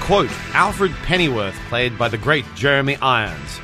Quote Alfred Pennyworth, played by the great Jeremy Irons.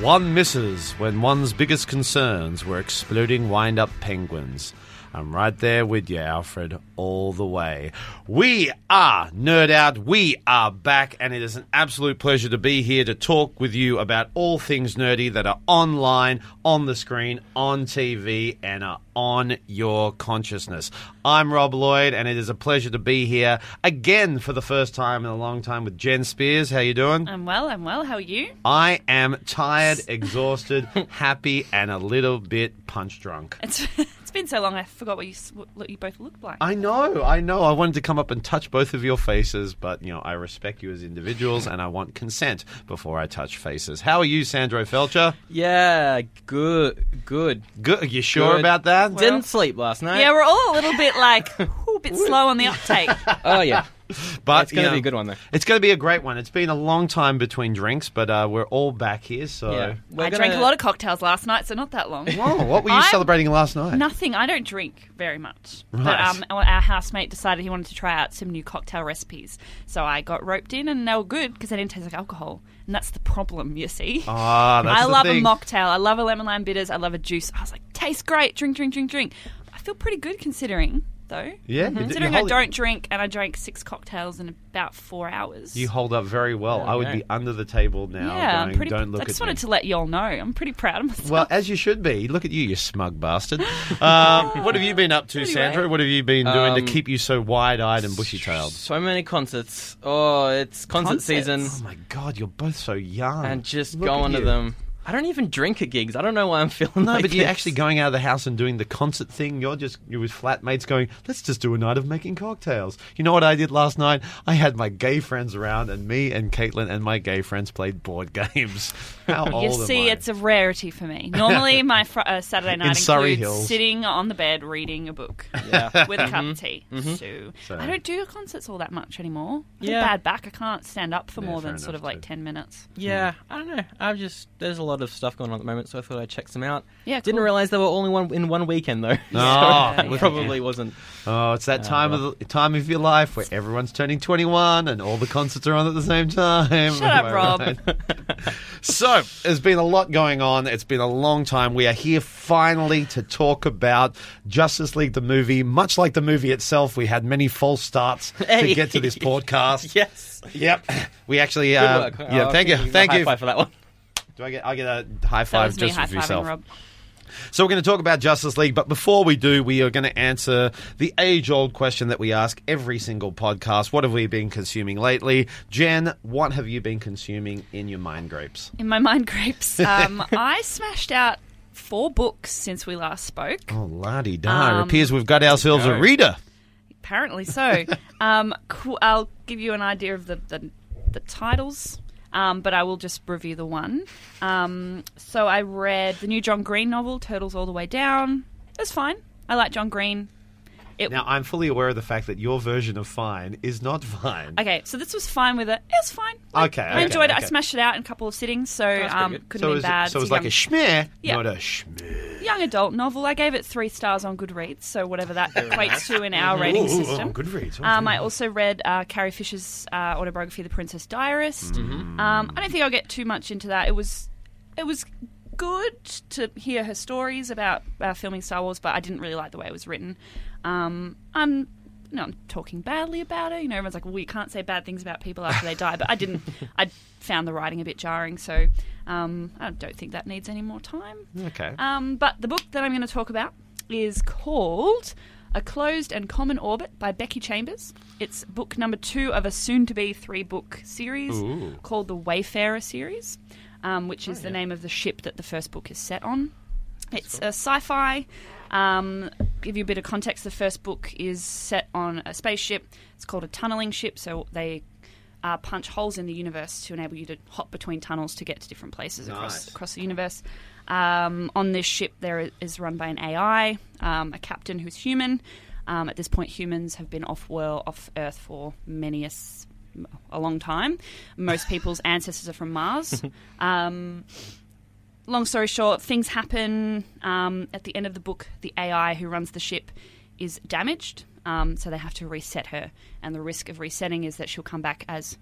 One misses when one's biggest concerns were exploding wind up penguins. I'm right there with you, Alfred, all the way. We are Nerd Out. We are back, and it is an absolute pleasure to be here to talk with you about all things nerdy that are online, on the screen, on TV, and are on your consciousness. I'm Rob Lloyd, and it is a pleasure to be here again for the first time in a long time with Jen Spears. How you doing? I'm well, I'm well. How are you? I am tired, exhausted, happy, and a little bit punch drunk. It's it's been so long. I forgot what you s- what you both looked like. I know, I know. I wanted to come up and touch both of your faces, but you know, I respect you as individuals, and I want consent before I touch faces. How are you, Sandro Felcher? Yeah, good, good. Good. You sure Good. about that? Didn't sleep last night. yeah, we're all a little bit like ooh, a bit slow on the uptake. oh yeah, but it's you gonna know, be a good one though. It's going to be a great one. It's been a long time between drinks, but uh, we're all back here. So, Yeah, we're I gonna- drank a lot of cocktails last night, so not that long. Whoa, what were you I'm- celebrating last night? Nothing. I don't drink very much. But Right. um, our our housemate decided he wanted to try out some new cocktail recipes, so I got roped in, and they were good because they didn't taste like alcohol, and that's the problem, you see. Ah, that's I the love thing. a mocktail. I love a lemon lime bitters. I love a juice. I was like, tastes great. Drink, drink, drink, drink. I feel pretty good considering, though. Yeah, you d- you Considering I hold- don't drink and I drank six cocktails in about four hours. You hold up very well. I would Okay. be under the table now. yeah, going, I'm pretty. Don't look I just at me. wanted to let y'all know. I'm pretty proud of myself. Well, as you should be. Look at you, you smug bastard. Um, what have you been up to, Anyway. Sandra? What have you been doing to Um, keep you so wide-eyed and bushy-tailed? So many concerts. Oh, it's concert Concerts? season, Oh my God, you're both so young. and just Look at going to you. them. I don't even drink at gigs. I don't know why I'm feeling. No, like but you're this. actually going out of the house and doing the concert thing. You're just you with flatmates going. Let's just do a night of making cocktails. You know what I did last night? I had my gay friends around, and me and Caitlin and my gay friends played board games. How old you see, am I? it's a rarity for me. Normally, my fr- uh, Saturday night Surrey includes Hills. Mm-hmm. sitting on the bed reading a book Yeah. with a cup of tea. So, So- I don't do concerts all that much anymore. I have Yeah. a bad back. I can't stand up for Yeah, more fair than sort enough, of like too. ten minutes. Yeah, I don't know. I've just there's a lot of stuff going on at the moment, so I thought I'd check some out. Yeah, Didn't cool. realize they were only one in one weekend though. so Oh, it yeah. probably wasn't. Oh, it's that time of the, time of your life where everyone's turning 21 and all the concerts are on at the same time. Shut Am up, I Rob. right? so, there's been a lot going on. It's been a long time. We are here finally to talk about Justice League the movie. Much like the movie itself, we had many false starts to Hey. get to this podcast. Yes. Yep. We actually Good uh, work. yeah, Oh, thank you. give me a Thank high you. five for that one. Do I get I get a high That five was me just high with yourself? fiving Rob. So we're going to talk about Justice League, but before we do, we are going to answer the age-old question that we ask every single podcast: What have we been consuming lately? Jen, what have you been consuming in your mind grapes? In my mind grapes, um, I smashed out four books since we last spoke. Oh, lardy da! Um, appears we've got ourselves a go. reader. Apparently so. um, qu- I'll give you an idea of the the, the titles, um, but I will just review the one. Um, so I read the new John Green novel, Turtles All the Way Down. That's fine. I like John Green. It, Now, I'm fully aware of the fact that your version of fine is not fine. okay, so this was fine with it. It was fine. I- Okay, I okay, enjoyed it. okay. I smashed it out in a couple of sittings, so pretty um, good. couldn't so be it's bad. so It's it's a like a young- schmear, Yeah. not a schmear. young adult novel. I gave it three stars on Goodreads, so whatever that equates to in our rating Ooh, ooh, system. oh, Goodreads, okay. Um, I also read uh, Carrie Fisher's uh, autobiography, The Princess Diarist. Mm-hmm. Um, I don't think I'll get too much into that. It was, it was good to hear her stories about uh, filming Star Wars, but I didn't really like the way it was written. Um, I'm no, I'm talking badly about her. You know, everyone's like, "Well, you can't say bad things about people after they die," but I didn't. I found the writing a bit jarring, so um, I don't think that needs any more time. Okay. Um, but the book that I'm going to talk about is called A Closed and Common Orbit by Becky Chambers. It's book number two of a soon to be three book series Ooh. Oh, called the Wayfarer series, um, which is the name of the ship that the first book is set on. It's a sci fi. Um, give you a bit of context. The first book is set on a spaceship. It's called a tunneling ship, so they uh, punch holes in the universe to enable you to hop between tunnels to get to different places across Nice. across the universe. Um, on this ship, there is run by an AI, um, a captain who's human. Um, at this point, humans have been off world, off Earth for many a, s- a long time. Most people's ancestors are from Mars. Um, long story short, things happen. Um, at the end of the book, the AI who runs the ship is damaged, um, so they have to reset her. And the risk of resetting is that she'll come back as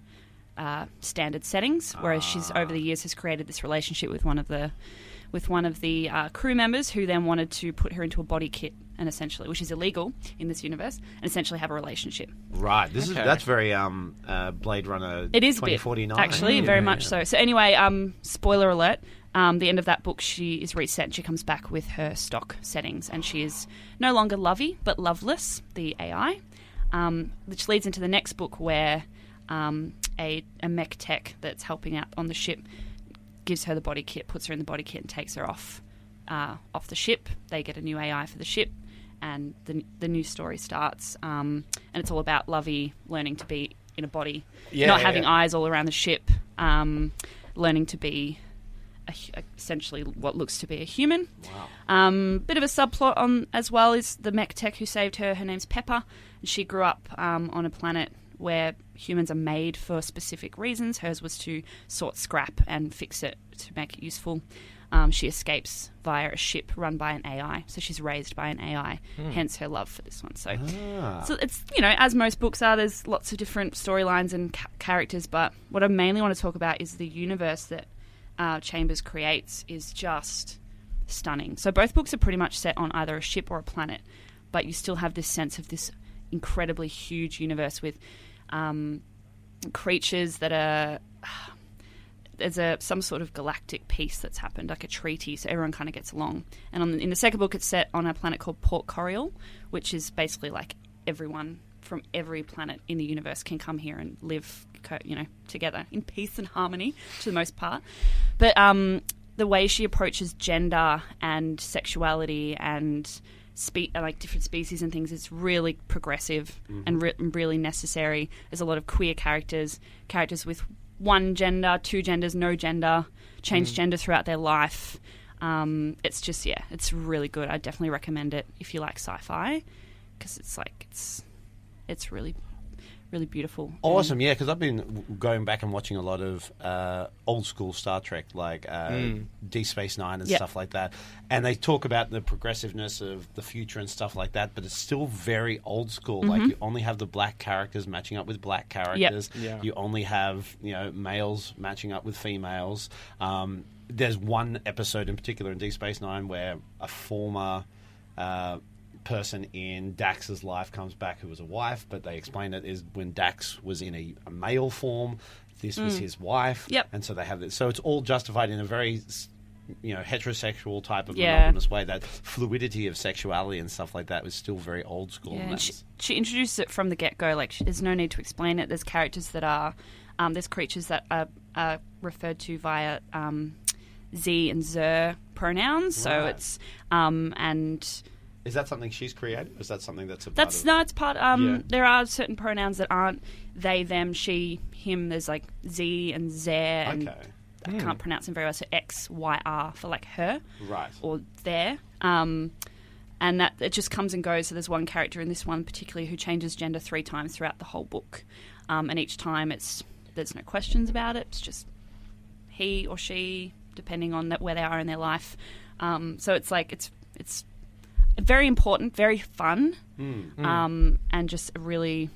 uh, standard settings, whereas she's over the years has created this relationship with one of the with one of the uh, crew members who then wanted to put her into a body kit and essentially, which is illegal in this universe, and essentially have a relationship. Right. This Okay. is that's very um uh, Blade Runner. It is a twenty bit, forty nine. actually, very much so. So anyway, um, spoiler alert. Um, the end of that book, she is reset. and She comes back with her stock settings, and she is no longer lovey but loveless, the AI, um, which leads into the next book where um, a, a mech tech that's helping out on the ship gives her the body kit, puts her in the body kit, and takes her off uh, off the ship. They get a new AI for the ship, and the the new story starts. Um, and it's all about Lovey learning to be in a body, Yeah, not yeah, having yeah. eyes all around the ship, um, learning to be a, hu- essentially what looks to be a human. Wow. Um, bit of a subplot on as well is the mech tech who saved her. Her name's Pepper, and she grew up um, on a planet where humans are made for specific reasons. Hers was to sort scrap and fix it to make it useful. Um, she escapes via a ship run by an AI, so she's raised by an AI. Hence her love for this one. So, Ah. so it's you know as most books are, there's lots of different storylines and ca- characters. But what I mainly want to talk about is the universe that uh, Chambers creates is just stunning. So both books are pretty much set on either a ship or a planet, but you still have this sense of this incredibly huge universe with um, creatures that are. There's a some sort of galactic peace that's happened, like a treaty, so everyone kind of gets along. And on the, in the second book, it's set on a planet called Port Coriol, which is basically like everyone from every planet in the universe can come here and live, co- you know, together in peace and harmony, to the most part. But um, the way she approaches gender and sexuality and spe- uh, like different species and things is really progressive and re- and really necessary. There's a lot of queer characters, characters with one gender, two genders, no gender, change Mm. gender throughout their life. Um, it's just yeah, it's really good. I definitely recommend it if you like sci-fi because it's like it's it's really really beautiful. Awesome, yeah, because I've been w- going back and watching a lot of uh, old school Star Trek, like uh, D Space Nine and Yep. stuff like that. And they talk about the progressiveness of the future and stuff like that, but it's still very old school. Like you only have the black characters matching up with black characters. Yeah. You only have you know males matching up with females. Um, there's one episode in particular in D Space Nine where a former uh, person in Dax's life comes back who was a wife, but they explain it is when Dax was in a, a male form, this was his wife. Mm. Yep. And so they have this. So it's all justified in a very. s- You know, heterosexual type of Yeah. monogamous way. That fluidity of sexuality and stuff like that was still very old school. Yeah, and and she, that's- she introduces it from the get go. Like, she, there's no need to explain it. There's characters that are, um, there's creatures that are, are referred to via um, Z and Zer pronouns. So Right. it's, um, and is that something she's created? Or is that something that's a part that's of- no, it's part. Um, Yeah. there are certain pronouns that aren't they, them, she, him. There's like Z and Zer, and Okay. Hmm. I can't pronounce them very well. So X, Y, R for like her. Right. or there. Um, and that it just comes and goes. So there's one character in this one particularly who changes gender three times throughout the whole book, um, and each time it's there's no questions about it. It's just he or she, depending on that where they are in their life. Um, so it's like it's it's very important, very fun, Hmm. um, and just a really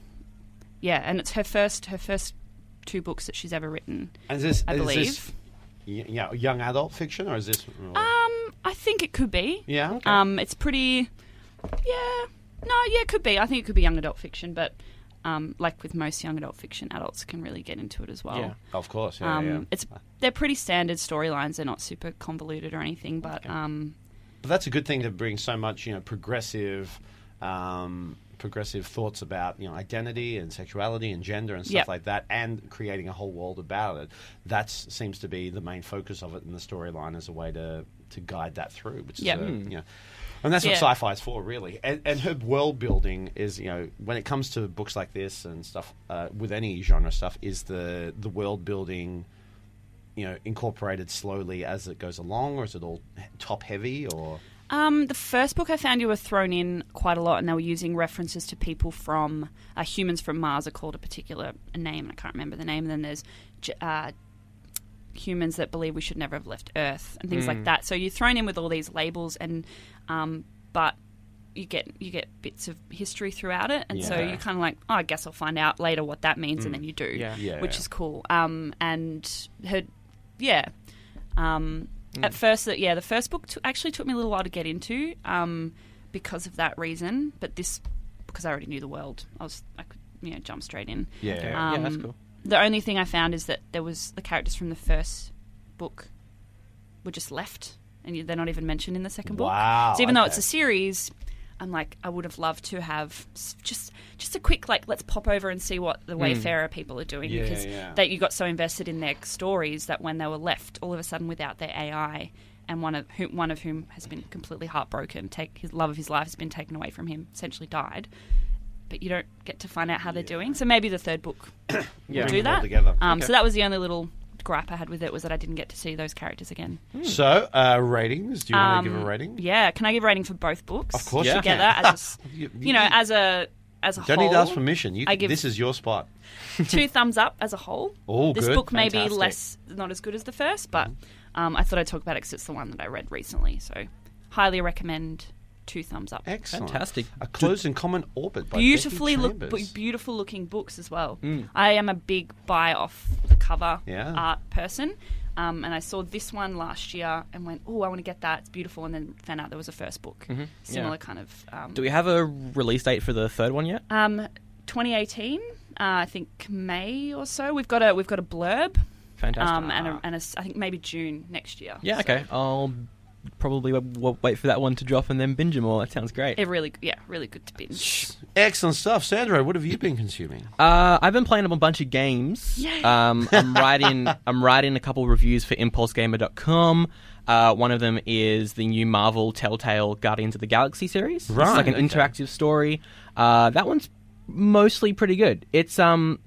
yeah. And it's her first her first two books that she's ever written, And is this, I is believe. This, y- yeah, young adult fiction, or is this? Um, I think it could be. yeah. Okay. Um, it's pretty. Yeah. No, yeah, it could be. I think it could be young adult fiction, but um, like with most young adult fiction, adults can really get into it as well. Yeah. of course. Yeah. Um, yeah. It's they're pretty standard storylines. They're not super convoluted or anything, but um, But that's a good thing to bring so much, you know, progressive, um, progressive thoughts about you know identity and sexuality and gender and stuff Yep. like that, and creating a whole world about it. That seems to be the main focus of it in the storyline as a way to to guide that through, which Yep. is a, Mm. you know. And that's what Yeah. sci-fi is for, really. And, and her world building is, you know, when it comes to books like this and stuff uh, with any genre stuff, is the the world building, you know, incorporated slowly as it goes along, or is it all top heavy, or um, the first book I found you were thrown in quite a lot, and they were using references to people from uh, humans from Mars are called a particular name, and I can't remember the name. And then there's j- uh, humans that believe we should never have left Earth and things like that. So you're thrown in with all these labels, and um, but you get you get bits of history throughout it, and so Yeah. you're kind of like, oh, I guess I'll find out later what that means, and then you do, Yeah. Yeah. which is cool. Um, and her, yeah, um, Mm. at first, that yeah, the first book t- actually took me a little while to get into, um, because of that reason. But this, because I already knew the world, I was I could you know jump straight in. Yeah. Okay. Um, yeah, that's cool. The only thing I found is that there was the characters from the first book were just left, and you- they're not even mentioned in the second book. Wow, So even though it's Oh, okay. a series, I'm like, I would have loved to have s- just just a quick like, let's pop over and see what the Wayfarer people are doing Hmm. Yeah, because yeah. that you got so invested in their stories that when they were left, all of a sudden without their AI. And one of whom, one of whom has been completely heartbroken. Take his love of his life has been taken away from him. Essentially died, but you don't get to find out how they're doing. So maybe the third book Yeah. it do all that. together. Um, Okay. So that was the only little gripe I had with it was that I didn't get to see those characters again. So, uh, ratings. Do you want to give a hmm. Um, rating? Yeah, can I give a rating for both books? Of course you together can. as a, You- you, you- know as a as a Don't whole. need to ask permission. You, I give- this is your spot. two thumbs up as a whole. Oh, this good. Mm-hmm. book may be Fantastic. less not as good as the first, but um, I thought I'd talk about it because it's the one that I read recently. So highly recommend. Two thumbs up. Excellent. Fantastic. A close and common orbit. By Beautifully Becky look, Chambers. Mm. b- beautiful looking books as well. I am a big buy off the cover Yeah. art person, um, and I saw this one last year and went, "Oh, I want to get that. It's beautiful." And then found out there was a first book, Mm-hmm. similar Yeah. kind of. Um, Do we have a release date for the third one yet? Um, 2018, uh, I think May or so. We've got a we've got a blurb, Fantastic. um, and, a, and a s I think maybe June next year. yeah, So okay. I'll probably w- w- wait for that one to drop and then binge them all. That sounds great. It really, yeah, really good to binge. Excellent stuff. Sandra, what have you been consuming? Uh, I've been playing a bunch of games. Yay. Um, I'm writing. I'm writing a couple of reviews for ImpulseGamer.com. Uh, one of them is the new Marvel Telltale Guardians of the Galaxy series. Right, It's like an okay. interactive story. Uh, that one's mostly pretty good. It's um,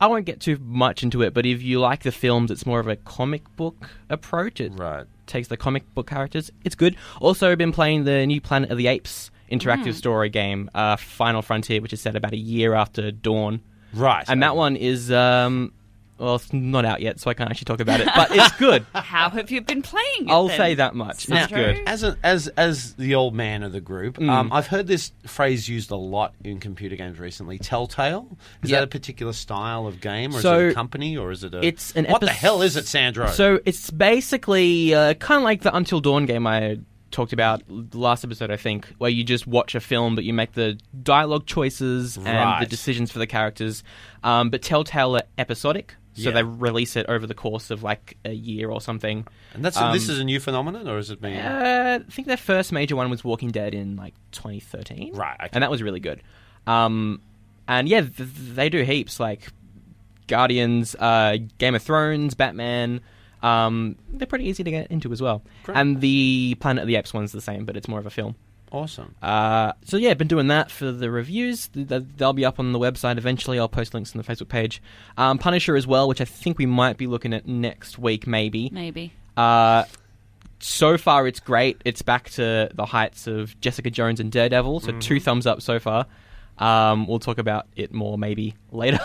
I won't get too much into it, but if you like the films, it's more of a comic book approach. It Right. takes the comic book characters. It's good. Also, been playing the new Planet of the Apes interactive story game, uh, Final Frontier, which is set about a year after Dawn. Right. And that one is, um, well, it's not out yet, so I can't actually talk about it, but it's good. How have you been playing? It I'll then? say that much. Now- it's good. Mm. As, an, as as the old man of the group, um, I've heard this phrase used a lot in computer games recently. Telltale is Yep. that a particular style of game, or is So, it a company, or is it a? it's an what the epis- hell is it, Sandro? So it's basically uh, kind of like the Until Dawn game I talked about l- last episode, I think, where you just watch a film, but you make the dialogue choices and Right. the decisions for the characters. Um, but Telltale are episodic, so Yeah. they release it over the course of like a year or something. and that's this um, is a new phenomenon, or is it been? Uh, I think their first major one was Walking Dead in like 2013, Right, okay. And that was really good. Um, and yeah, th- th- they do heaps like Guardians, uh, Game of Thrones, Batman. Um, they're pretty easy to get into as well. Great. And the Planet of the Apes one's the same, but it's more of a film. awesome. Uh, so yeah, been doing that for the reviews. Th- th- They'll be up on the website eventually. I'll post links on the Facebook page. Um, Punisher as well, which I think we might be looking at next week, maybe. Maybe. Uh, so far, it's great. It's back to the heights of Jessica Jones and Daredevil. So Mm-hmm. two thumbs up so far. Um, we'll talk about it more maybe later.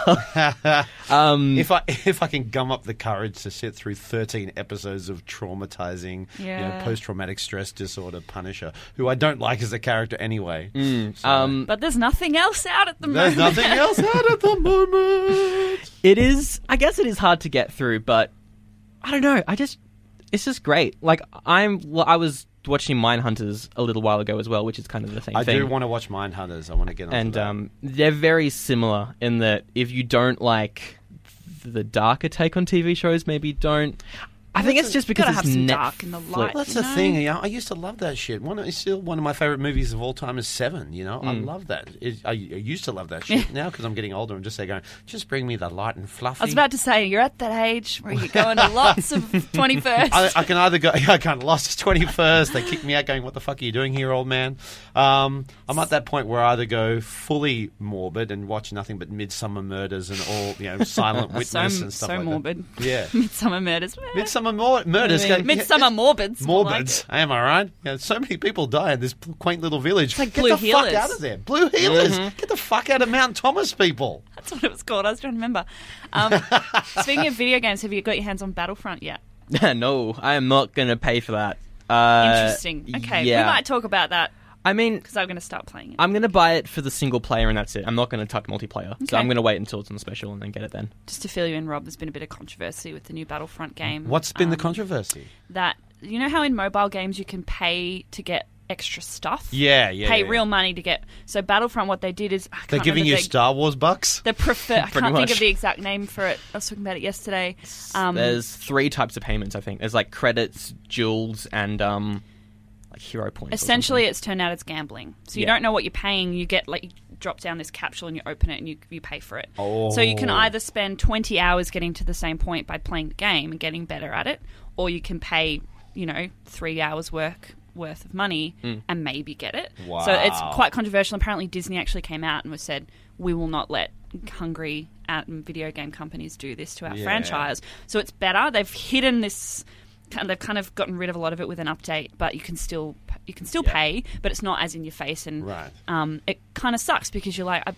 um, If I if I can gum up the courage to sit through thirteen episodes of traumatizing, you know, Yeah. post traumatic stress disorder Punisher, who I don't like as a character anyway. So- um, But there's nothing else out at the there's moment. nothing else out at the moment. it is. I guess it is hard to get through, but I don't know. I just it's just great. Like I'm. Well, I was watching Mindhunters a little while ago as well, which is kind of the same I thing. do want to watch Mindhunters. I want to get on. and that. um, they're very similar in that if you don't like the darker take on TV shows, maybe don't. I think That's it's a- just because gotta it's have some Netflix. dark in the light. Well, that's you the know? thing. You know, I used to love that shit. One, of- it's still one of my favorite movies of all time is Seven. You know, I Hmm. love that. It, I, I used to love that shit. now because I'm getting older, I'm just there going, just bring me the light and fluffy. I was about to say you're at that age where you're going to lots of 21st. I, I can either go. I kind of lost his twenty first. They kicked me out, going, "What the fuck are you doing here, old man?" Um, I'm at that point where I either go fully morbid and watch nothing but Midsummer Murders and all, you know, Silent Witness so and stuff so like morbid. that. Yeah, Midsummer murders. Midsummer Mor- Murders. go- Midsummer morbids. more like Morbids. it. Am I right? Yeah, so many people die in this p- quaint little village. like Get Blue the Heelers. Mm-hmm. fuck out of there. Blue healers. Get the fuck out of Mount Thomas, people. That's what it was called. I was trying to remember. Um, speaking of video games, have you got your hands on Battlefront yet? no, I am not going to pay for that. Uh, Interesting. Okay, yeah. we might talk about that I mean, because I'm going to start playing it. I'm going to buy it for the single player and that's it. I'm not going to touch multiplayer. So Okay. I'm going to wait until it's on special and then get it then. Just to fill you in, Rob, there's been a bit of controversy with the new Battlefront game. What's been the Um, controversy? That you know how in mobile games you can pay to get extra stuff. Yeah, yeah. pay yeah, yeah. real money to get. So Battlefront, what they did is I They're can't giving remember you the- Star Wars bucks. The prefer. I Pretty can't think much. of the exact name for it. I was talking about it yesterday. Um, There's three types of payments, I think. There's like credits, jewels, and um, like hero points. or essentially, it's turned out it's gambling. So you Yeah. don't know what you're paying. You get like you drop down this capsule and you open it and you you pay for it. Oh. So you can either spend 20 hours getting to the same point by playing the game and getting better at it, or you can pay you know three hours work worth of money and maybe get it. So it's Wow. quite controversial. Apparently, Disney actually came out and was said we will not let hungry at video game companies do this to our Yeah. franchise. So it's better. They've hidden this. kind- They've kind of gotten rid of a lot of it with an update, but you can still you can still Yeah. pay, but it's not as in your face, and Right. um, it kind of sucks because you're like. I,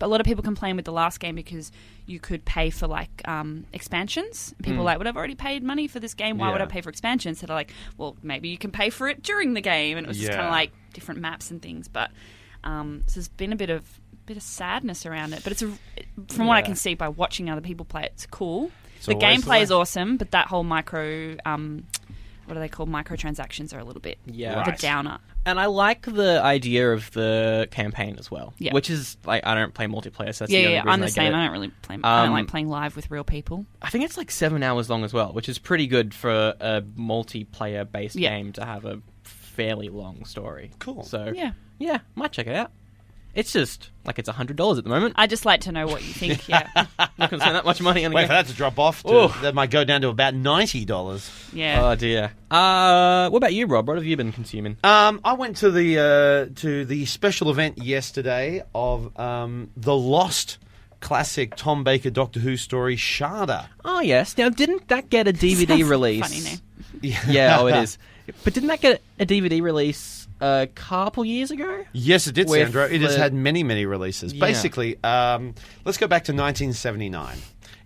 a lot of people complain with the last game because you could pay for like um, expansions. People are like, "Well, I've already paid money for this game. Why would I Mm. Yeah. pay for expansions?" So they're like, "Well, maybe you can pay for it during the game." And it was just kind Yeah. of like different maps and things. But um, so there's been a bit of bit of sadness around it. But it's a, from what I Yeah. can see by watching other people play, it, it's cool. It's the always the gameplay way. is awesome, but that whole micro um, what are they called? Microtransactions are a little bit Yeah. of a Right. downer. And I like the idea of the campaign as well. Yeah. Which is like I don't play multiplayer, so that's yeah, the only yeah, reason I'm the I get same. it. I don't really play. I Um, don't like playing live with real people. I think it's like seven hours long as well, which is pretty good for a multiplayer based Yeah. game to have a fairly long story. Cool. So Yeah. yeah, might check it out. It's just like it's hundred dollars at the moment. I just like to know what you think. Yeah, not going to spend that much money on a Wait game. for that to drop off. To, Ooh. that might go down to about ninety dollars. yeah. Oh dear. Uh, what about you, Rob? What have you been consuming? Um, I went to the uh, to the special event yesterday of um, the Lost classic Tom Baker Doctor Who story Sharda. Oh yes. Now, didn't that get a DVD Sounds release? funny name. yeah, oh, it is. But didn't that get a DVD release a couple years ago? Yes, it did, With Sandro. It has the- had many, many releases. Yeah. Basically, um, let's go back to 1979.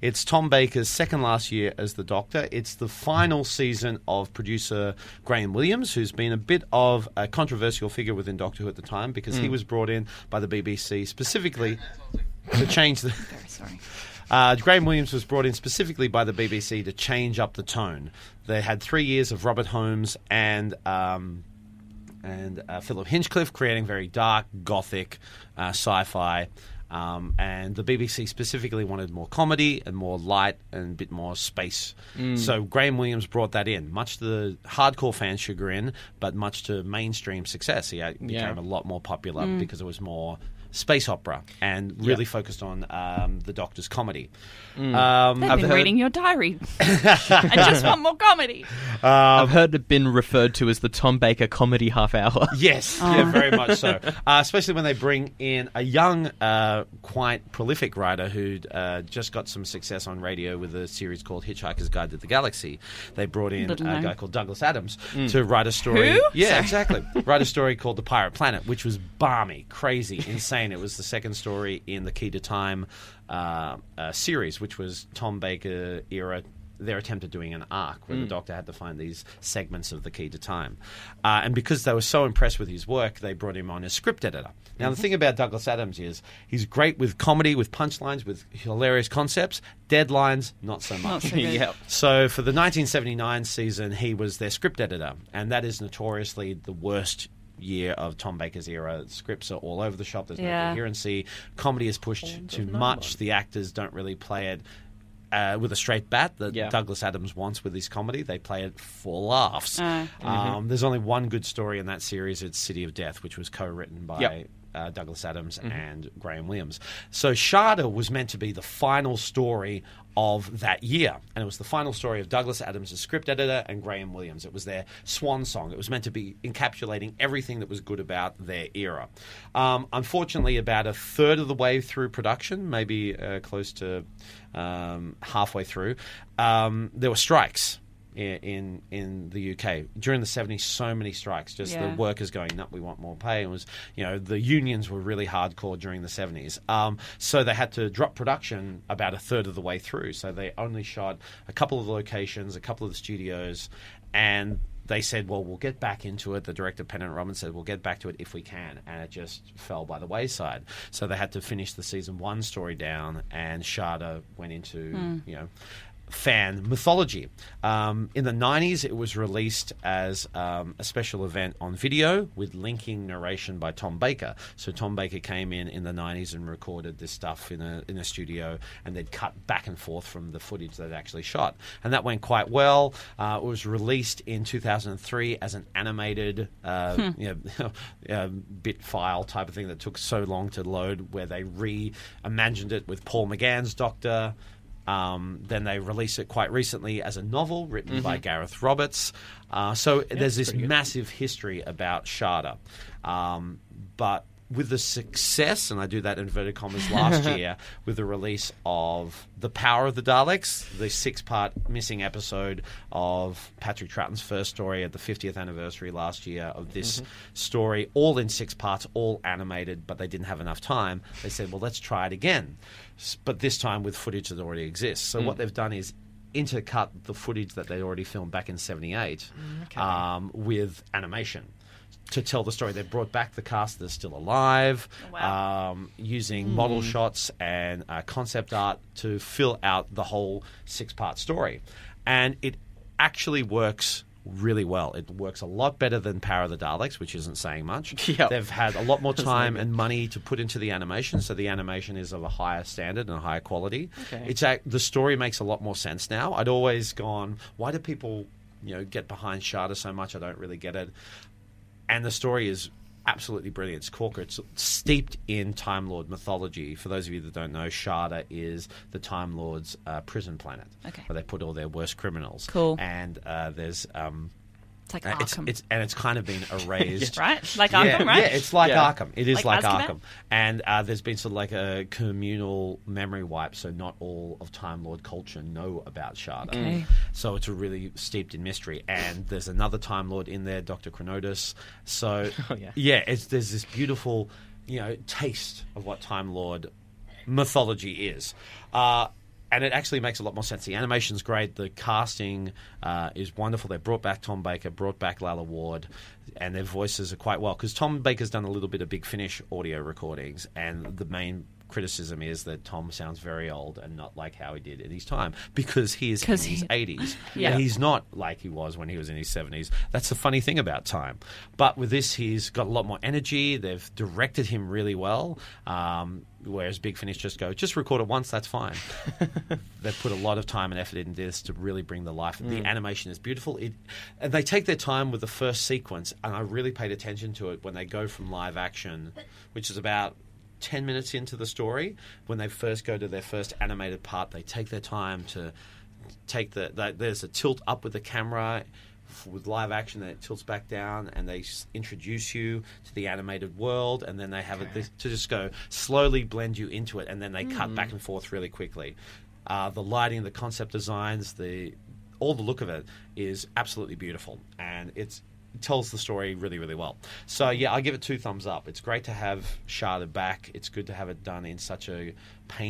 It's Tom Baker's second last year as the Doctor. It's the final season of producer Graham Williams, who's been a bit of a controversial figure within Doctor Who at the time because Mm. he was brought in by the BBC specifically to change the. Very sorry. Uh, Graham Williams was brought in specifically by the BBC to change up the tone. They had three years of Robert Holmes and um, and uh, Philip Hinchcliffe creating very dark, gothic, uh, sci-fi. Um, and the BBC specifically wanted more comedy and more light and a bit more space. So Graham Williams brought that in, much to the hardcore fan chagrin, but much to mainstream success. He uh, became Yeah. a lot more popular because it was more space opera and really focused on um, the Doctor's comedy. Um, Mm. They've I've been heard- reading your diary. I just want more comedy. Um, I've heard it been referred to as the Tom Baker comedy half hour. Yes, Oh. yeah, very much so. Uh, especially when they bring in a young, uh, quite prolific writer who uh, just got some success on radio with a series called Hitchhiker's Guide to the Galaxy. They brought in Little a known. guy called Douglas Adams to write a story. Who? Yeah, exactly. write a story called The Pirate Planet, which was balmy, crazy, insane. It was the second story in the Key to Time uh, uh, series, which was Tom Baker era their attempt at doing an arc where the doctor had to find these segments of the key to time. Uh, and because they were so impressed with his work, they brought him on as script editor. Now, the thing about Douglas Adams is he's great with comedy, with punchlines, with hilarious concepts, deadlines, not so much. Not so good. Yep. So for the 1979 season, he was their script editor, and that is notoriously the worst year of Tom Baker's era. Scripts are all over the shop. There's no Yeah. coherency. Comedy is pushed too much. The actors don't really play it. Uh, with a straight bat that Yeah. Douglas Adams wants with his comedy, they play it for laughs. Mm-hmm. Um, there's only one good story in that series. It's City of Death, which was co-written by Yep. uh, Douglas Adams and Graham Williams. So Sharda was meant to be the final story of that year, and it was the final story of Douglas Adams, as script editor, and Graham Williams. It was their swan song. It was meant to be encapsulating everything that was good about their era. Um, unfortunately, about a third of the way through production, maybe uh, close to um, halfway through, um, there were strikes. i- In in the UK during the 70s, so many strikes. Just Yeah. the work workers going, "No, we want more pay." It was, you know, the unions were really hardcore during the seventies, um, so they had to drop production about a third of the way through. So they only shot a couple of locations, a couple of the studios, and they said, "Well, we'll get back into it." The director, Pennant Robin, said, "We'll get back to it if we can," and it just fell by the wayside. So they had to finish the season one story down, and Sharda went into you know fan mythology. Um, in the 90s, it was released as um, a special event on video with linking narration by Tom Baker. So Tom Baker came in in the 90s and recorded this stuff in a, in a studio, and they'd cut back and forth from the footage they'd actually shot. And that went quite well. Uh, it was released in 2003 as an animated uh, you know, uh, bit file type of thing that took so long to load, where they reimagined it with Paul McGann's Doctor. Um, then they released it quite recently as a novel written by Gareth Roberts. Uh, so there's this massive history about Sharda. Um, but with the success, and I do that in inverted commas last year, with the release of The Power of the Daleks, the six part missing episode of Patrick Troughton's first story at the 50th anniversary last year of this story, all in six parts, all animated, but they didn't have enough time. They said, well, let's try it again, S- but this time with footage that already exists. So what they've done is intercut the footage that they'd already filmed back in 78 um, with animation to tell the story. They've brought back the cast that's still alive, Wow. um, using model shots and uh, concept art to fill out the whole six part story. And it actually works really well. It works a lot better than Power of the Daleks, which isn't saying much. Yep. They've had a lot more time and money to put into the animation, so the animation is of a higher standard and a higher quality. Okay. It's ac the story makes a lot more sense now. I'd always gone, why do people you know get behind Sharda so much? I don't really get it and the story is absolutely brilliant. It's corker. It's steeped in Time Lord mythology. For those of you that don't know, Sharda is the Time Lord's uh, prison planet, Okay. where they put all their worst criminals. Cool. Ah, And uh, there's um, It's like uh, it's, Arkham, it's and it's kind of been erased. right? Like yeah, Arkham, right? yeah, it's like Yeah. Arkham. It is like, Like Azkaban? Arkham, and uh, there's been sort of like a communal memory wipe, so not all of Time Lord culture know about Sharda. Mm. Okay. So it's really steeped in mystery, and there's another Time Lord in there, Doctor Chronotis. So Oh, yeah. it's, there's this beautiful, you know, taste of what Time Lord mythology is. Uh, and it actually makes a lot more sense. The animation's great. The casting uh, is wonderful. They brought back Tom Baker, brought back Lala Ward, and their voices are quite well. Because Tom Baker's done a little bit of Big Finish audio recordings, and the main criticism is that Tom sounds very old and not like how he did in his time because he is in 'Cause his he- 80s. Yeah. And he's not like he was when he was in his 70s. That's the funny thing about time. But with this, he's got a lot more energy. They've directed him really well. Um, whereas Big Finish just go, just record it once, that's fine. They've put a lot of time and effort into this to really bring the life. Mm. The animation is beautiful. It, and they take their time with the first sequence. And I really paid attention to it when they go from live action, which is about 10 minutes into the story when they first go to their first animated part they take their time to take the, the there's a tilt up with the camera f- with live action then it tilts back down and they s- introduce you to the animated world and then they have it this- to just go slowly blend you into it and then they cut back and forth really quickly uh, the lighting the concept designs the all the look of it is absolutely beautiful and it's tells the story really, really well. So yeah, I give it two thumbs up. It's great to have Sharda back. It's good to have it done in such a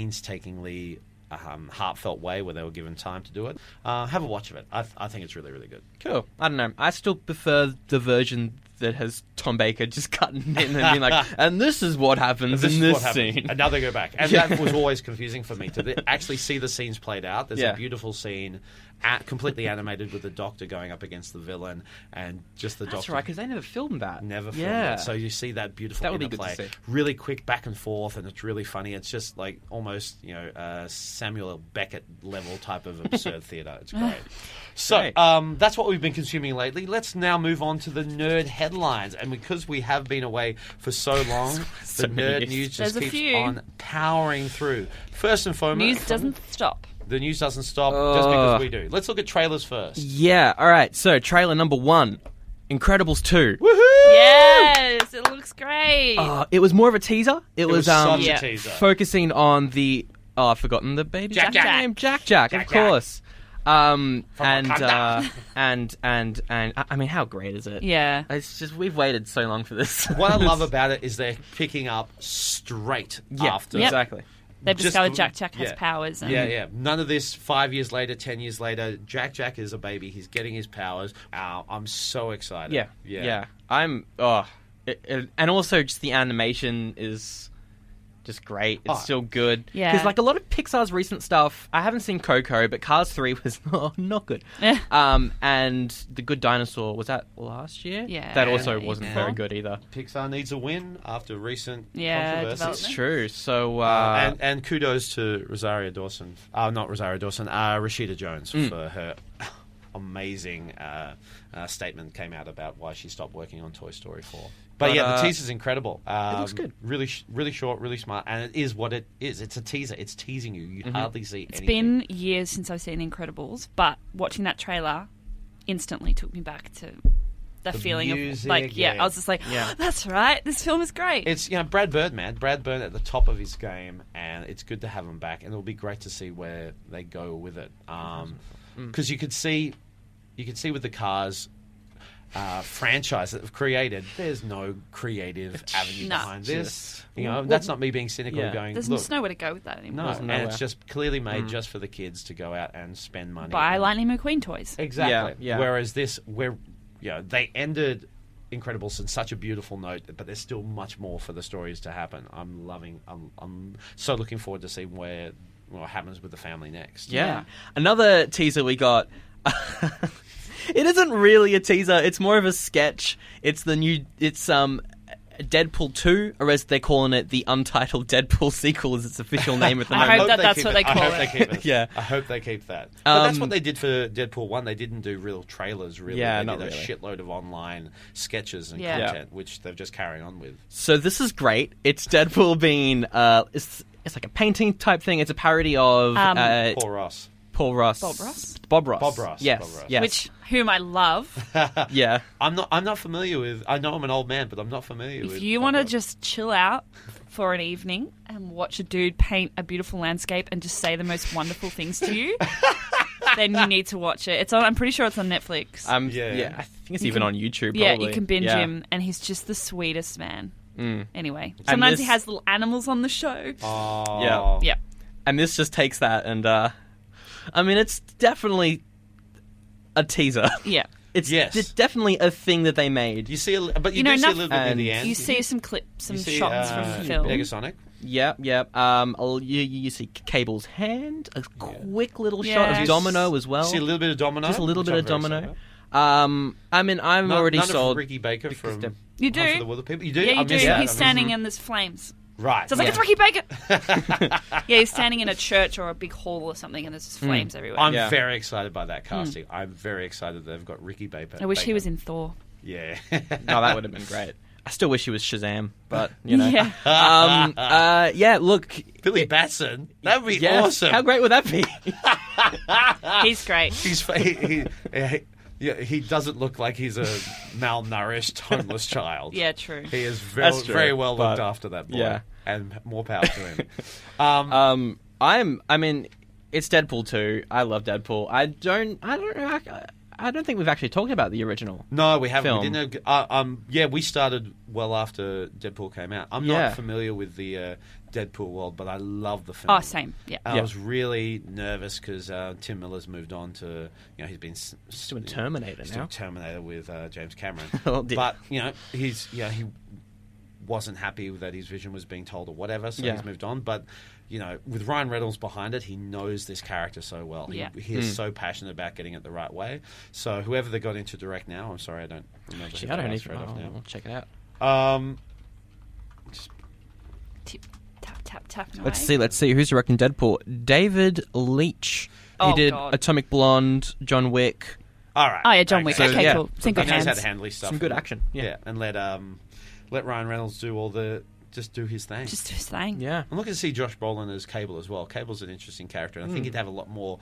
painstakingly um, heartfelt way where they were given time to do it. Uh, have a watch of it. I, th- I think it's really, really good. Cool. I don't know. I still prefer the version that has Tom Baker just cutting in and being like, and this is what happens in is this what Uh, happened. scene. And now they go back. And Yeah. that was always confusing for me to th- actually see the scenes played out. There's Yeah. a beautiful scene, at, completely animated with the doctor going up against the villain and just the That's doctor right, because they never filmed that. Never filmed yeah. it. So you see that beautiful That would be good interplay. to see. Really quick back and forth, and it's really funny. It's just like almost, you know, uh, Samuel L. Beckett level type of absurd theatre. It's great. So Great. um, that's what we've been consuming lately. Let's now move on to the nerd headlines. And because we have been away for so long, the nerd many. news just There's a keeps few. on powering through. First and foremost, News doesn't stop. the news doesn't stop just because Ugh. we do. Let's look at trailers first. yeah. All right. So trailer number one, Incredibles two. Woohoo! Yes, it looks great. Oh, Uh, it was more of a teaser. It, was was, um, such a Yeah. teaser. focusing on the oh, I've forgotten the baby Jack Jack's Jack. name, Jack Jack, Jack of Jack. course. Um, and, uh, Wakanda. and and and I I mean, how great is it? yeah. It's just we've waited so long for this. What I love about it is they're picking up straight yeah, after exactly. They've Just discovered the- Jack Jack has yeah. powers. And Yeah, Mm-hmm. yeah. None of this five years later, ten years later. Jack Jack is a baby. He's getting his powers. Wow, I'm so excited. Yeah, Yeah. yeah, I'm. Oh, it, it- and also just the animation is just great. It's Oh. still good. Yeah. because like a lot of Pixar's recent stuff, I haven't seen Coco, but Cars Three was not, not good. Yeah. Um, and The Good Dinosaur was that last year. Yeah, that also yeah. wasn't Yeah. very good either. Pixar needs a win after recent Yeah, controversies. development. It's true. So uh, Uh, and, and kudos to Rosaria Dawson. Uh, not Rosaria Dawson, uh, Rashida Jones Mm. for her amazing uh, uh, statement came out about why she stopped working on Toy Story 4. But, But, yeah, uh, the teaser's incredible. Um, looks good. Really, sh- really short, really smart, and it is what it is. It's a teaser. It's teasing you. Mm-hmm. You hardly see It's anything. been years since I've seen Incredibles, but watching that trailer instantly took me back to The the, feeling music, of like yeah, yeah. I was just like, Yeah. that's right, this film is great. It's you know Brad Bird, man. Brad Bird at the top of his game, and it's good to have him back. And it'll be great to see where they go with it, because Hmm. you could see, you could see with the Cars uh, franchise that they've created. There's no creative avenue No. behind this. Just- You know, that's not me being cynical. Yeah. Going There's look, just nowhere to go with that anymore. no, There's and nowhere. Hmm. it's just clearly made just for the kids to go out and spend money. Buy and- Lightning McQueen toys. Exactly. Yeah, yeah. Whereas this, where you know, they ended Incredibles in such a beautiful note, but there's still much more for the stories to happen. I'm loving. I'm, I'm so looking forward to seeing where what happens with the family next. Yeah. Yeah. Another teaser we got. it isn't really a teaser. It's more of a sketch. It's the new. It's um, Deadpool two, or as they're calling it, the untitled Deadpool sequel is its official name at the I moment. hope that that's keep what it. they I call hope it. They keep it. Yeah. I hope they keep that. But that's what Um, they did for Deadpool one. They didn't do real trailers. Really, Yeah, they not did a really. shitload of online sketches and Yeah. Yeah. content, which they're just carrying on with. So this is great. It's Deadpool being uh, it's it's like a painting type thing. It's a parody of Um, uh, Poor Ross. Paul Ross, Bob Ross? Bob Ross, Bob Ross, Yes, Bob Ross. yes. Which whom I love. yeah. I'm not. I'm not familiar with. I know I'm an old man, but I'm not familiar with. if you Bob want to Ross. just chill out for an evening and watch a dude paint a beautiful landscape and just say the most wonderful things to you, then you need to watch it. It's on. I'm pretty sure it's on Netflix. Um, Yeah. yeah, I think it's even on YouTube. yeah, probably. you can binge Yeah. him, and he's just the sweetest man. Anyway, And sometimes he this- has little animals on the show. Mm. Oh. Yeah. yeah, and this just takes that and uh i mean it's definitely a teaser yeah. it's Yes. it's definitely a thing that they made You see, a, li- but you, You know, do see a enough- little bit in And the end. You see some clips, some You see, shots uh, from the film. Negasonic. yep yep um I'll- you, you see cable's hand a quick little shot Yeah. of domino as well see a little bit of Domino. just a little which bit I'm of very domino excited um i mean i'm about. already none sold of Ricky Baker because from they're- You Hunt for do? the Wilder People. You do. Yeah, I you do. missed that. He's I standing and there's flames. missed- Right. So it's like, yeah. it's Ricky Baker. yeah, he's standing in a church or a big hall or something, and there's just flames everywhere. I'm Yeah. very excited by that casting. I'm very excited that they've got Ricky Baker. Hmm. I wish he Baker. was in Thor. Yeah. oh that would have been great i still wish he was shazam but you know Yeah. um uh yeah look Billy Batson. That would be yes, awesome. how great would that be He's great. He's fa- he, he, yeah, he, he doesn't look like he's a malnourished homeless child. Yeah, true. He is very, That's true, very well looked but- after that boy. yeah. And more power to him. Um, Um, I'm. I mean, it's Deadpool two. I love Deadpool. I don't. I don't know. I, I don't think we've actually talked about the original. No, we haven't. We film. didn't. Have, uh, um, yeah, we started well after Deadpool came out. I'm Yeah. not familiar with the uh, Deadpool world, but I love the film. Oh, same. Yeah. I Yeah. was really nervous because uh, Tim Miller's moved on to you know he's been s- s- doing Terminator he's now. doing Terminator with uh, James Cameron. Oh, dear. but you know he's yeah he wasn't happy that his vision was being told or whatever, so Yeah. he's moved on. But you know, with Ryan Reynolds behind it, he knows this character so well. He- Yeah. He, Hmm. is so passionate about getting it the right way. So whoever they got into direct now, I'm sorry, I don't remember. Actually, who I they don't are even. straight off I'll, I'll now. check it out. Um, Tip, Tap, tap, tap. and Let's away. see. Let's see who's directing Deadpool. David Leitch. Oh, he did God. Atomic Blonde, John Wick. all right. Oh, yeah, John Wick. thanks. okay, yeah. cool. So Single he knows how hands. to handle his stuff. Some good and- action, yeah. and let um, let Ryan Reynolds do all the just do his thing. Just do his thing. Yeah. I'm looking to see Josh Brolin as Cable as well. Cable's an interesting character, and I think Hmm. he'd have a lot more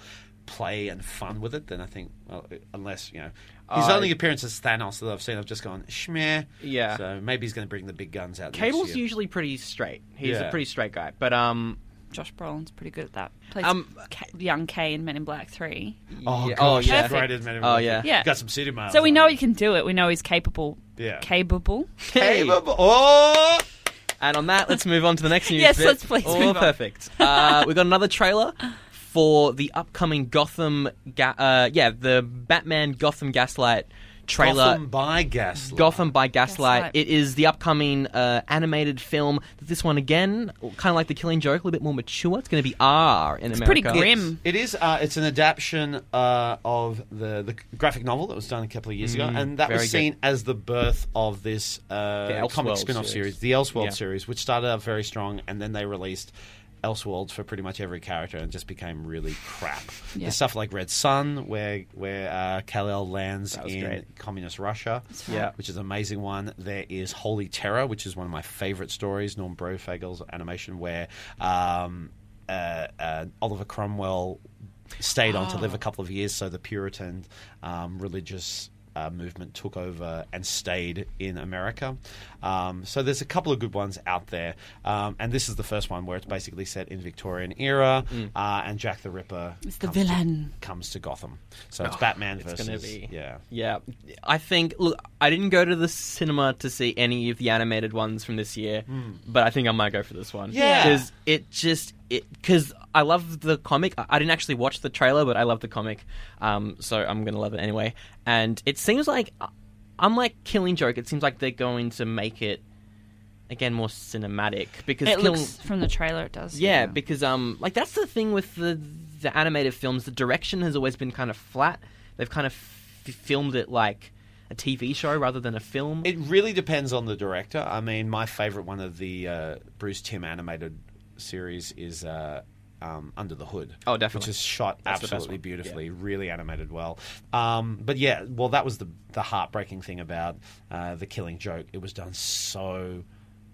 play and fun with it than I think. Well, unless you know, his I- only appearance as Thanos that I've seen, I've just gone schmear. Yeah. So maybe he's going to bring the big guns out. Cable's next year. usually pretty straight. He's Yeah. a pretty straight guy, but um, Josh Brolin's pretty good at that. Plays Um, K- young K in Men in Black 3. Oh, yeah. gosh, oh yeah, he's great as Men in Oh, Black. yeah. Yeah. Got some city miles. So we on know him. he can do it. We know he's capable. Yeah. Capable. Hey. Cable. Oh. And on that, let's move on to the next news. Yes, bit. let's please All move on. perfect. Uh, we got another trailer for the upcoming Gotham. Ga- uh, yeah, the Batman Gotham Gaslight trailer. Gotham by Gaslight. Gotham by Gaslight. Gaslight. It is the upcoming uh, animated film. This one again, kind of like the Killing Joke, a little bit more mature. It's going to be R in America. pretty grim. It's- It is. Uh, it's an adaptation uh, of the, the graphic novel that was done a couple of years ago, and that Mm, very was good. seen as the birth of this uh, The comic Elseworlds spin-off series. series. the Elseworld Yeah. series, which started out very strong, and then they released Elseworlds for pretty much every character, and just became really crap. Yeah. There's stuff like Red Sun, where where uh, Kal El lands was in great. communist Russia, right. Yeah. which is an amazing one. There is Holy Terror, which is one of my favorite stories, Norm Brofagel's animation, where um, uh, uh, Oliver Cromwell stayed on to Ah. live a couple of years, so the Puritan um, religious. Uh, movement took over and stayed in America. Um, so there's a couple of good ones out there, um, and this is the first one where it's basically set in Victorian era, Mm. uh, and Jack the Ripper It's the comes to- villain. comes to Gotham. So it's Batman Oh, it's versus gonna be- yeah. Yeah, I think. Look, I didn't go to the cinema to see any of the animated ones from this year, but I think I might go for this one. Yeah. because it just it because I love the comic. I, I didn't actually watch the trailer, but I love the comic, um, so I'm gonna love it anyway. And it seems like, uh, unlike Killing Joke, it seems like they're going to make it again more cinematic because It Kill- looks from the trailer. It does. yeah, because um, like that's the thing with the the animated films. The direction has always been kind of flat. They've kind of f- filmed it like a TV show rather than a film. It really depends on the director. I mean, my favorite one of the uh, Bruce Tim animated series is uh, um, Under the Hood. Oh, definitely. which is shot That's the best absolutely one. beautifully, really animated well. Um, but yeah, well, that was the the heartbreaking thing about uh, the Killing Joke. It was done so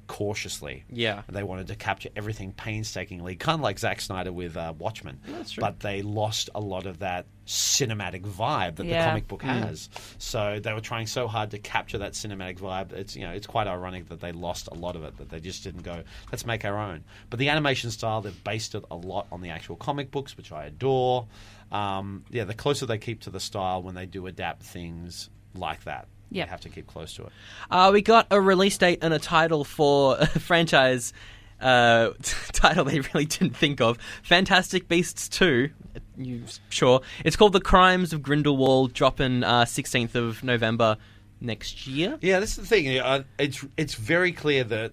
cautiously. Yeah. they wanted to capture everything painstakingly, kind of like Zack Snyder with uh, Watchmen. that's true. But they lost a lot of that cinematic vibe that Yeah. the comic book has. So they were trying so hard to capture that cinematic vibe. It's you know it's quite ironic that they lost a lot of it. That they just didn't go let's make our own. But the animation style they've based it a lot on the actual comic books, which I adore. Um, yeah, the closer they keep to the style when they do adapt things like that, Yeah. they have to keep close to it. Uh, we got a release date and a title for a franchise uh, title they really didn't think of. Fantastic Beasts 2. You sure? It's called The Crimes of Grindelwald, dropping uh, 16th of November next year. Yeah, this is the thing. Uh, It's it's very clear that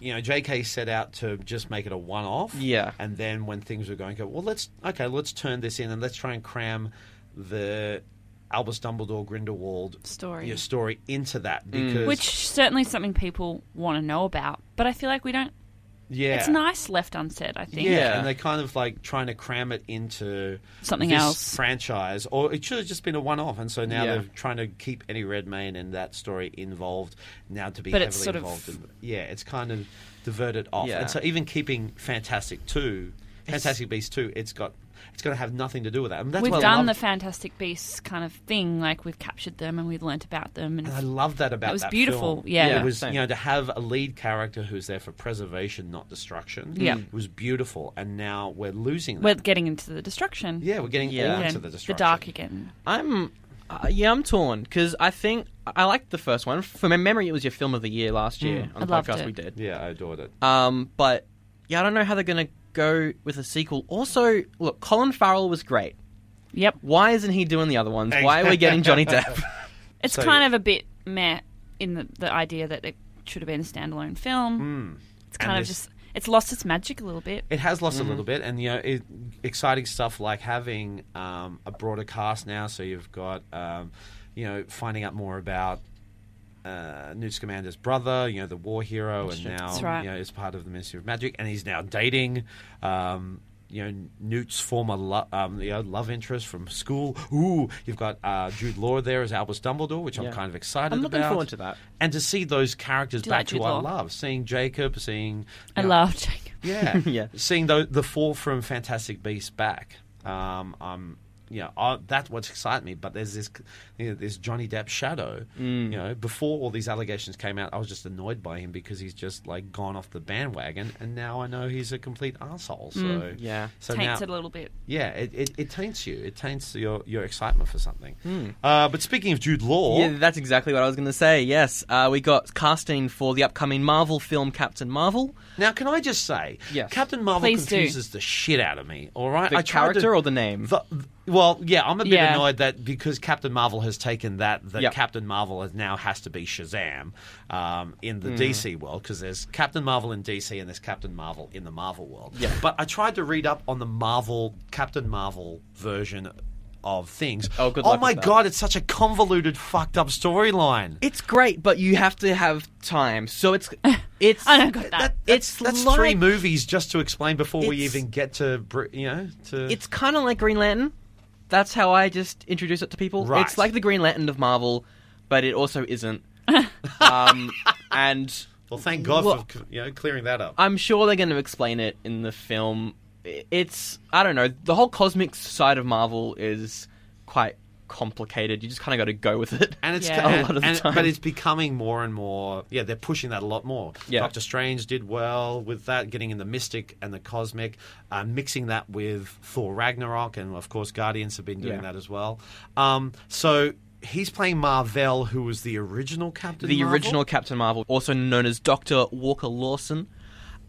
you know J.K. set out to just make it a one-off. Yeah. and then when things were going, go well. Let's okay, let's turn this in and let's try and cram the Albus Dumbledore Grindelwald Story. your story into that because Which certainly is something people want to know about, but I feel like we don't. yeah, It's nice left unsaid. I think. Yeah, Yeah. and they're kind of like trying to cram it into Something this else. franchise, or it should have just been a one-off. And so now Yeah. they're trying to keep any Redmayne and that story involved now to be But heavily it's sort of- involved. In, yeah, it's kind of diverted off, Yeah. and so even keeping Fantastic Two, Fantastic Beasts Two, it's got it's going to have nothing to do with that. And that's We've what I done the loved, Fantastic Beasts kind of thing, like we've captured them and we've learnt about them, and, and I love that about It was that beautiful, film. yeah. Yeah, it was same. you know to have a lead character who's there for preservation, not destruction. Yeah. it was beautiful, and now we're losing that. we're getting into the destruction. yeah, we're getting Yeah. all Again, into the destruction. dark again. I'm uh, yeah, I'm torn because I think I liked the first one. From my memory, it was your film of the year last year on I the loved podcast it. we did. Yeah, I adored it. Um, but yeah, I don't know how they're gonna go with a sequel. Also, look, Colin Farrell was great. Yep, Why isn't he doing the other ones? Why are we getting Johnny Depp? it's So- kind of a bit meh in the, the idea that it should have been a standalone film. It's Hmm. kind And of this- just it's lost its magic a little bit. It has lost Mm-hmm. a little bit, and you know, it, exciting stuff like having um, a broader cast now. So you've got, um, you know, finding out more about uh, Newt Scamander's brother, you know, the war hero, and now That's right. you know is part of the Ministry of Magic, and he's now dating. Um, you know Newt's former lo- um, you know, love interest from school. Ooh, you've got uh, Jude Law there as Albus Dumbledore, which Yeah. I'm kind of excited I'm looking about. forward to that. And to see those characters Do you back like to Jude what I Law? love, seeing Jacob, seeing I you know, love Jacob. yeah, Yeah. Seeing the the four from Fantastic Beasts back, um, I'm you know, uh, that's what's excited me. But there's this, you know, this Johnny Depp shadow. Mm. You know, before all these allegations came out, I was just annoyed by him because he's just like gone off the bandwagon, and now I know he's a complete asshole. So Mm, Yeah. so taints now, it a little bit. yeah, it, it, it taints you. It taints your, your excitement for something. Uh, but speaking of Jude Law, Hmm. Yeah, that's exactly what I was going to say. Yes, uh, we got casting for the upcoming Marvel film Captain Marvel. now can I just say, Yes. Captain Marvel Please do. confuses the shit out of me. All right, The I tried character to- or the name? The, well, yeah, I'm a bit Yeah. annoyed that because Captain Marvel has taken that, that Yep. Captain Marvel is now has to be Shazam um, in Mm. the DC world because there's Captain Marvel in DC and there's Captain Marvel in the Marvel world. Yeah. But I tried to read up on the Marvel Captain Marvel version of things. Oh, good Oh luck my with that. god, it's such a convoluted, fucked up storyline. It's great, but you have to have time. So it's it's I don't got that. That's- it's that's like- three movies just to explain before we It's- even get to br- you know to It's kind of like Green Lantern. That's how I just introduce it to people. Right. It's like the Green Lantern of Marvel, but it also isn't. um, and well thank god Well- for you know clearing that up I'm sure they're going to explain it in the film. I- It's I don't know. The whole cosmic side of Marvel is quite complicated. You just kind of got to go with it. and it's Yeah. and- A lot of the and- time. but it's becoming more and more yeah they're pushing that a lot more Yeah. doctor strange did well with that getting in the mystic and the cosmic uh, mixing that with thor ragnarok and of course guardians have been doing Yeah. that as well um, so he's playing marvell who was the original captain the Marvel? original Captain Marvel, also known as Doctor Walker Lawson.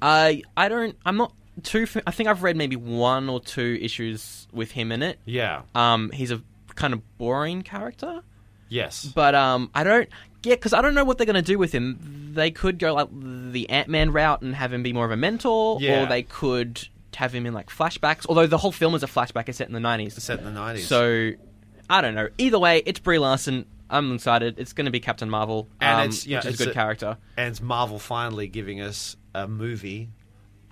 I I don't. I'm not too. fa- I think I've read maybe one or two issues with him in it. yeah Um, he's a kind of boring character, yes but um, I don't. Yeah, because I don't know what they're going to do with him. They could go like the Ant Man route and have him be more of a mentor, Yeah. or they could have him in like flashbacks. Although the whole film is a flashback, it's set in the nineties. set in the 90s So I don't know. Either way, it's Brie Larson. I'm excited. It's going to be Captain Marvel, And um, it's- yeah, which is it's a good a- character. and it's Marvel finally giving us a movie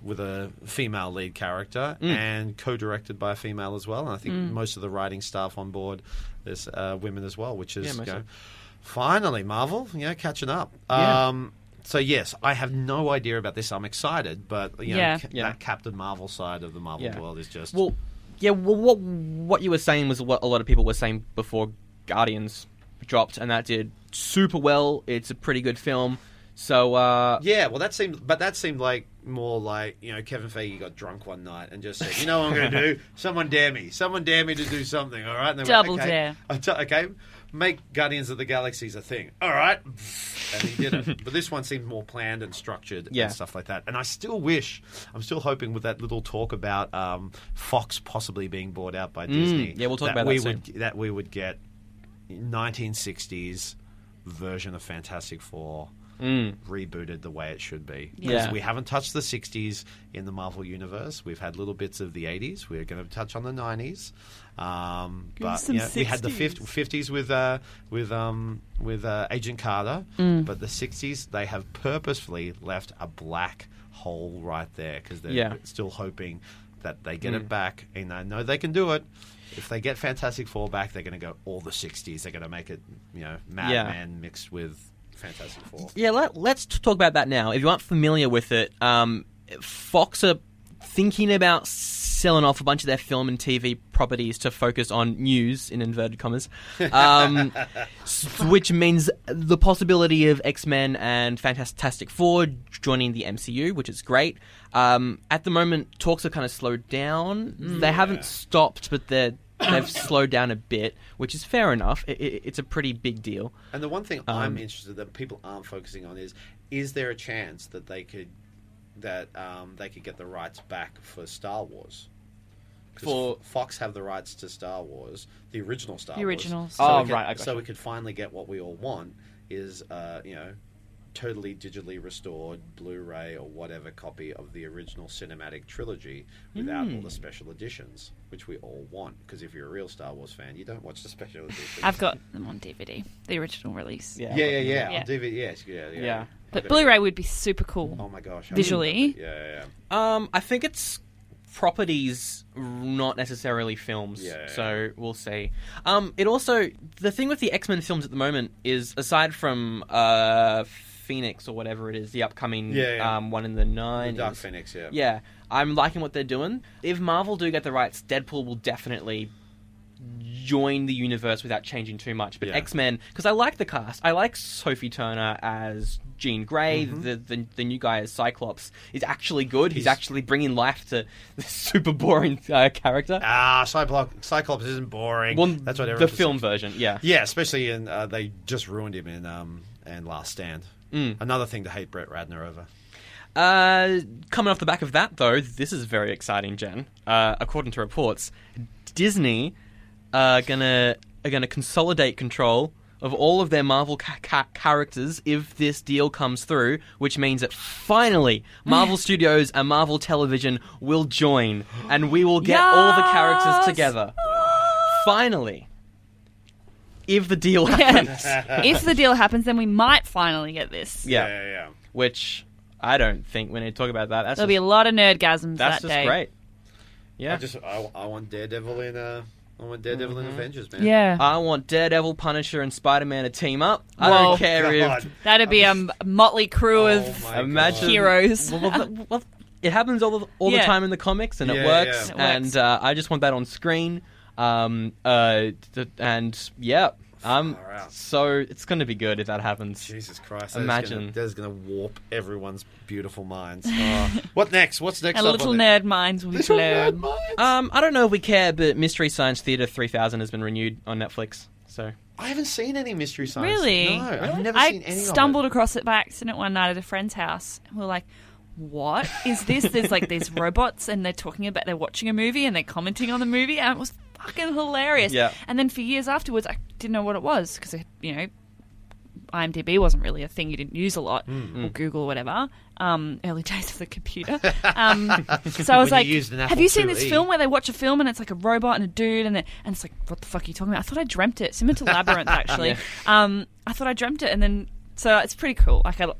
with a female lead character Mm. and co-directed by a female as well. And I think most of the writing staff on board is uh, women as well, which Yeah, is mostly. you know, finally Marvel, you know, catching up. Yeah. Um, so yes, I have no idea about this. I'm excited, but you know, Yeah. ca- Yeah. that Captain Marvel side of the Marvel Yeah. world is just Well, yeah. Well, what what you were saying was what a lot of people were saying before Guardians dropped, and that did super well. It's a pretty good film. So uh, Yeah, well, that seemed, but that seemed like more like you know Kevin Feige got drunk one night and just said, you know what I'm going to do? Someone dare me, someone dare me to do something. All right, and they went, Double okay, dare. I t- okay, make Guardians of the Galaxy's a thing. All right, and he did it. but this one seemed more planned and structured Yeah. and stuff like that. And I still wish, I'm still hoping with that little talk about um, Fox possibly being bought out by Disney. Mm. yeah, we'll talk about we that would that we would get 1960s version of Fantastic Four rebooted the way it should be. Because Yeah. we haven't touched the 60s in the Marvel Universe. We've had little bits of the 80s. We're going to touch on the 90s. Um, us but some you know, we had the 60s. 50, 50s with uh, with um, with uh, Agent Carter, Mm. but the 60s they have purposefully left a black hole right there because they're Yeah. Mm. still hoping that they get it back, and I know they can do it. If they get Fantastic Four back, they're going to go all the 60s. They're going to make it, you know, Mad Yeah. Men mixed with Fantastic Four. yeah. Let, let's t- talk about that now. If you aren't familiar with it, um, Fox are thinking about selling off a bunch of their film and TV properties to focus on news in inverted commas, um, s- which means the possibility of X Men and Fantastic Four joining the MCU, which is great. Um, at the moment, talks are kind of slowed down. They haven't stopped, but they're. They've slowed down a bit, which is fair enough. It, it, it's a pretty big deal. And the one thing Um, I'm interested that people aren't focusing on is: is there a chance that they could that um, they could get the rights back for Star Wars? 'Cause For- F- Fox have the rights to Star Wars, the original Star The Wars. originals. So Oh, we could- right, I gotcha. So we could finally get what we all want is uh, you know totally digitally restored Blu-ray or whatever copy of the original cinematic trilogy without all Hmm. the special editions, which we all want. Because if you're a real Star Wars fan, you don't watch the special editions. I've got them on DVD, the original release. Yeah. Yeah, yeah, yeah. Yeah. On DVD, yes, yeah, yeah. Yeah. I've But got it. Blu-ray would be super cool. Oh my gosh. I Visually. remember it. Yeah, yeah, yeah. Um, I think it's properties, not necessarily films. Yeah. So we'll see. Um, it also the thing with the X Men films at the moment is aside from uh Phoenix or whatever it is, the upcoming Yeah, yeah. um one in the The nine. Dark Phoenix, yeah. Yeah, I'm liking what they're doing. If Marvel do get the rights, Deadpool will definitely join the universe without changing too much. But Yeah. X Men, because I like the cast. I like Sophie Turner as Jean gray The, the the new guy as Cyclops is actually good. He's, Mm-hmm. He's- actually bringing life to this super boring uh, character. Ah, Cyclops, Cyclops isn't boring. well, That's what the everyone film version. Yeah. Yeah, especially in uh, they just ruined him in um and Last Stand. Mm. Another thing to hate Brett Radner over. Uh, coming off the back of that, though, this is very exciting, Jen. Uh, according to reports, Disney are gonna are gonna consolidate control of all of their Marvel ca- ca- characters if this deal comes through, which means that finally Marvel Studios and Marvel Television will join, and we will get all the characters Yes! together. finally, if the deal happens, if the deal happens, then we might finally get this. yeah. yeah, yeah. Which I don't think we need to talk about that. That's There'll just- be a lot of nerdgasms that That's just day. great. Yeah. Mm-hmm. I just I, I want Daredevil in uh I want Daredevil in Avengers, man. Yeah, I want Daredevil, Punisher, and Spider Man to team up. I Whoa. don't care if. God. that'd be a motley crew Um, Oh of my Imagine Heroes. Well, well, th- well, it happens all the, all the Yeah. time in the comics, and it Yeah, works. yeah. It works. And uh, I just want that on screen. Um. Uh. th- and yeah. Um. Far out. So it's going to be good if that happens. Jesus Christ! Imagine. that's going to warp everyone's beautiful minds. Oh. what next? What's next? and up little on the- nerd minds will be Little nerd blown. minds. Um. I don't know if we care, but Mystery Science Theater 3000 has been renewed on Netflix. So I haven't seen any mystery science. Really? No, I've never I seen any. stumbled Of across it by accident one night at a friend's house. And we are like, what is this? There's like these robots and they're talking about, they're watching a movie and they're commenting on the movie. And it was fucking hilarious. Yeah. And then for years afterwards, I didn't know what it was because, you know, IMDb wasn't really a thing you didn't use a lot, Mm. or Google, or whatever. Um, early days of the computer. Um, so I was When like, you used an "Have Apple you seen this IIe? film where they watch a film and it's like a robot and a dude and it, and it's like, what the fuck are you talking about? I thought I dreamt it. Similar to Labyrinth, actually. um, I thought I dreamt it, and then so it's pretty cool. Like I,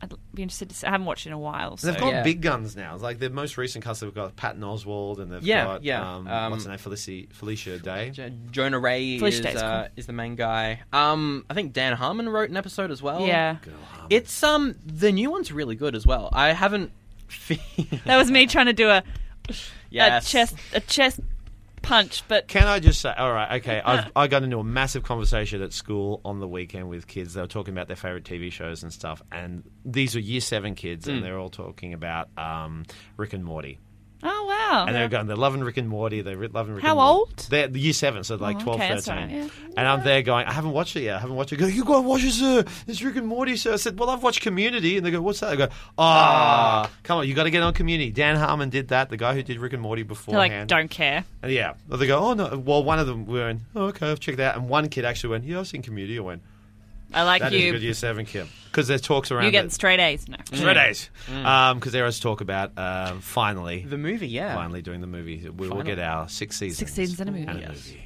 I'd be interested to. See, I haven't watched it in a while. it. So They've got Yeah. big guns now. It's Like the most recent cast, they've got Patton Oswald, and they've Yeah, got yeah. Um, Um, what's her name, Felicia, Felicia Day. Jo- Jonah Ray is, Felicia Day's uh, cool. is the main guy. Um. I think Dan Harmon wrote an episode as well. yeah, Good old Harmon. It's um the new one's really good as well. I haven't. Fe- Oh, that was me trying to do a Yes. a chest a chest punch, but Can I just say, all right, okay, I've, I got into a massive conversation at school on the weekend with kids. They were talking about their favorite TV shows and stuff, and these are year seven kids, and they're all talking about um, Rick and Morty. oh wow, And they're going, they're loving Rick and Morty. They're re- loving Rick How and Morty. old? They're year seven, so like Oh, 12, okay, that's 13. all right, And I'm there going, I haven't watched it yet. I haven't watched it. I go, you go and watch it, sir. It's Rick and Morty, sir. I said, well, I've watched Community. And they go, what's that? I go, ah, come on, you got to get on Community. Dan Harmon did that, the guy who did Rick and Morty they're beforehand. like don't care. And yeah, Well, they go, oh no. Well, one of them went, oh, okay, I've checked that. And one kid actually went, yeah, I've seen Community. I went, I like that is a you. good year seven kid because there's talks around you it. get Mm. straight A's. No, straight A's because there was talk about um, finally, the movie, yeah. finally doing the movie. We will Finally. get our six seasons, six seasons in a movie. and a Yes. movie.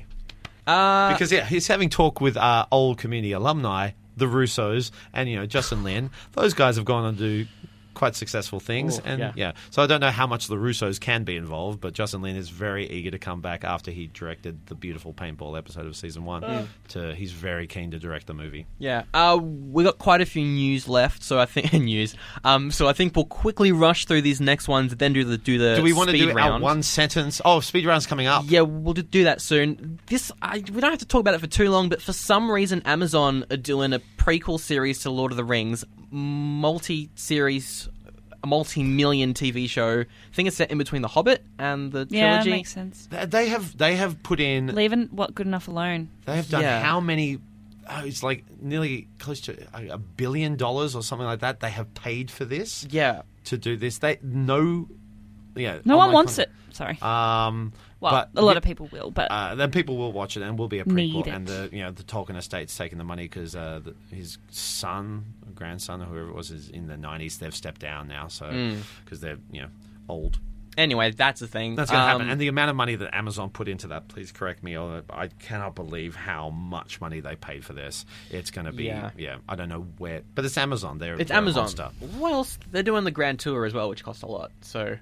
Uh, Because yeah, he's having talk with uh, old Community alumni, the Russos, and you know Justin Lin. Those guys have gone on to. do Quite successful things, Ooh, and yeah. yeah. So I don't know how much the Russos can be involved, but Justin Lin is very eager to come back after he directed the beautiful paintball episode of season one. Mm. To he's very keen to direct the movie. yeah. Uh, we got quite a few news left, so I think news. Um, so I think we'll quickly rush through these next ones, then do the do the. Do we want to speed do our round. one sentence? Oh, speed round's coming up. Yeah, we'll d- do that soon. This I, we don't have to talk about it for too long, but for some reason, Amazon are doing a prequel series to Lord of the Rings, multi-series, a multi-million TV show. I think it's set in between The Hobbit and the Yeah, trilogy. makes sense. Th- They have they have put in Leaving what good enough alone. They have done Yeah. how many? Oh, it's like nearly close to a a billion dollars or something like that. They have paid for this Yeah. to do this. They no, yeah, No one online wants content. it. Sorry. Um, well, but a lot yeah, of people will, but Uh, then people will watch it and will be a Need prequel. it. And the you know the Tolkien estate's taking the money because uh, the- his son, or grandson, or whoever it was, is in the nineties. They've stepped down now, so because they're you know old. Anyway, that's the thing. That's going to happen. Um, And the amount of money that Amazon put into that, please correct me, or I cannot believe how much money they paid for this. It's going to be, Yeah. yeah. I don't know where, but it's Amazon. They're, It's they're a Amazon. monster. What else? They're doing the Grand Tour as well, which costs a lot. So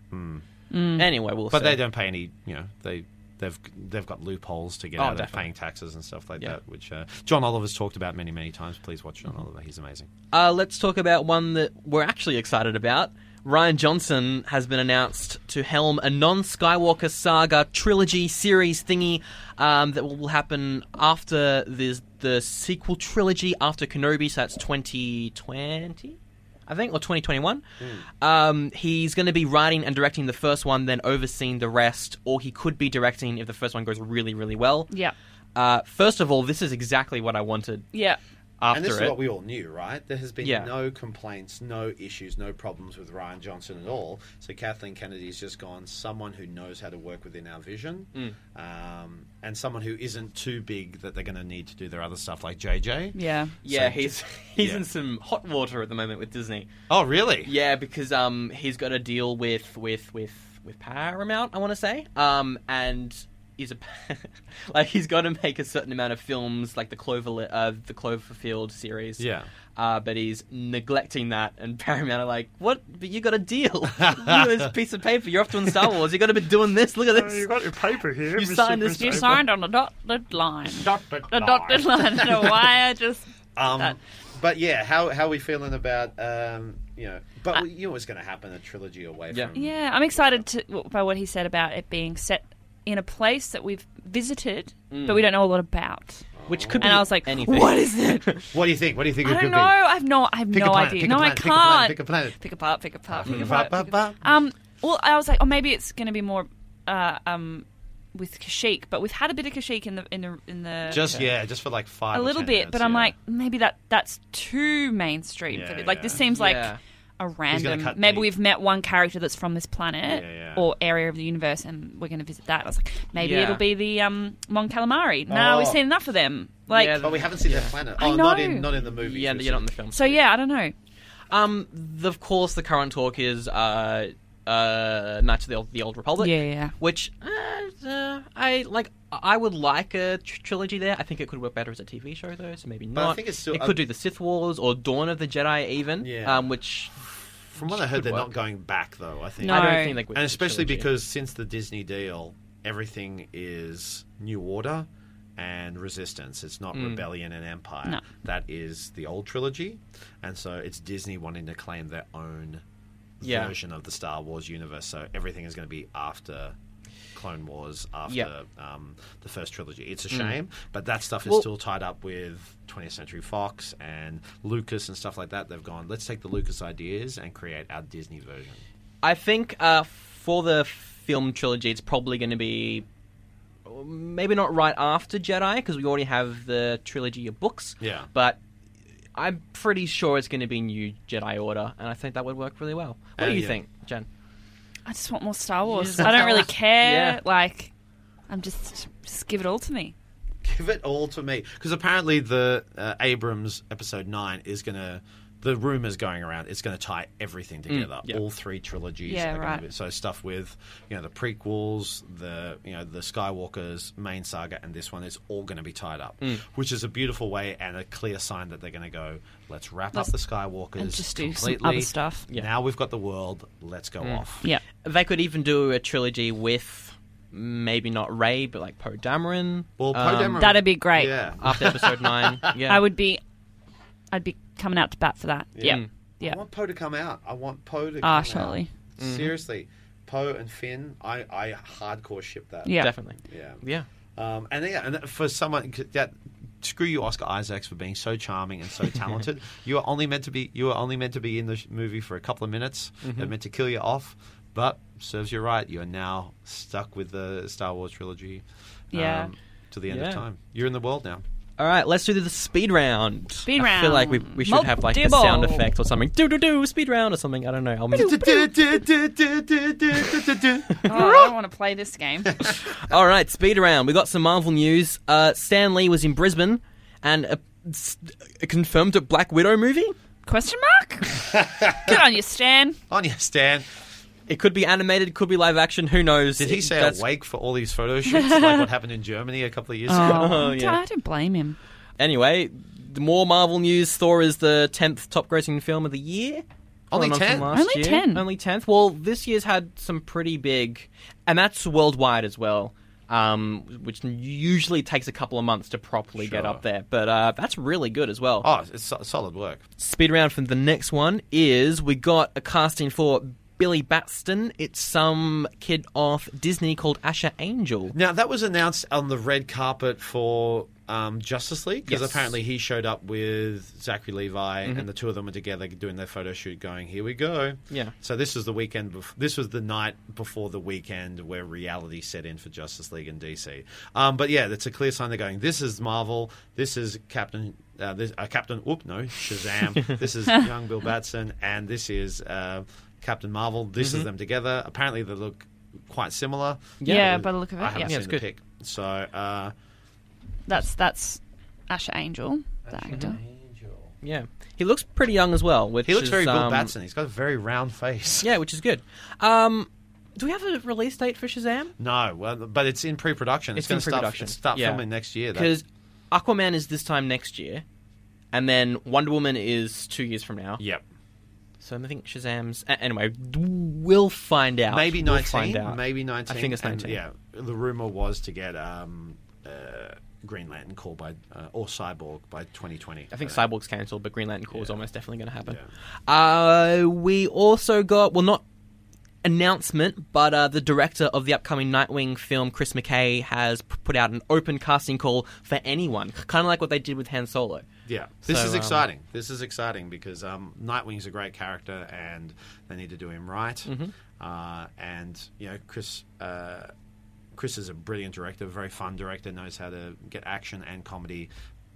anyway, we'll. Hmm. But see. they don't pay any, you know, they. They've they've got loopholes to get Oh, out of definitely. paying taxes and stuff like Yeah. that, which uh, John Oliver's talked about many many times. Please watch John Oliver; he's amazing. Uh, let's talk about one that we're actually excited about. Ryan Johnson has been announced to helm a non Skywalker saga trilogy series thingy um, that will happen after this, the sequel trilogy after Kenobi, so that's 2020? I think, or 2021. Hmm. Um, he's going to be writing and directing the first one, then overseeing the rest, or he could be directing if the first one goes really, really well. Yeah. Uh, first of all, this is exactly what I wanted Yeah. after And this it. is what we all knew, right? There has been Yeah. no complaints, no issues, no problems with Ryan Johnson at all. So Kathleen Kennedy's just gone someone who knows how to work within our vision, Mm. um, and someone who isn't too big that they're going to need to do their other stuff, like JJ. Yeah. Yeah, So- he's he's yeah. in some hot water at the moment with Disney. Oh, really? Yeah, because um he's got a deal with with with with Paramount, I want to say. Um and is a like he's got to make a certain amount of films like the Clover uh, the Cloverfield series. Yeah. Uh, but he's neglecting that, and Paramount are like, "What? But you got a deal. Look at this piece of paper. You're off doing Star Wars. You got to be doing this. Look at this. Uh, you got your paper here. You Mr. signed this- You Sorry, signed on the dotted line. Dotted the dotted line. I don't know why I just. Um, That- but yeah, how how are we feeling about um, you know? But I- we you know what's going to happen? A trilogy away Yeah. from Yeah, I'm excited to, by what he said about it being set in a place that we've visited, but Mm. we don't know a lot about. Which could be And I was like, anything. what is it? What do you think? What do you think I it could don't know. I have no. I have Pick a no planet, idea. pick a no, planet, I pick a planet, can't. pick a Mm-hmm. planet. Pick apart. Pick apart. Pick be? apart. Ba, pick ba, apart. Um. Well, I was like, oh, maybe it's going to be more, uh, um, with Kashyyyk. But we've had a bit of Kashyyyk in the in the in the ba. Just yeah, just for like five. a or little 10 bit. minutes, but I'm yeah. like, maybe that that's too mainstream. Yeah, for me. Like this yeah. seems like Yeah. a random. cut Maybe deep. we've met one character that's from this planet Yeah, yeah. or area of the universe, and we're going to visit that. I was like, maybe Yeah. it'll be the um, Mon Calamari. No, we've Oh. seen enough of them. Like, Yeah, But we haven't seen their planet. Oh, I not know. in not in the movie. yeah, you're not in the film. so yeah, I don't know. Um, the, of course, the current talk is uh, uh, Knights of the Old, the Old Republic. Yeah, yeah. Which uh, uh, I like. I would like a tr- trilogy there. I think it could work better as a TV show, though. So maybe I not. think it's still- It could do the Sith Wars or Dawn of the Jedi, even. Yeah. Um, which From what I heard, Could they're work. not going back though. I think. No. I don't think they would. and especially trilogy. because since the Disney deal, everything is New Order and Resistance. It's not Hmm. Rebellion and Empire. No. That is the old trilogy, and so it's Disney wanting to claim their own Yeah. version of the Star Wars universe. So everything is going to be after. Clone Wars after Yeah. um, the first trilogy. It's a shame, but that stuff is Hmm. Well- still tied up with 20th Century Fox and Lucas and stuff like that. They've gone, let's take the Lucas ideas and create our Disney version. I think uh, for the film trilogy, it's probably going to be maybe not right after Jedi because we already have the trilogy of books. Yeah. But I'm pretty sure it's going to be New Jedi Order, and I think that would work really well. What Uh, do you yeah. think, Jen? I just want more Star Wars. just want I don't Star really Wars. care. Yeah. Like, I'm just just give it all to me. give it all to me because apparently the uh, Abrams episode nine is gonna. The rumors going around it's going to tie everything together. Mm, yeah. All three trilogies. Yeah, are gonna right. be- so stuff with you know the prequels, the you know the Skywalker's main saga, and this one is all going to be tied up, Mm. which is a beautiful way and a clear sign that they're going to go. Let's wrap Let's- up the Skywalkers and just do some completely. other stuff. Yeah. Mm. Now we've got the world. Let's go off. Yeah. They could even do a trilogy with maybe not Ray, but like Poe Dameron. Well, Poe um, Dameron- That'd be great. Yeah. after Episode Nine. Yeah, I would be. I'd be coming out to bat for that. Yeah. Mm. Yeah. I want Poe to come out. I want Poe to. Ah, come surely. Out. Seriously, Poe and Finn. I, I hardcore ship that. Yeah. definitely. Yeah. Yeah. Um, and yeah, and for someone that screw you, Oscar Isaacs, for being so charming and so talented. you are only meant to be. You are only meant to be in the sh- movie for a couple of minutes. Mm-hmm. They're meant to kill you off, but serves you right. You are now stuck with the Star Wars trilogy. um, Yeah. to the end Yeah. of time. You're in the world now. All right, let's do the speed round. Speed I feel like we, round. we should have like a Multiple. sound effect or something. Do do do speed round or something. I don't know. I'll Oh, I don't want to play this game. All right, speed round. We got some Marvel news. Uh, Stan Lee was in Brisbane and uh, s- uh, confirmed a Black Widow movie. Question mark? Good on you, Stan. On you, Stan. It could be animated, could be live action. Who knows? Did he It- say that's- awake for all these photo shoots, like what happened in Germany a couple of years ago? Oh, I don't- yeah. I don't blame him. Anyway, the more Marvel news. Thor is the tenth top-grossing film of the year. Only Going on from 10? last Only year. 10. Only tenth. Well, this year's had some pretty big, and that's worldwide as well. um, which usually takes a couple of months to properly get Sure. up there. But uh, that's really good as well. Oh, it's so- solid work. Speed round for the next one is we got a casting for Billy Batson. It's some kid off Disney called Asher Angel. Now that was announced on the red carpet for um, Justice League because Yes. Mm-hmm. apparently he showed up with Zachary Levi and the two of them were together doing their photo shoot, going "Here we go." Yeah. So this was the weekend. Bef- this was the night before the weekend where reality set in for Justice League and DC. Um, but yeah, it's a clear sign they're going. This is Marvel. This is Captain. Uh, this uh, Captain. Oop, no, Shazam. this is young Bill Batson, and this is uh, Captain Marvel. This Mm-hmm. is them together. Apparently, they look quite similar. Yeah, Yeah, Uh, by the look of it, I haven't yeah. seen Yeah, it's the good. pic. So, uh, That's that's Asher Angel, the actor. Yeah, he looks pretty young as well. Which he looks is, very Bill um, Batson. He's got a very round face. Yeah, which is good. Um, do we have a release date for Shazam? No, well, but it's in pre-production. It's, It's going in to start, pre-production. it's start Yeah. filming next year. though. Because Aquaman is this time next year, and then Wonder Woman is two years from now. Yep. So I think Shazam's a- anyway. d- We'll find out. Maybe We'll 19. find out. Maybe 19. I think it's and, 19. yeah. The rumor was to get um, uh, Green Lantern call by, uh, or Cyborg by 2020. I think Uh, Cyborg's cancelled, but Green Lantern Corps is almost definitely going to happen. Uh, we also got well, not announcement, but uh, the director of the upcoming Nightwing film, Chris McKay, has p- put out an open casting call for anyone, kind of like what they did with Han Solo. Yeah, this So, is um, exciting. this is exciting because um, Nightwing's a great character, and they need to do him right. Mm-hmm. Uh, and you know, Chris uh, Chris is a brilliant director, very fun director, knows how to get action and comedy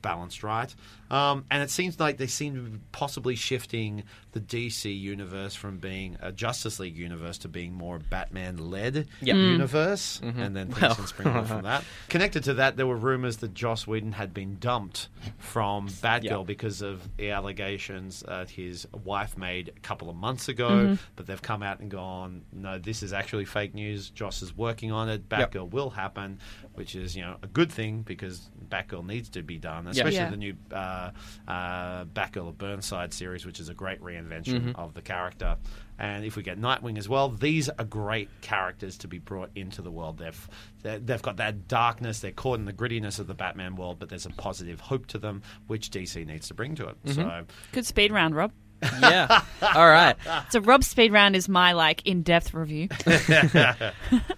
balanced right. Um, and it seems like they seem to be possibly shifting the DC universe from being a Justice League universe to being more Batman-led Yep. Mm. universe, and then things Well. can springboard from that. Connected to that, there were rumors that Joss Whedon had been dumped from Batgirl Yeah. because of the allegations that his wife made a couple of months ago. Mm-hmm. But they've come out and gone, no, this is actually fake news. Joss is working on it. Batgirl Yep. will happen, which is you know a good thing because Batgirl needs to be done, especially Yeah. the new uh, uh, Batgirl of Burnside series, which is a great reinvention Mm-hmm. of the character. And if we get Nightwing as well, these are great characters to be brought into the world. They've they- they've got that darkness, they're caught in the grittiness of the Batman world, but there's a positive hope to them, which DC needs to bring to it. Mm-hmm. So Good speed round, Rob. yeah. All right. So Rob's speed round is my like in-depth review.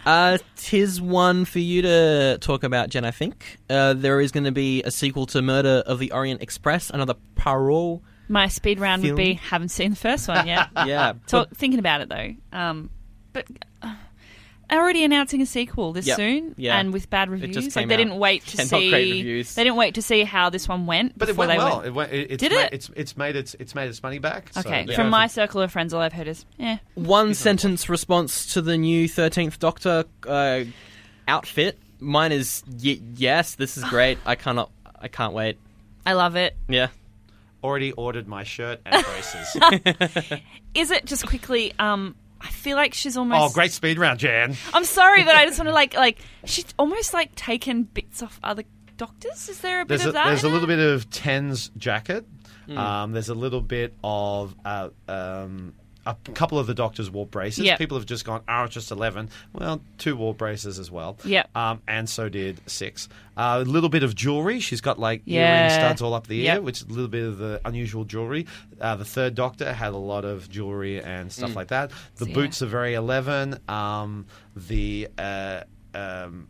Uh, tis one for you to talk about, Jen. I think uh, there is going to be a sequel to Murder of the Orient Express, another parole. My speed round would be haven't seen the first one yet. Yeah, Talk, thinking about it though, um, but uh, already announcing a sequel this Yep. soon, Yeah. and with bad just reviews, came like they out. didn't wait to Yeah, not see. great reviews. They didn't wait to see how this one went. But it before went they well. went- It went, it, it's Did ma- it? It's it's made its it's made its money back. so- Okay, Yeah. from my circle of friends, all I've heard is, "Eh, yeah, one sentence response to the new 13th Doctor uh, outfit. Mine is y- yes, this is great. I cannot I can't wait. I love it. Yeah. already ordered my shirt and braces. Oh, Is it just quickly? Um, I feel like she's oh, almost. great speed round, Jan. I'm sorry, but I just want to like like she's almost like taken bits off other doctors. Is there a bit There's a, of that? there's a in little it? bit of Ten's jacket. Um, there's a little bit of uh, um, a couple of the doctors wore braces. Yep. People have just gone, oh, it's just eleven. Well, two wore braces as well. Yep. Um, and so did six. Uh, A little bit of jewelry. She's got like earring Yeah. studs all up the ear, Yep. which is a little bit of the unusual jewelry. Uh, the third doctor had a lot of jewelry and stuff like that. The So, yeah. boots are very eleven. Um, the uh, um,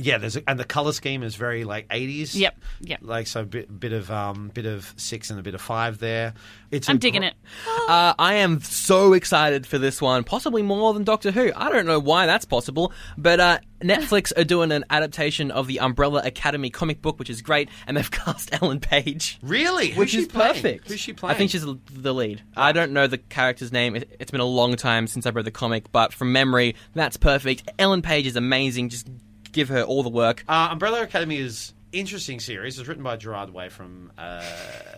yeah, there's a, and the color scheme is very like 80s. Yep, yep. Like so, bit bit of um, bit of six and a bit of five there. It's I'm a digging gr- it. Uh, I am so excited for this one, possibly more than Doctor Who. I don't know why that's possible, but uh, Netflix are doing an adaptation of the Umbrella Academy comic book, which is great, and they've cast Ellen Page. Really, Who's Which she is playing? perfect. Who's she playing? I think she's l- the lead. I don't know the character's name. It, it's been a long time since I read the comic, but from memory, that's perfect. Ellen Page is amazing. Just give her all the work. Uh, Umbrella Academy is interesting series. It's written by Gerard Way from. Uh,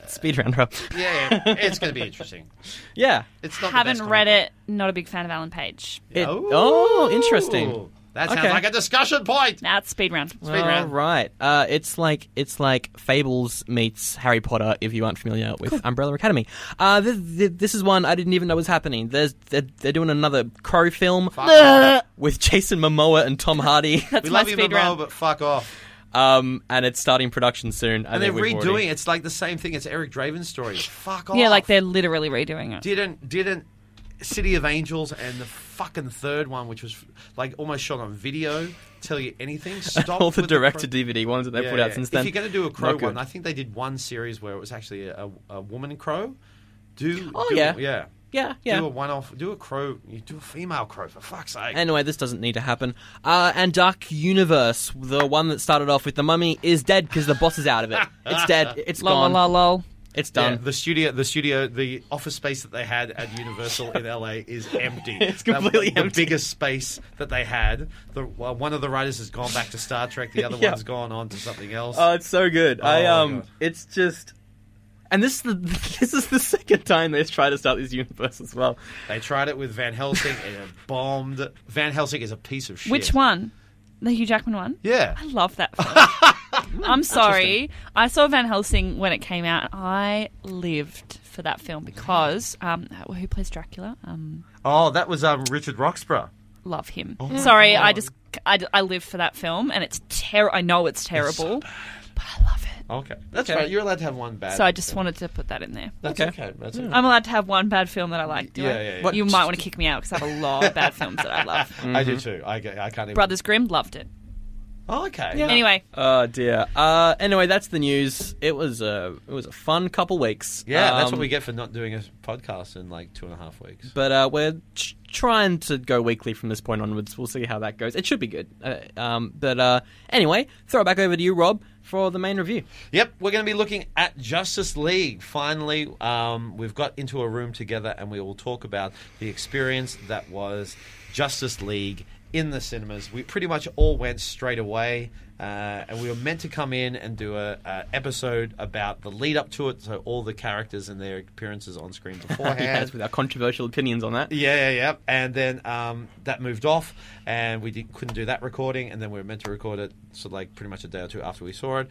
Speed round her up. yeah, yeah, it's going to be interesting. Yeah. It's not the Haven't best read comic it. Not a big fan of Alan Page. book. It- oh, interesting. That sounds Okay. like a discussion point. Nah, it's speed round. Speed round. right. Uh, it's like it's like Fables meets Harry Potter. If you aren't familiar with Umbrella Academy, uh, this, this is one I didn't even know was happening. There's they're, they're doing another Crow film Fuck. with Jason Momoa and Tom Hardy, That's we my love you, speed Momoa, round. but fuck off. um, and it's starting production soon. I And they're think redoing we've already- it. It's like the same thing. It's Eric Draven's story. Fuck off. Yeah, like they're literally redoing it. didn't didn't City of Angels and the fucking third one, which was like almost shot on video, tell you anything. Stop All the with direct to pro- DVD ones that they've Yeah, put out yeah. since then. If you're going to do a crow Not good. one, I think they did one series where it was actually a, a woman crow. Do Oh, do- yeah. yeah. yeah, yeah. Do a one-off. Do a crow. You do a female crow for fuck's sake. Anyway, this doesn't need to happen. Uh, and Dark Universe, the one that started off with the mummy, is dead because the boss is out of it. It's dead. It's Lol, gone. lol, lol. It's Yeah, done. the studio, the studio, the office space that they had at Universal in LA is empty. It's That- completely the empty. biggest space that they had. The well, one of the writers has gone back to Star Trek. The other Yeah. one's gone on to something else. Oh, it's so good. I my um, God. it's just, and this is the this is the second time they've tried to start this universe as well. they tried it with Van Helsing and it bombed. Van Helsing is a piece of shit. Which one? The Hugh Jackman one? Yeah. I love that film. I'm sorry. I saw Van Helsing when it came out. I lived for that film because um, who plays Dracula? Um, Oh, that was um, Richard Roxburgh. love him. Oh sorry, I just I, I live for that film, and it's terrible. I know it's terrible, but I love it. Okay, that's Okay. right. You're allowed to have one bad. So I just Mm. wanted to put that in there. That's Okay. okay. That's okay. I'm allowed to have one bad film that I like. Do Yeah, I? yeah, Mm. yeah. What- You might want to kick me out because I have a lot of bad films that I love. I do too. I, I can't even. Um, Brothers Grimm loved it. Mm-hmm. Oh, okay. Anyway, Oh dear. Uh, anyway, that's the news. It was a it was a fun couple weeks. Yeah, that's Um, what we get for not doing a podcast in like two and a half weeks. But uh, we're t- trying to go weekly from this point onwards. We'll see how that goes. It should be good. Uh, um, but uh, anyway, throw it back over to you, Rob, for the main review. Yep, we're going to be looking at Justice League. Finally, um, we've got into a room together and we will talk about the experience that was Justice League in the cinemas. We pretty much all went straight away, uh, and we were meant to come in and do a, a episode about the lead up to it, so all the characters and their appearances on screen beforehand. Yes, with our controversial opinions on that. Yeah, yeah, yeah. And then um, that moved off, and we did, couldn't do that recording. And then we were meant to record it, so like pretty much a day or two after we saw it.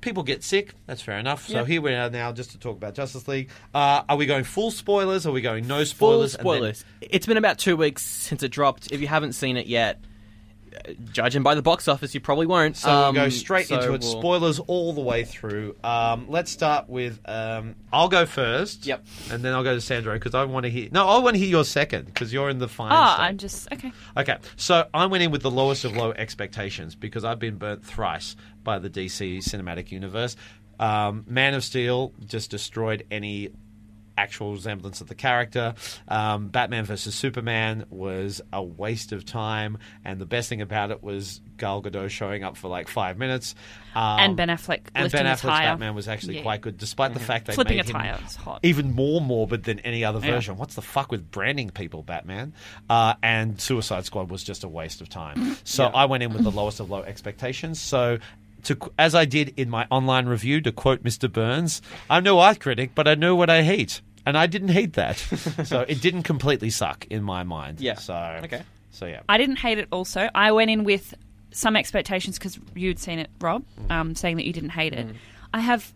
People get sick. That's fair enough. So Yep. here we are now, just to talk about Justice League. Uh, are we going full spoilers? Are we going no spoilers? Full And then- spoilers. It's been about two weeks since it dropped. If you haven't seen it yet, uh, judging by the box office, you probably won't. so Um, we'll go straight so into it. we'll- Spoilers all the way through. Um, let's start with. Um, I'll go first. Yep. And then I'll go to Sandro because I want to hear. No, I want to hear your second because you're in the final. ah, I'm just okay. Okay, so I went in with the lowest of low expectations because I've been burnt thrice by the DC cinematic universe. Um, Man of Steel just destroyed any actual resemblance of the character. Um, Batman vs Superman was a waste of time, and the best thing about it was Gal Gadot showing up for like five minutes. Um, And Ben Affleck and lifting Ben his Affleck's tire. Batman was actually Yeah. Mm-hmm. quite good, despite the fact they Flipping made a him tire is hot. even more morbid than any other Yeah. version. What's the fuck with branding people, Batman? Uh, and Suicide Squad was just a waste of Mm-hmm. time. So I went in with the lowest of low expectations. So. To, qu- as I did in my online review, to quote Mr. Burns, I'm no art critic, but I know what I hate, and I didn't hate that, so it didn't completely suck in my mind. Yeah. So Okay. So yeah. I didn't hate it. Also, I went in with some expectations because you'd seen it, Rob, Mm. um, saying that you didn't hate it. I have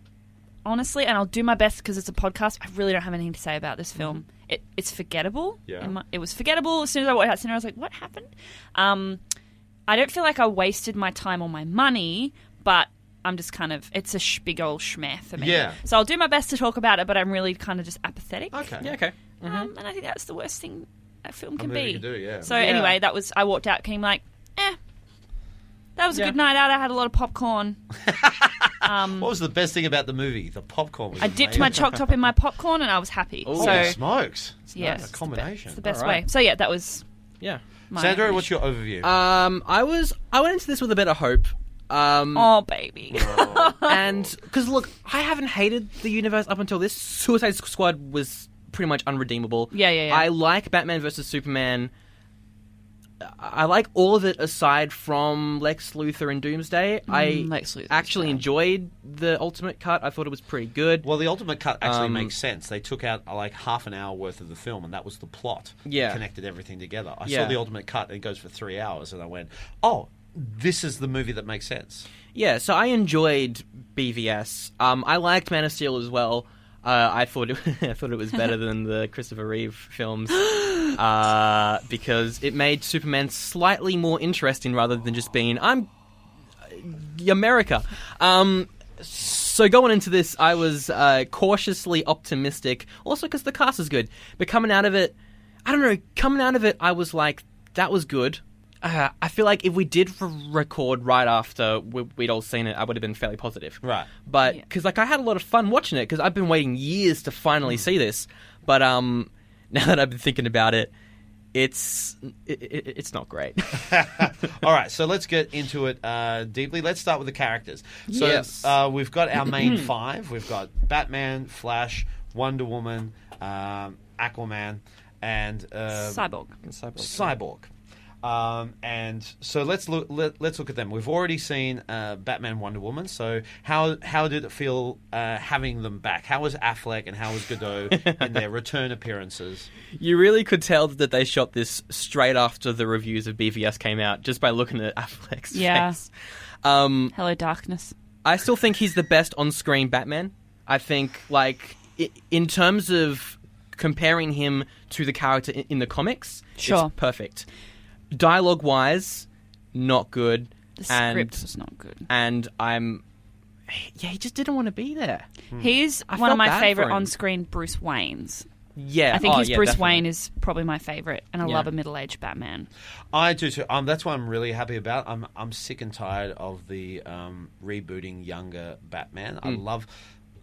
honestly, and I'll do my best because it's a podcast. I really don't have anything to say about this film. It, it's forgettable. Mm-hmm. Yeah. In my- it was forgettable as soon as I watched that cinema. I was like, "What happened?" Um, I don't feel like I wasted my time or my money, but I'm just kind of it's a sh- big old schmear for me. Yeah. So I'll do my best to talk about it, but I'm really kind of just apathetic. Okay. Yeah, okay. Um, and I think that's the worst thing a film can movie be. can do, yeah. So Mm-hmm. Yeah. anyway, that was I walked out, came like, eh, that was a Yeah. good night out. I had a lot of popcorn. What was the best thing about the movie? The popcorn. Was Mm. I dipped my choc top in my popcorn, and I was happy. Ooh. so Holy smokes. yeah, a it's the be- combination. It's the best All right. way. So yeah, that was Yeah. my. Sandra, what's your overview? Um, I was I went into this with a bit of hope. Um, Oh baby, and because look, I haven't hated the universe up until this. Suicide Squad was pretty much unredeemable. Yeah, yeah, yeah. I like Batman versus Superman. I like all of it aside from Lex Luthor and Doomsday. I Mm, Lex Luthor's actually bad. enjoyed the Ultimate Cut. I thought it was pretty good. Well, the ultimate cut actually Um, makes sense. They took out uh, like half an hour worth of the film, and that was the plot. Yeah. connected everything together. I Yeah. saw the ultimate cut, and it goes for three hours, and I went, "Oh, this is the movie that makes sense." Yeah, so I enjoyed BVS. Um, I liked Man of Steel as well. Uh, I thought it, I thought it was better than the Christopher Reeve films uh, because it made Superman slightly more interesting rather than just being I'm uh, America. Um, so going into this, I was uh, cautiously optimistic, also because the cast is good. But coming out of it, I don't know. Coming out of it, I was like, that was good. Uh, I feel like if we did r record right after we- we'd all seen it, I would have been fairly positive. Right. But Yeah. because like I had a lot of fun watching it because I've been waiting years to finally Mm. see this. But um, now that I've been thinking about it, it's it, it, it's not great. All right, so let's get into it uh, deeply. Let's start with the characters. So Yes. uh, we've got our main five. We've got Batman, Flash, Wonder Woman, um, Aquaman, and um, Cyborg. Cyborg. Um, and so let's look. Let, let's look at them. We've already seen uh, Batman, Wonder Woman. So how how did it feel uh, having them back? How was Affleck and how was Godot in their return appearances? You really could tell that they shot this straight after the reviews of BVS came out, just by looking at Affleck's Yeah. face. Um, Hello, darkness. I still think he's the best on-screen Batman. I think, like, i- in terms of comparing him to the character in, in the comics, Sure. it's perfect. Dialogue-wise, not good. The and, script was not good. And I'm, yeah, he just didn't want to be there. Hmm. He's I one felt of my bad favorite for him. on-screen Bruce Waynes. Yeah, I think oh, his yeah, Bruce definitely. Wayne is probably my favorite, and I Yeah. love a middle-aged Batman. I do too. Um, that's what I'm really happy about. I'm I'm sick and tired of the um, rebooting younger Batman. I love.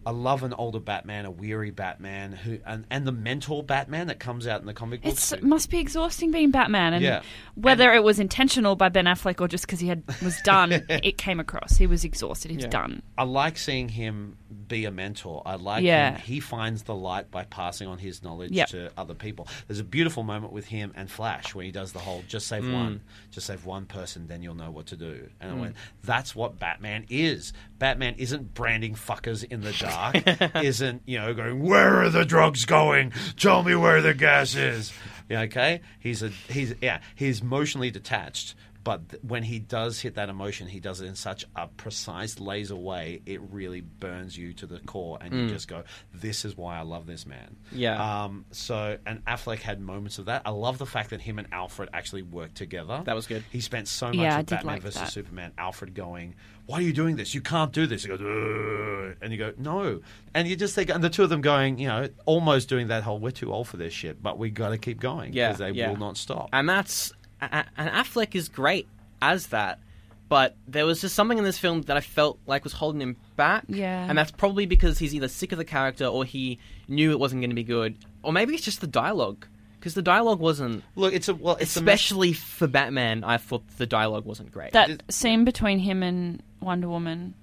I love an older Batman, a weary Batman, who and, and the mentor Batman that comes out in the comic books. It's must be exhausting being Batman, and Yeah. whether it was intentional by Ben Affleck or just because he had was done, it came across. He was exhausted. He was Yeah. done. I like seeing him be a mentor. I like Yeah. him. He finds the light by passing on his knowledge Yep. to other people. There's a beautiful moment with him and Flash when he does the whole just save one, just save one person, then you'll know what to do. And I went, that's what Batman is. Batman isn't branding fuckers in the dark, isn't, you know, going, where are the drugs going? Tell me where the gas is. Yeah, okay? He's a, he's, yeah, he's emotionally detached. But th- when he does hit that emotion, he does it in such a precise, laser way. It really burns you to the core, and you just go, "This is why I love this man." Yeah. Um. So, and Affleck had moments of that. I love the fact that him and Alfred actually worked together. That was good. He spent so much Yeah, I of did Batman like versus that. Superman. Alfred going, "Why are you doing this? You can't do this." He goes, "Ugh," and you go, "No," and you just think, and the two of them going, you know, almost doing that whole, "We're too old for this shit, but we got to keep going Yeah, because they yeah. will not stop." and that's a- a- and Affleck is great as that, but there was just something in this film that I felt like was holding him back. Yeah. and that's probably because he's either sick of the character or he knew it wasn't going to be good, or maybe it's just the dialogue because the dialogue wasn't, Look, it's a well, it's a mess- especially for Batman. I thought the dialogue wasn't great. That Did- scene between him and Wonder Woman,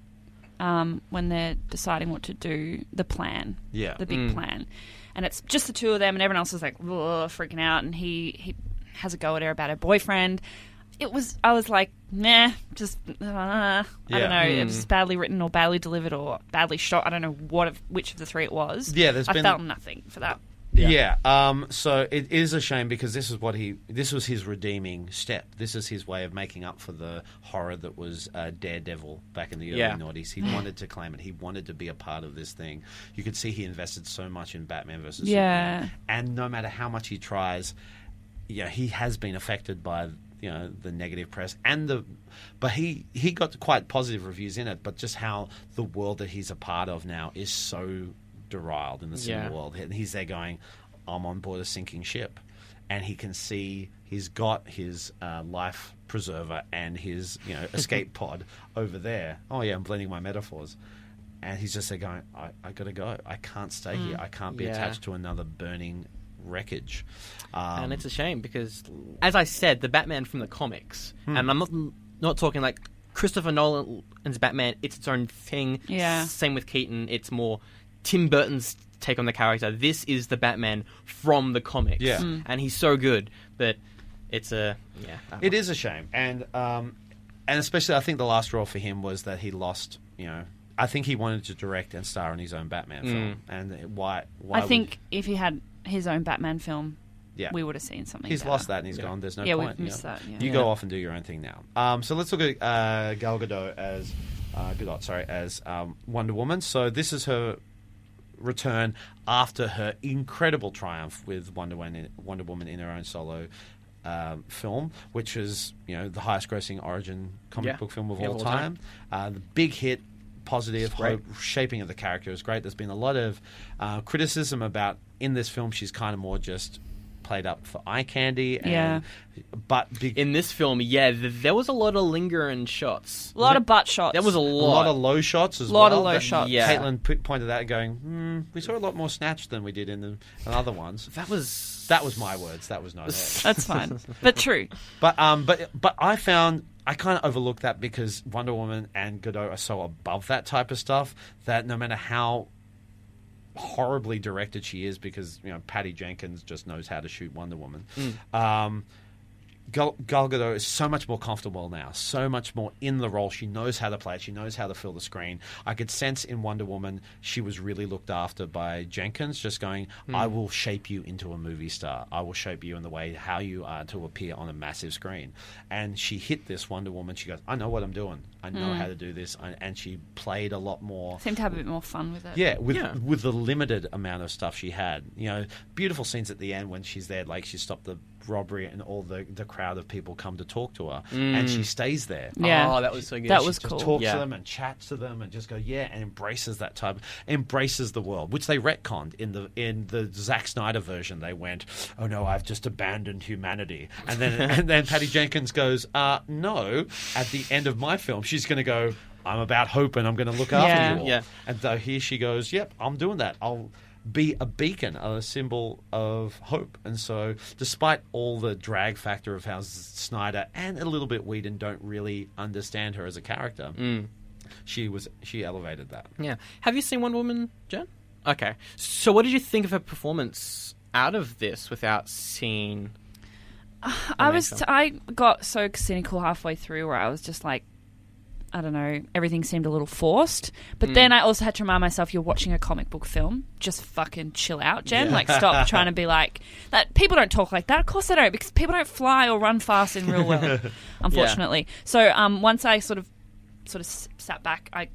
um, when they're deciding what to do, the plan, Yeah. the big Mm. plan, and it's just the two of them, and everyone else is like "Ugh," freaking out, and he he has a go at her about her boyfriend. It was I was like nah, just uh, I Yeah. don't know. It Mm. was badly written or badly delivered or badly shot. I don't know what of, which of the three it was. Yeah, there's I been- felt nothing for that. Yeah. Um, so it is a shame because this is what he this was his redeeming step. This is his way of making up for the horror that was uh, Daredevil back in the early Yeah. 90s. He wanted to claim it. He wanted to be a part of this thing. You could see he invested so much in Batman versus Yeah. Superman, and no matter how much he tries, yeah, he has been affected by you know the negative press and the but he he got quite positive reviews in it but just how the world that he's a part of now is so deriled in the cinema Yeah. world and he's there going i'm on board a sinking ship and he can see he's got his uh, life preserver and his you know escape pod over there oh yeah i'm blending my metaphors and he's just there going i, I gotta go i can't stay here i can't be Mm. Yeah. attached to another burning wreckage Uh, Um, and it's a shame because, as I said, the Batman from the comics, Hmm. and I'm not not talking like Christopher Nolan's Batman. It's its own thing. Yeah. Same with Keaton. It's more Tim Burton's take Hmm. on the character. This is the Batman from the comics. Yeah. Mm. And he's so good, but It's a yeah. I don't It is a shame, and um, and especially I think the last role for him was that he lost. You know, I think he wanted to direct and star in his own Batman film, and why? Why? I would- think if he had his own Batman film, yeah, we would have seen something. he's better. lost that and he's Yeah. gone. There's no Yeah, we've point. you missed know. that, yeah. You go Yeah. off and do your own thing now. Um, so let's look at uh, Gal Gadot as uh, Gadot, sorry, as um, Wonder Woman. So this is her return after her incredible triumph with Wonder Woman, Wonder Woman in her own solo. Um, film, which is you know the highest-grossing origin comic Yeah. book film of Yeah, all time, Uh, the big hit, positive great. hope, shaping of the character is great. There's been a lot of uh, criticism about in this film she's kind of more just played up for eye candy. And, Yeah. But big, In this film, yeah, th- there was a lot of lingering shots. A lot of butt shots. There was a a lot. lot of low shots as Lot well. of low that shots. Yeah. Caitlin p- pointed out, going, hmm, "We saw a lot more snatch than we did in the in other ones." that was That was my words. That was not hers. That's fine, but true. But um, but but I found I kind of overlooked that because Wonder Woman and Godot are so above that type of stuff that no matter how horribly directed she is, because you know Patty Jenkins just knows how to shoot Wonder Woman. Um, Gal, Gal Gadot is so much more comfortable now, so much more in the role. She knows how to play it. She knows how to fill the screen. I could sense in Wonder Woman she was really looked after by Jenkins, just going, "I will shape you into a movie star. I will shape you in the way how you are to appear on a massive screen." And she hit this Wonder Woman. She goes, "I know what I'm doing. I know how to do this." And- And she played a lot more. Seemed to have a bit more fun with it. Yeah, with Yeah. with the limited amount of stuff she had, you know, beautiful scenes at the end when she's there, like she stopped the robbery and all the the crowd of people come to talk to her, and she stays there. Yeah. Oh, that was so good. That She was just- Just cool. talks Mm. Yeah. to them and chats to them and just go yeah and embraces that type embraces the world which they retconned in the in the Zack Snyder version they went oh no I've just abandoned humanity and then and then Patty Jenkins goes uh no at the end of my film she's going to go I'm about hope and I'm going to look after Yeah. you all Yeah. and so here she goes yep I'm doing that I'll be a beacon, a symbol of hope. And so, despite all the drag factor of how S- Snyder and a little bit Whedon don't really understand her as a character, Mm. she was she elevated that. Yeah. Have you seen Wonder Woman, Jen? Okay. So, what did you think of her performance out of this without seeing? I main was. film. T- I got so cynical halfway through where I was just like, I don't know. Everything seemed a little forced. But then I also had to remind myself, you're watching a comic book film. Just fucking chill out, Jen. Like, stop trying to be like that. People don't talk like that. Of course they don't, because people don't fly or run fast in real world, unfortunately. So um, once I sort of, sort of s- sat back, I,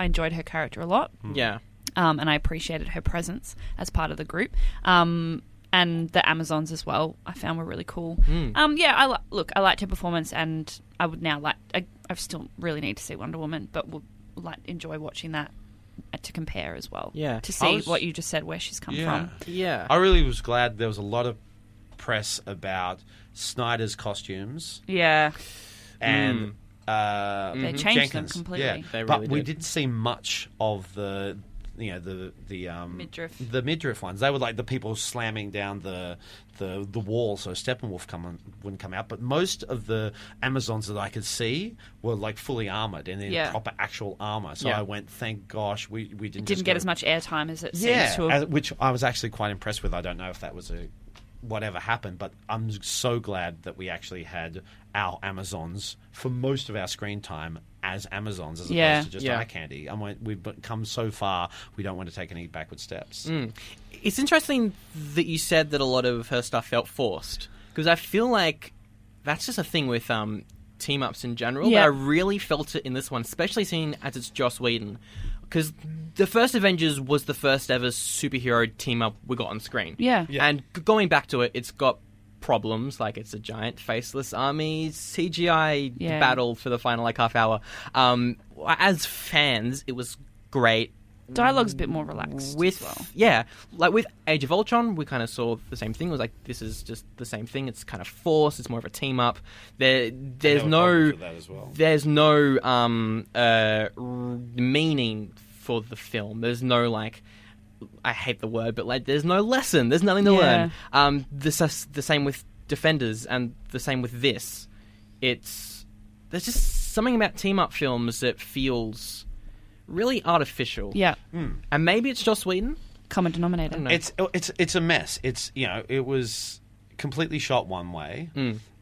I enjoyed her character a lot Yeah. um, and I appreciated her presence as part of the group. Um, and the Amazons as well, I found were really cool. Hmm. Um, yeah, I li- look, I liked her performance, and I would now like. I, I still really need to see Wonder Woman, but would like enjoy watching that uh, to compare as well. Yeah. to I see was- what you just said, where she's come from. Yeah. I really was glad there was a lot of press about Snyder's costumes Yeah, and uh, They changed them Jenkins. completely. Yeah, Mm. Mm-hmm. They but really we did. didn't see much of the you know the the um, Midriff. the midriff ones. They were like the people slamming down the the the wall, so Steppenwolf come on, wouldn't come out. But most of the Amazons that I could see were like fully armored and in Yeah. proper actual armor. So Yeah. I went, thank gosh, we we didn't didn't just get go- as much airtime as it yeah, seems to. Have. uh, which I was actually quite impressed with. I don't know if that was a whatever happened, but I'm so glad that we actually had our Amazons for most of our screen time as Amazons as Yeah. opposed to just Yeah. eye candy. And we- we've come so far, we don't want to take any backward steps. Mm. It's interesting that you said that a lot of her stuff felt forced because I feel like that's just a thing with um, team ups in general. Yeah. But I really felt it in this one, especially seeing as it's Joss Whedon, because the first Avengers was the first ever superhero team up we got on screen. Yeah. Yeah. And g- going back to it, it's got problems like it's a giant faceless army CGI Yeah. battle for the final like half hour. Um, as fans, it was great Dialogue's a bit more relaxed as with well. yeah like with age of ultron we kind of saw the same thing it was like this is just the same thing it's kind of forced it's more of a team up there there's were no problems with that as well. there's no um uh r- meaning for the film there's no like i hate the word but like there's no lesson there's nothing to Yeah. learn um this is the same with defenders and the same with this it's there's just something about team up films that feels really artificial Yeah, Hmm. and maybe it's Joss Whedon. common denominator. oh, know. It's it's it's a mess. It's you know it was completely shot one way.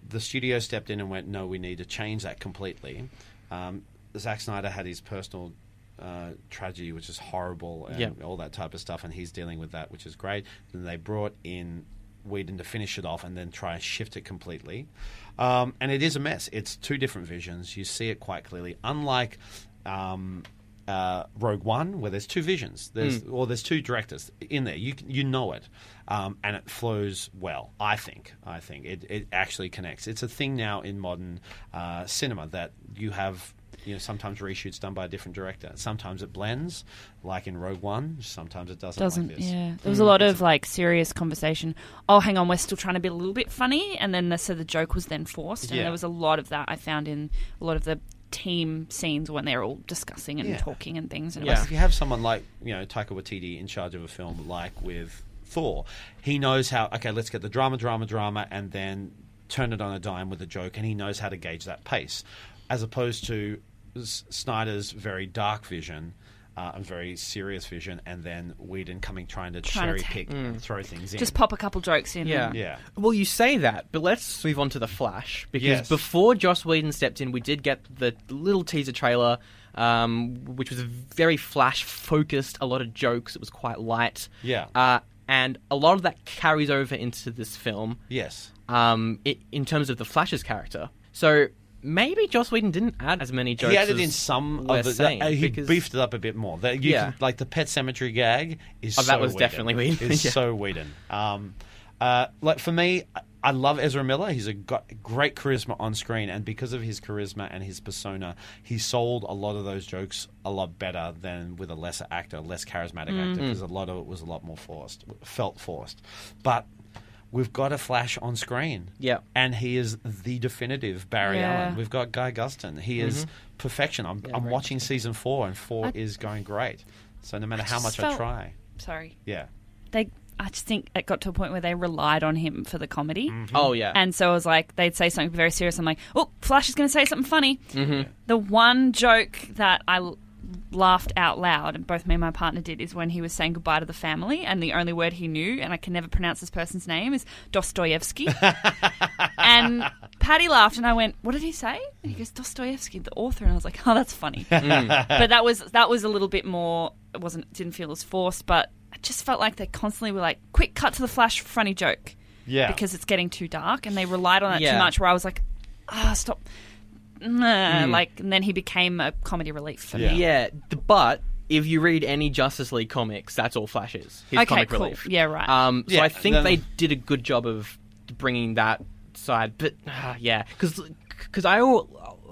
the studio stepped in and went, no, we need to change that completely. Um, Zack Snyder had his personal uh, tragedy, which is horrible, and Yeah. all that type of stuff, and he's dealing with that, which is great. Then they brought in Whedon to finish it off and then try and shift it completely. Um, and it is a mess. It's two different visions. You see it quite clearly. Unlike. Um, uh, Rogue One, where there's two visions, there's or there's two directors in there. You you know it, um, and it flows well. I think. I think it, it actually connects. It's a thing now in modern uh, cinema that you have you know sometimes reshoots done by a different director. Sometimes it blends, like in Rogue One. Sometimes it doesn't. doesn't like this. Mm, yeah there was a lot of like serious conversation oh hang on we're still trying to be a little bit funny and then the, so the joke was then forced and Yeah. there was a lot of that i found in a lot of the team scenes when they're all discussing and Yeah. talking and things and it Yeah. was- If you have someone like you know Taika Waititi in charge of a film like with Thor, he knows how. Okay, let's get the drama, drama, drama, and then turn it on a dime with a joke, and he knows how to gauge that pace, as opposed to S- Snyder's very dark vision. Uh, and very serious vision, and then Whedon coming trying to Trying cherry to pick and throw things in. just pop a couple jokes in Yeah. yeah, Well, you say that, but let's move on to the Flash because Yes. before Joss Whedon stepped in, we did get the little teaser trailer, um, which was very Flash focused, a lot of jokes. It was quite light. Yeah. Uh, and a lot of that carries over into this film yes, um, i in terms of the Flash's character. So maybe Joss Whedon didn't add as many jokes. he added as in some we're of the. saying, uh, he because- beefed it up a bit more. That you Yeah. can- like the pet cemetery gag is. Oh, that so was Whedon. definitely Whedon, It's yeah. so Whedon. Um, uh, like for me, I- I love Ezra Miller. He's a go- great charisma on screen, and because of his charisma and his persona, he sold a lot of those jokes a lot better than with a lesser actor, less charismatic actor, Mm-hmm. because a lot of it was a lot more forced, felt forced. But we've got a Flash on screen, Yeah. and he is the definitive Barry Yeah. Mm-hmm. Allen. We've got Guy Gustin. He is perfection. I'm, I'm very watching season four, and four I- is going great. So no matter how just much I felt- try, sorry yeah, they i just think it got to a point where they relied on him for the comedy Mm. Oh yeah. And so I was like, they'd say something very serious. I'm like, oh, Flash is going to say something funny. Mm-hmm. The one joke that I l- laughed out loud, and both me and my partner did, is when he was saying goodbye to the family, and the only word he knew, and I can never pronounce this person's name, is Dostoevsky. and Patty laughed, and I went, "What did he say?" And he goes, "Dostoevsky, the author." And I was like, "Oh, that's funny." but that was that was a little bit more. It wasn't didn't feel as forced, but I just felt like they constantly were like, "Quick, cut to the Flash, funny joke." yeah, because it's getting too dark, and they relied on it Yeah. too much. Where I was like, ah, stop. Nah, Like, and then he became a comedy relief for Yeah. me. yeah. th- But if you read any Justice League comics, that's all Flash is. His Okay, comic cool. relief. Yeah, right. Um, so Yeah, I think then- they did a good job of bringing that side. But ah, yeah, because I al-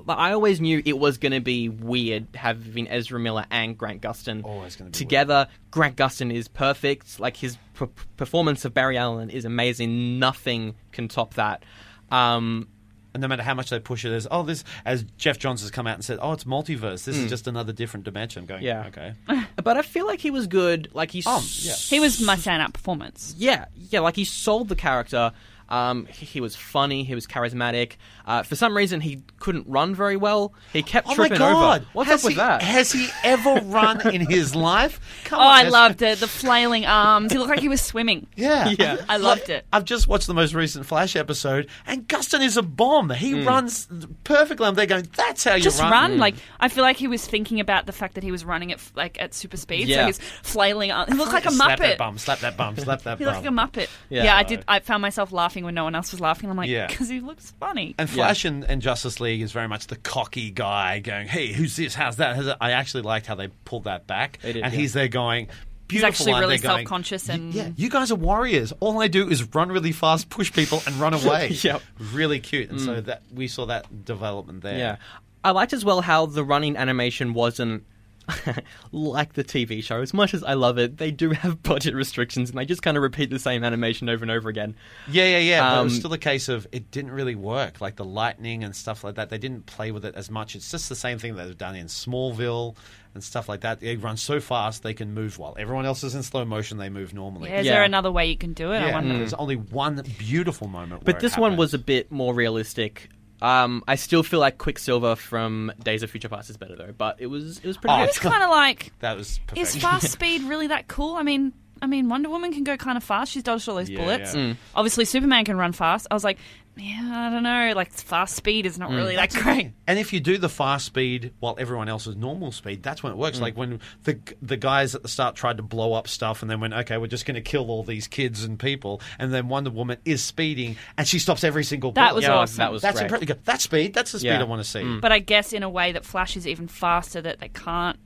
I always knew it was going to be weird having Ezra Miller and Grant Gustin Always gonna be together. Grant Gustin is perfect. Like his p- performance of Barry Allen is amazing. Nothing can top that. Um, and no matter how much they push it as oh this as Jeff Johns has come out and said oh it's multiverse. This is just another different dimension. I'm going Mm. Yeah. okay, Oh but I feel like he was good. Like he Um, s- yeah. He was my standout performance. Yeah, yeah, like he sold the character. Um, he, he was funny. He was charismatic. Uh, for some reason, he couldn't run very well. He kept oh my tripping god, over. What's has up with he, that? Has he ever run in his life? Come Oh, on, I that's- loved it. The flailing arms. He looked like he was swimming. Yeah, Yeah. I loved it. I've just watched the most recent Flash episode, and Gustin is a bomb. He Mm. runs perfectly. I'm there going, that's how you Just run. run. Like, I feel like he was thinking about the fact that he was running at like at super speed. Yeah. So he's flailing arms. He looked like a Slap that muppet. bum, slap that bum, slap that He bum. looked like a muppet. Yeah. Yeah, I did. I found myself laughing when no one else was laughing. I'm like, Yeah. because he looks funny. And Flash and, and Justice League is very much the cocky guy going, "Hey, who's this? How's that?" How's that? I actually liked how they pulled that back, They did, and yeah. he's there going. Beautiful actually line. really They're going, self-conscious "Y- and- yeah, you guys are warriors. All I do is run really fast, push people, and run away. Yep. really cute. And so that we saw that development there. yeah, I liked as well how the running animation wasn't like the TV show. As much as I love it, they do have budget restrictions, and they just kind of repeat the same animation over and over again. Yeah, yeah, yeah. but it was Um, still a case of it didn't really work. Like the lightning and stuff like that, they didn't play with it as much. It's just the same thing that they've done in Smallville and stuff like that. They run so fast they can move while everyone else is in slow motion. They move normally. Yeah, is Yeah. there another way you can do it? I Yeah, Mm. wonder. there's only one beautiful moment. where But it this one was a happens. bit more realistic. Um, I still feel like Quicksilver from Days of Future Past is better though. But it was it was pretty Oh, I good. was kind of like, that was is perfection. fast speed really that cool? I mean, I mean, Wonder Woman can go kind of fast. She's dodged all those Yeah, bullets. Mm. yeah. Obviously, Superman can run fast. I was like, yeah, I don't know. Like, fast speed is Mm. not really that great. And if you do the fast speed while everyone else is normal speed, that's when it Mm. works. Like when the the guys at the start tried to blow up stuff, and then went, "Okay, we're just going to kill all these kids and people," and then Wonder Woman is speeding, and she stops every single. That bullet. was Yeah, awesome. that was that's great. incredible. That speed. That's the speed Yeah. Mm. I want to see. But I guess in a way that Flash is even faster, that they can't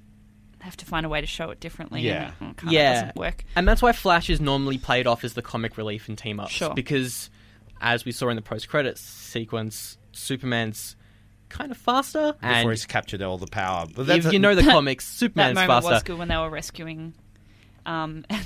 they have to find a way to show it differently. Yeah. and it kind yeah, of doesn't work. And that's why Flash is normally played off as the comic relief in team ups. Sure. Because, as we saw in the post credits sequence, Superman's kind of faster. Before and he's captured all the power. But if you know the comics, Superman's that moment faster. was good when they were rescuing. Um, and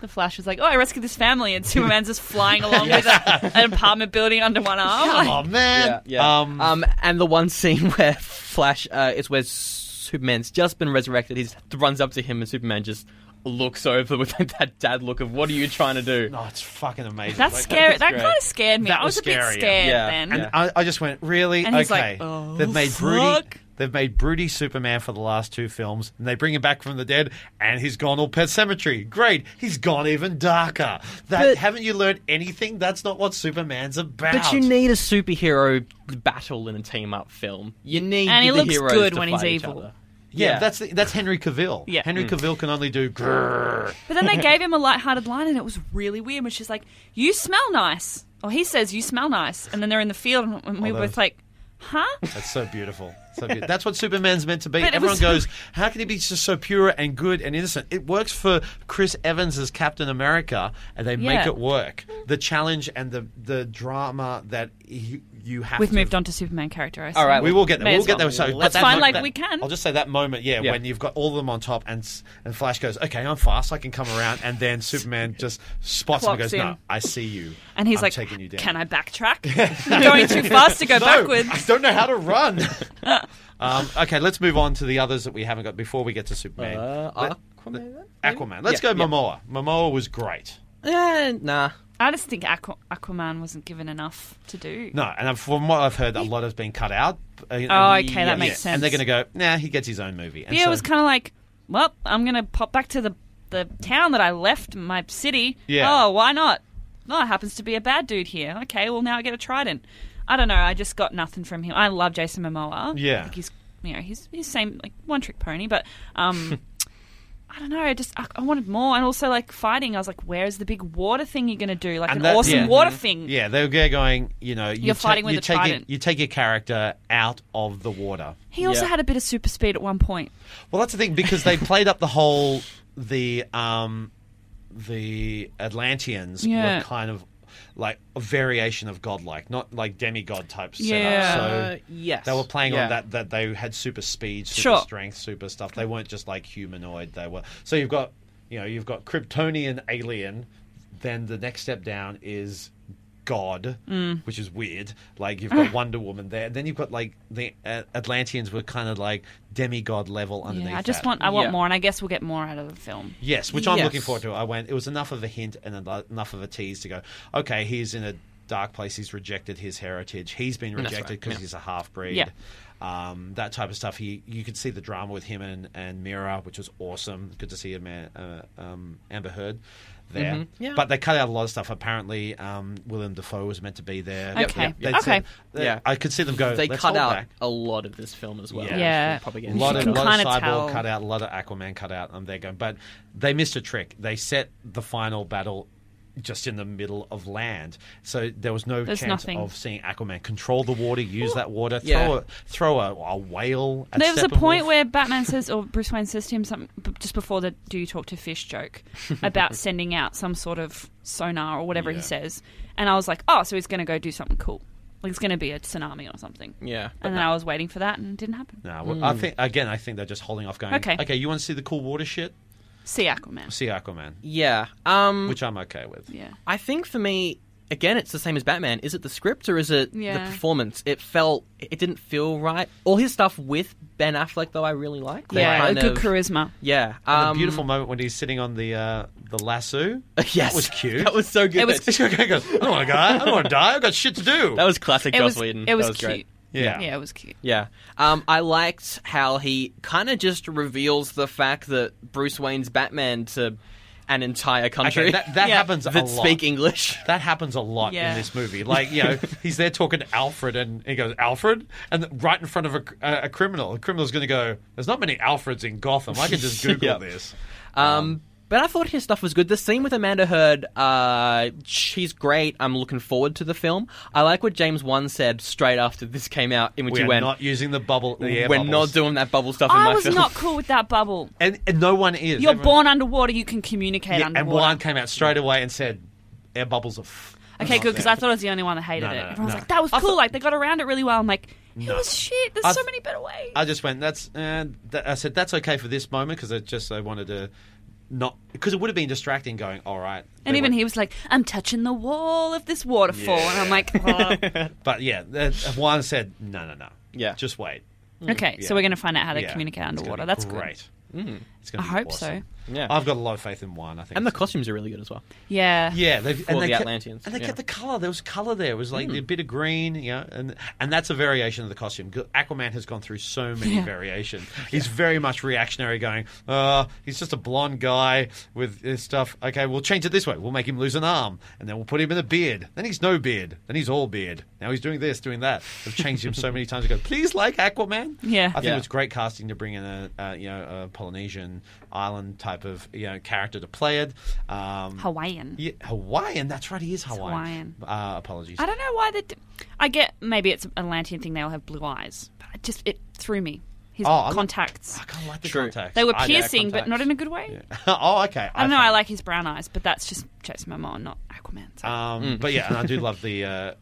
the Flash was like, "Oh, I rescued this family," and Superman's just flying along with a, an apartment building under one arm. Like, Oh man. Um, Um, and the one scene where Flash uh, is where Superman's just been resurrected. He runs up to him, and Superman just looks over with that dad look of "What are you trying to do?" oh, it's fucking amazing. that's Like, scary. That great. kind of scared me. That I was, was a bit scary, yeah. scared Yeah. then. And- And I, I just went, really? And he's okay. like, "Oh, they've made broody. fuck." They've made broody Superman for the last two films, and they bring him back from the dead, and he's gone all Pet Cemetery. Great, he's gone even darker. That But- haven't you learned anything? That's not what Superman's about. But you need a superhero battle in a team up film. You need And he the looks heroes good to when fight he's each evil. other. yeah, that's the, that's Henry Cavill. Yeah. Henry Cavill can only do grrr. But then they gave him a light-hearted line, and it was really weird. Which is like, "You smell nice," or he says, "You smell nice," and then they're in the field, and- and we Oh, were that both was- like, "Huh?" That's so beautiful. So beautiful. That's what Superman's meant to be. But it Everyone was- goes, how can he be just so pure and good and innocent? It works for Chris Evans as Captain America, and they make Yeah. it work. The challenge and the the drama that you, you have. We've to, moved on to Superman character. I All right, assume. We will get there. May We'll as get well. there. So but That's that fine, mo- like, that- we can. I'll just say that moment, yeah, Yeah. when you've got all of them on top, and s- and Flash goes, "Okay, I'm fast. I can come around." And then Superman just spots him and Clocks goes, "No, in. I see you." And he's I'm like, "Taking you down." "Can I backtrack? I'm going too fast to go No, backwards." I don't know how to run. um, okay, let's move on to the others that we haven't got before we get to Superman. Uh, Let- Aquaman? Aquaman. Let's Yeah, go Momoa. Momoa was great. Eh, nah. I just think Aqu- Aquaman wasn't given enough to do. No, and I'm- from what I've heard, a lot has been cut out. Oh, okay, Oh, okay, that makes And sense. they're going to go, nah, he gets his own movie. And yeah, so- it was kind of like, well, I'm going to pop back to the the town that I left, my city. Yeah. Oh, why not? Oh, it happens to be a bad dude here. Okay, well now I get a trident. I don't know. I just got nothing from him. I love Jason Momoa. Yeah. Like, he's you know he's he's same like one trick pony, but um. I don't know. I just I, I wanted more, and also like fighting. I was like, "Where is the big water thing you're going to do? Like And an that- awesome yeah. Mm-hmm. water thing." Yeah, they were going, you know, you You're ta- fighting with you a take your, trident. you take your character out of the water. He also Yeah. had a bit of super speed at one point. Well, that's the thing because they played up the whole the um the Atlanteans Yeah. were kind of like a variation of godlike, not like demigod type setup. Yeah. So Uh, yes. they were playing Yeah. on that that they had super speed, super Sure. strength, super stuff. They weren't just like humanoid. They were so you've got you know you've got Kryptonian alien. Then the next step down is God, Mm. which is weird. Like you've got Wonder Woman there. Then you've got like the uh, Atlanteans were kind of like demigod level underneath. Yeah, I just that. want I want Yeah. more, and I guess we'll get more out of the film. Yes, which I'm Yes. looking forward to. I went. It was enough of a hint and eno- enough of a tease to go. Okay, he's in a dark place. He's rejected his heritage. He's been That's rejected right, because yeah. he's a half breed. Yeah. Um, that type of stuff. He, you could see the drama with him and, and Mira, which was awesome. Good to see a man, uh, um, Amber Heard there. Mhm, yeah. But they cut out a lot of stuff. Apparently, um, Willem Dafoe was meant to be there. Yep, Okay. They- they okay. said- they- Yeah. I could see them go. They "Let's cut hold out back." a lot of this film as well. Yeah. Yeah. A Propaganda. lot, You of, can lot of kinda Cyborg tell. cut out, a lot of Aquaman cut out, and they're going. But they missed a trick. They set the final battle just in the middle of land, so there was no There's chance nothing. of seeing Aquaman control the water, use that water, throw yeah. a, throw a, a whale. At There was a point Steppenwolf. where Batman says, or Bruce Wayne says to him, something b- just before the "Do you talk to fish?" joke about sending out some sort of sonar or whatever Yeah. he says, and I was like, "Oh, so he's going to go do something cool, like it's going to be a tsunami or something." Yeah. And then I was waiting for that, and it didn't happen. No, well, I think again. I think they're just holding off. Going, okay, Okay. okay. You want to see the cool water shit? See Aquaman. See Aquaman, Yeah. Um, which I'm okay with. Yeah, I think for me, again, it's the same as Batman. Is it the script or is it Yeah. the performance? It felt, it didn't feel right. All his stuff with Ben Affleck, though, I really liked. They yeah, a kind good of- charisma. Yeah, And um, the beautiful moment when he's sitting on the uh, the lasso. Yes, that was cute. that was so good. It was- He goes, I don't want to die. I don't want to die. I've got shit to do. that was classic It Joss was, Whedon. it That was, cute. great. yeah. yeah, it was cute. Yeah. Um, I liked how he kind of just reveals the fact that Bruce Wayne's Batman to an entire country Okay, that- that Yeah. happens a that lot. speak English. That happens a lot Yeah. in this movie. Like, you know, he's there talking to Alfred, and he goes, Alfred? And right in front of a, a, a criminal. The criminal's going to go, There's not many Alfreds in Gotham. I can just Google Yep. this. Um, but I thought his stuff was good. The scene with Amanda Heard, uh, she's great. I'm looking forward to the film. I like what James Wan said straight after this came out, in which We he are went, not using the bubble. The "We're air not bubbles." doing that bubble stuff in I my was film." not cool with that bubble. And, and no one is. You're Everyone- born underwater, you can communicate Yeah, and underwater. Juan came out straight away and said, Air bubbles are. F- Okay, good, because I thought I was the only one that hated No, it. no, no, Everyone's no. like, that was I cool. thought- like, they got around it really well. I'm like, it No. was shit. There's I so th- many better ways. I just went. That's. Uh, th- I said that's okay for this moment because I just I wanted to not because it would have been distracting. Going all right, and they even went- he was like, I'm touching the wall of this waterfall. And I'm like, oh. But yeah, uh, Juan said no, no, no. Yeah. just wait. okay, Mm, Yeah. so we're going to find out how they Yeah. communicate It's gonna underwater. be That's good. great. Mm. It's I gonna be hope so. awesome. Yeah. I've got a lot of faith in Juan. I think and the it's- costumes are really good as well. Yeah. Yeah, they've, and For they the kept, Atlanteans, and they yeah. Hmm. kept the color. There was color there. It was like a bit of green, you know, and and that's a variation of the costume. G- Aquaman has gone through so many Yeah. variations. He's very much reactionary, going, uh, he's just a blonde guy with his stuff. Okay, we'll change it this way. We'll make him lose an arm, and then we'll put him in a beard. Then he's no beard. Then he's all beard. Now he's doing this, doing that. They've changed him so many times. I go, please like Aquaman. Yeah. I think Yeah. it's great casting to bring in a, uh you know a Polynesian island type of you know character to play it. Um, Hawaiian. yeah, Hawaiian. That's right. He is Hawaiian. Hawaiian. Uh, apologies. I don't know why they. D- I get maybe it's an Atlantean thing. They all have blue eyes, but it just it threw me. His Oh, I'm not- contacts. I kind of like the True. contacts. they were I- piercing, but contacts. not in a good way. oh, okay. I don't know. I like his brown eyes, but that's just Jason Momoa, not Aquaman. So. Um, Mm. But yeah, and I do love the. Uh,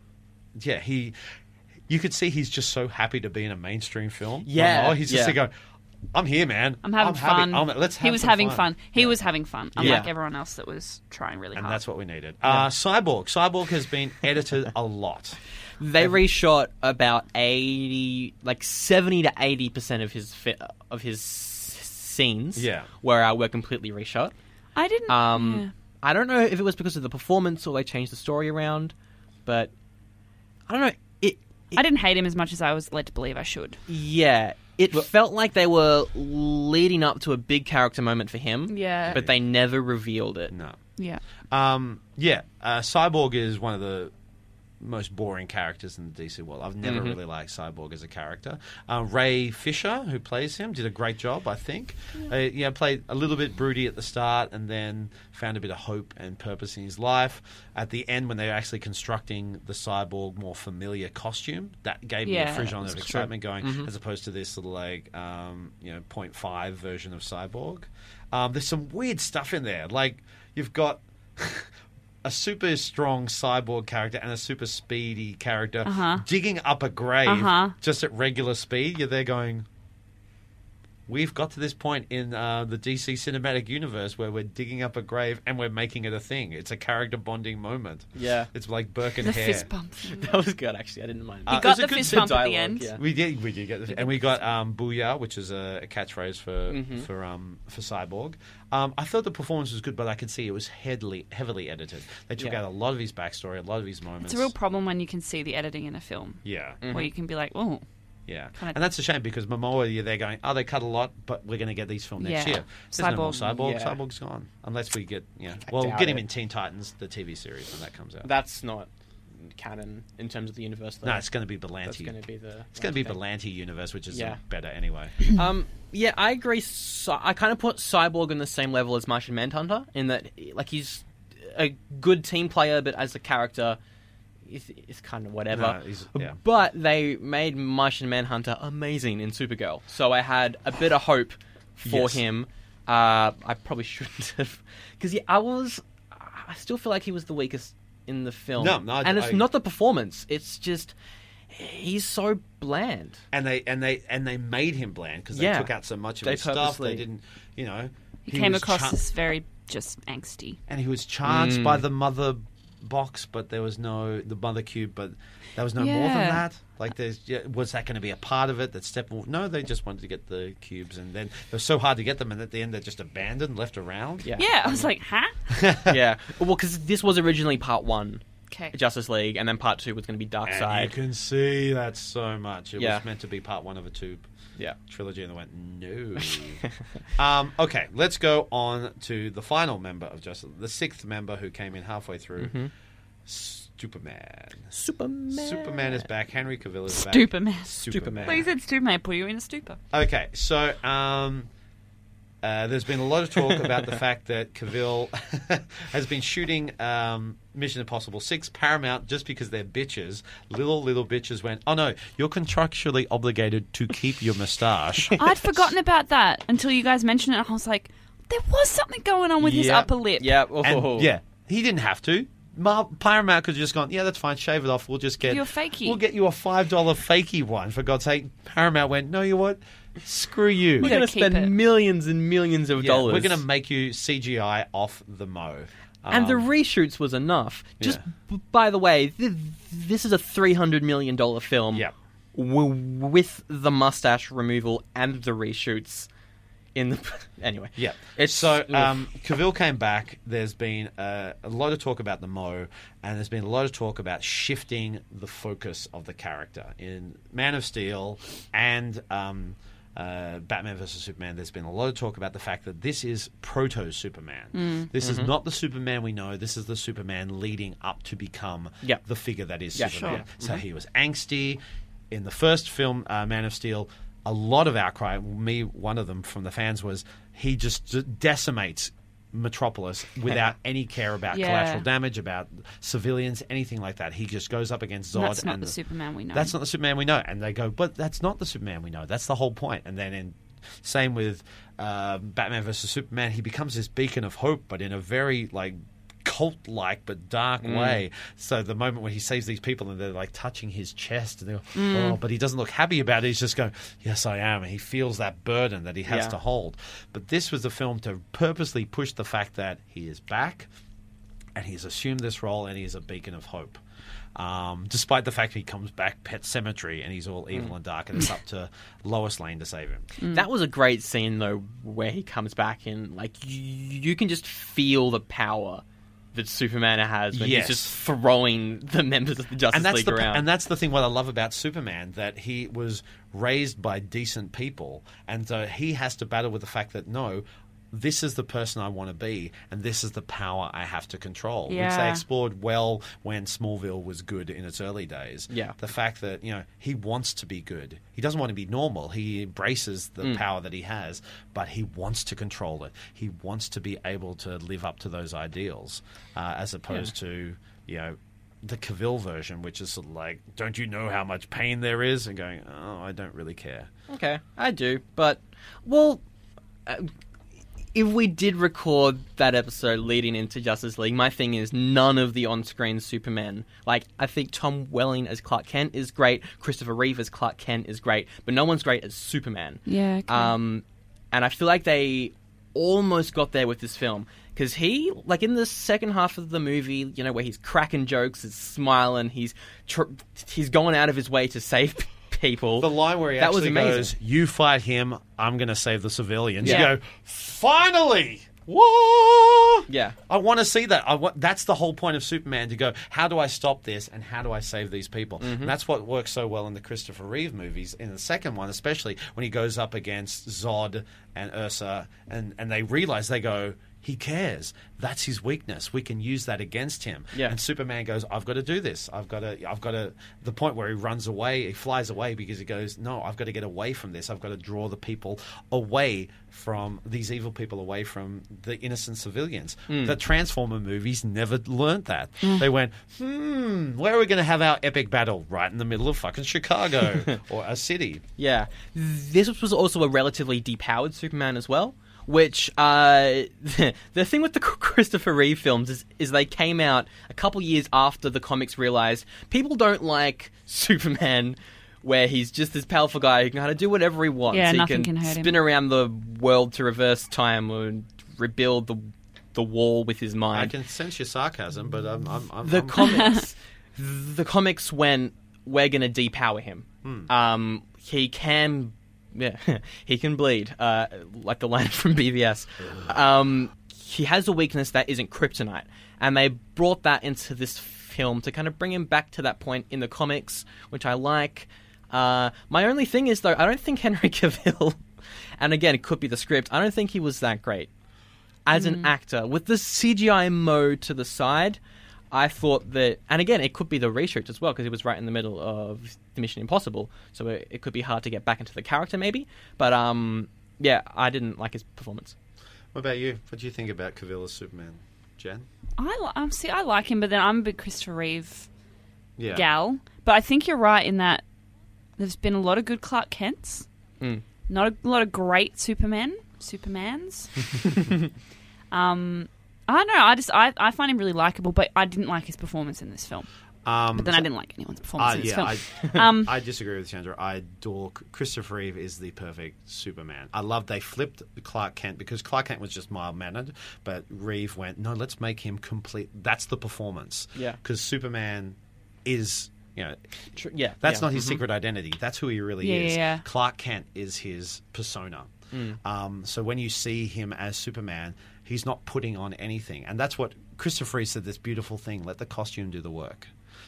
yeah, he. You could see he's just so happy to be in a mainstream film. Yeah, Momoa, he's just yeah. there going. I'm here, man. I'm having happy. fun. I'm- let's have he was some having fun. He Yeah. was having fun, Yeah. unlike everyone else that was trying really And hard. that's what we needed. Uh, Cyborg. Cyborg has been edited a lot. They reshot about eighty, like seventy to eighty percent of his fi- of his s- scenes. Yeah. where uh, were completely reshot. I didn't. Um, yeah. I don't know if it was because of the performance or they changed the story around, but I don't know. It, it I didn't hate him as much as I was led to believe I should. yeah, it felt like they were leading up to a big character moment for him. Yeah. but they never revealed it. No. Yeah. Um, yeah, uh, Cyborg is one of the most boring characters in the DC world. I've never really liked Cyborg as a character. Uh, Ray Fisher, who plays him, did a great job, I think. Yeah. Uh, yeah, played a little bit broody at the start, and then found a bit of hope and purpose in his life. At the end, when they were actually constructing the Cyborg more familiar costume, that gave me a Yeah, frisson of that's excitement going, Mm-hmm. as opposed to this little like um, you know 0.5 version of Cyborg. Um, there's some weird stuff in there, like you've got a super strong cyborg character and a super speedy character Uh-huh. digging up a grave Uh-huh. just at regular speed. You're there going, we've got to this point in uh, the DC cinematic universe where we're digging up a grave and we're making it a thing. It's a character bonding moment. Yeah. It's like Burke and The Hare. fist bump. thing. That was good, actually. I didn't mind. Uh, that. it was got a the good fist bit of bump at the dialogue, end. yeah. We did, we did get, the, and we got um, "booyah," which is a, a catchphrase for Mm-hmm. for um, for Cyborg. Um, I thought the performance was good, but I could see it was heavily heavily edited. They took Yeah. out a lot of his backstory, a lot of his moments. It's a real problem when you can see the editing in a film, yeah, Mm-hmm. where you can be like, oh, yeah, Kinda- and that's a shame because Momoa, you're there going, "Oh, they cut a lot, but we're going to get these filmed next Yeah. year." There's no more Cyborg. Cyborg. Yeah. Cyborg's gone unless we get yeah. I Well, doubt get him it. in Teen Titans, the TV series, when that comes out. That's not canon in terms of the universe. Though. no, it's going to be that's Belanti. going to be the. It's going to be Belanti universe, which is Yeah. better anyway. Um, yeah, I agree. Cy- I kind of put Cyborg on the same level as Martian Manhunter in that, like, he's a good team player, but as a character, is is kind of whatever. No, he's- yeah. But they made Martian Manhunter amazing in Supergirl, so I had a bit of hope for Yes. him. Uh, I probably shouldn't have, because yeah, I was. I still feel like he was the weakest in the film. No, no, I- and it's I- not the performance; it's just he's so bland. and they and they and they made him bland because they Yeah. took out so much of They his stuff. They purposely- didn't, you know. he, came was across char- as very just angsty. and he was charged by Mm. the mother box, but there was no the mother cube, but there was no more than Yeah. that. Like, there's yeah, was that going to be a part of it? That Steppenwolf? No, they just wanted to get the cubes, and then it was so hard to get them, and at the end they're just abandoned, left around. Yeah. Yeah, I was like, huh? yeah. Well, because this was originally part one Okay. Justice League, and then part two was going to be Dark And you Side. can see that's so much. It Yeah. was meant to be part one of a two Yeah. trilogy, and they went no. um, okay, let's go on to the final member of Justice, the sixth member who came in halfway through. Superman. Superman. Superman is back. Henry Cavill is back. Superman. Superman. Well, you said stupor may put you in a stupor. Okay, so um, uh, there's been a lot of talk about the fact that Cavill has been shooting um, Mission Impossible 6 Paramount just because they're bitches. Little, little bitches went, oh no, you're contractually obligated to keep your moustache. I'd forgotten about that until you guys mentioned it, and I was like, there was something going on with his Yeah. upper lip. Yeah. And, Oh. Yeah, he didn't have to. Mar- Paramount could have just gone, yeah, that's fine, shave it off. We'll just get you a fakie. We'll get you a $5 fakie one, for God's sake. Paramount went, no, you know what? Screw you. gotta We're going to keep spend it. millions and millions of Yeah, dollars. We're going to make you CGI off the mo. and the Um, reshoots was enough. Just Yeah. b- by the way, th- this is a three hundred million dollar film. Yeah. W- with the mustache removal and the reshoots. In the anyway. yeah. It's so ugh. um, Cavill came back. There's been uh, a lot of talk about the mo, and there's been a lot of talk about shifting the focus of the character in Man of Steel and. Um, uh, Batman versus Superman. There's been a lot of talk about the fact that this is proto Superman. Mm. This Mm-hmm. is not the Superman we know. This is the Superman leading up to become Yeah. the figure that is Yeah. Superman. Sure. So he was angsty. In the first film, uh, Man of Steel, a lot of outcry, me one of them from the fans, was he just d- decimates Metropolis without any care about Yeah. collateral damage, about civilians, anything like that. He just goes up against Zod. That's not and the Superman we know. That's not the Superman we know. And they go, but that's not the Superman we know. That's the whole point. And then in same with uh, Batman versus Superman, he becomes this beacon of hope, but in a very like cult like but dark way. So the moment when he saves these people and they're like touching his chest and they go, Mm. Oh, but he doesn't look happy about it, he's just going, Yes I am and he feels that burden that he has Yeah. to hold. But this was a film to purposely push the fact that he is back and he's assumed this role and he is a beacon of hope. Um, despite the fact he comes back pet cemetery and he's all evil Mm. and dark and it's up to Lois Lane to save him. That was a great scene though, where he comes back and like you, you can just feel the power that Superman has when Yes. he's just throwing the members of the Justice and that's League the around. and that's the thing what I love about Superman that he was raised by decent people, and so he has to battle with the fact that no. This is the person I want to be, and this is the power I have to control, which they Yeah. explored well when Smallville was good in its early days. Yeah. the fact that you know he wants to be good, he doesn't want to be normal. He embraces the power that he has, but he wants to control it. He wants to be able to live up to those ideals, uh, as opposed to you know the Cavill version, which is sort of like, don't you know how much pain there is? And going, oh, I don't really care. Okay, I do, but well, uh, if we did record that episode leading into Justice League, my thing is none of the on-screen Superman. Like, I think Tom Welling as Clark Kent is great, Christopher Reeve as Clark Kent is great, but no one's great as Superman. Yeah, okay. Um, and I feel like they almost got there with this film because he, like in the second half of the movie, you know, where he's cracking jokes, he's smiling, he's tr- he's going out of his way to save people. The line where he that was actually amazing. goes, you fight him, I'm going to save the civilians. Yeah. You go, finally! Whoa! Yeah. I want to see that. I want, that's the whole point of Superman to go, how do I stop this and how do I save these people? Mm-hmm. And that's what works so well in the Christopher Reeve movies, in the second one, especially when he goes up against Zod and Ursa and, and they realize they go, he cares. That's his weakness. We can use that against him. Yeah. And Superman goes, I've got to do this. I've got to, I've got to, the point where he runs away, he flies away because he goes, No, I've got to get away from this. I've got to draw the people away from these evil people, away from the innocent civilians. The Transformer movies never learned that. They went, Hmm, where are we going to have our epic battle? Right in the middle of fucking Chicago or a city. Yeah. This was also a relatively depowered Superman as well, which uh, the thing with the Christopher Reeve films is, is they came out a couple years after the comics realized people don't like Superman where he's just this powerful guy who can kind of do whatever he wants. Yeah, he nothing can hurt him. spin around the world to reverse time or rebuild the the wall with his mind I can sense your sarcasm, but I'm, I'm, I'm, the I'm- comics the comics went we're gonna depower him um he can yeah, he can bleed uh like the line from BVS um he has a weakness that isn't kryptonite and they brought that into this film to kind of bring him back to that point in the comics, which I like. Uh, my only thing is though, I don't think Henry Cavill, and again, it could be the script. I don't think he was that great as an actor with the CGI mode to the side. I thought that, and again, it could be the reshoots as well because it was right in the middle of the Mission Impossible, so it, it could be hard to get back into the character maybe. But um, yeah, I didn't like his performance. What about you? What do you think about Cavill as Superman, Jen? I li- um, see. I like him, but then I'm a big Christopher Reeve Yeah. gal. But I think you're right in that there's been a lot of good Clark Kents, Hmm. Mm. not a lot of great Supermen, Supermans. um, I don't know. I just I, I find him really likable, but I didn't like his performance in this film. Um, But then I didn't like anyone's performance uh, in this yeah, film. I, Ah, um, I disagree with Chandra. I adore Christopher Reeve is the perfect Superman. I love they flipped Clark Kent because Clark Kent was just mild mannered, but Reeve went no, let's make him complete. That's the performance. Yeah. because Superman is you know Tr- yeah, that's yeah. not his secret identity. That's who he really Mm-hmm. Yeah, is. yeah, Mm. yeah. Clark Kent is his persona. Um, so when you see him as Superman, he's not putting on anything, and that's what Christopher Reeve said. This beautiful thing: let the costume do the work.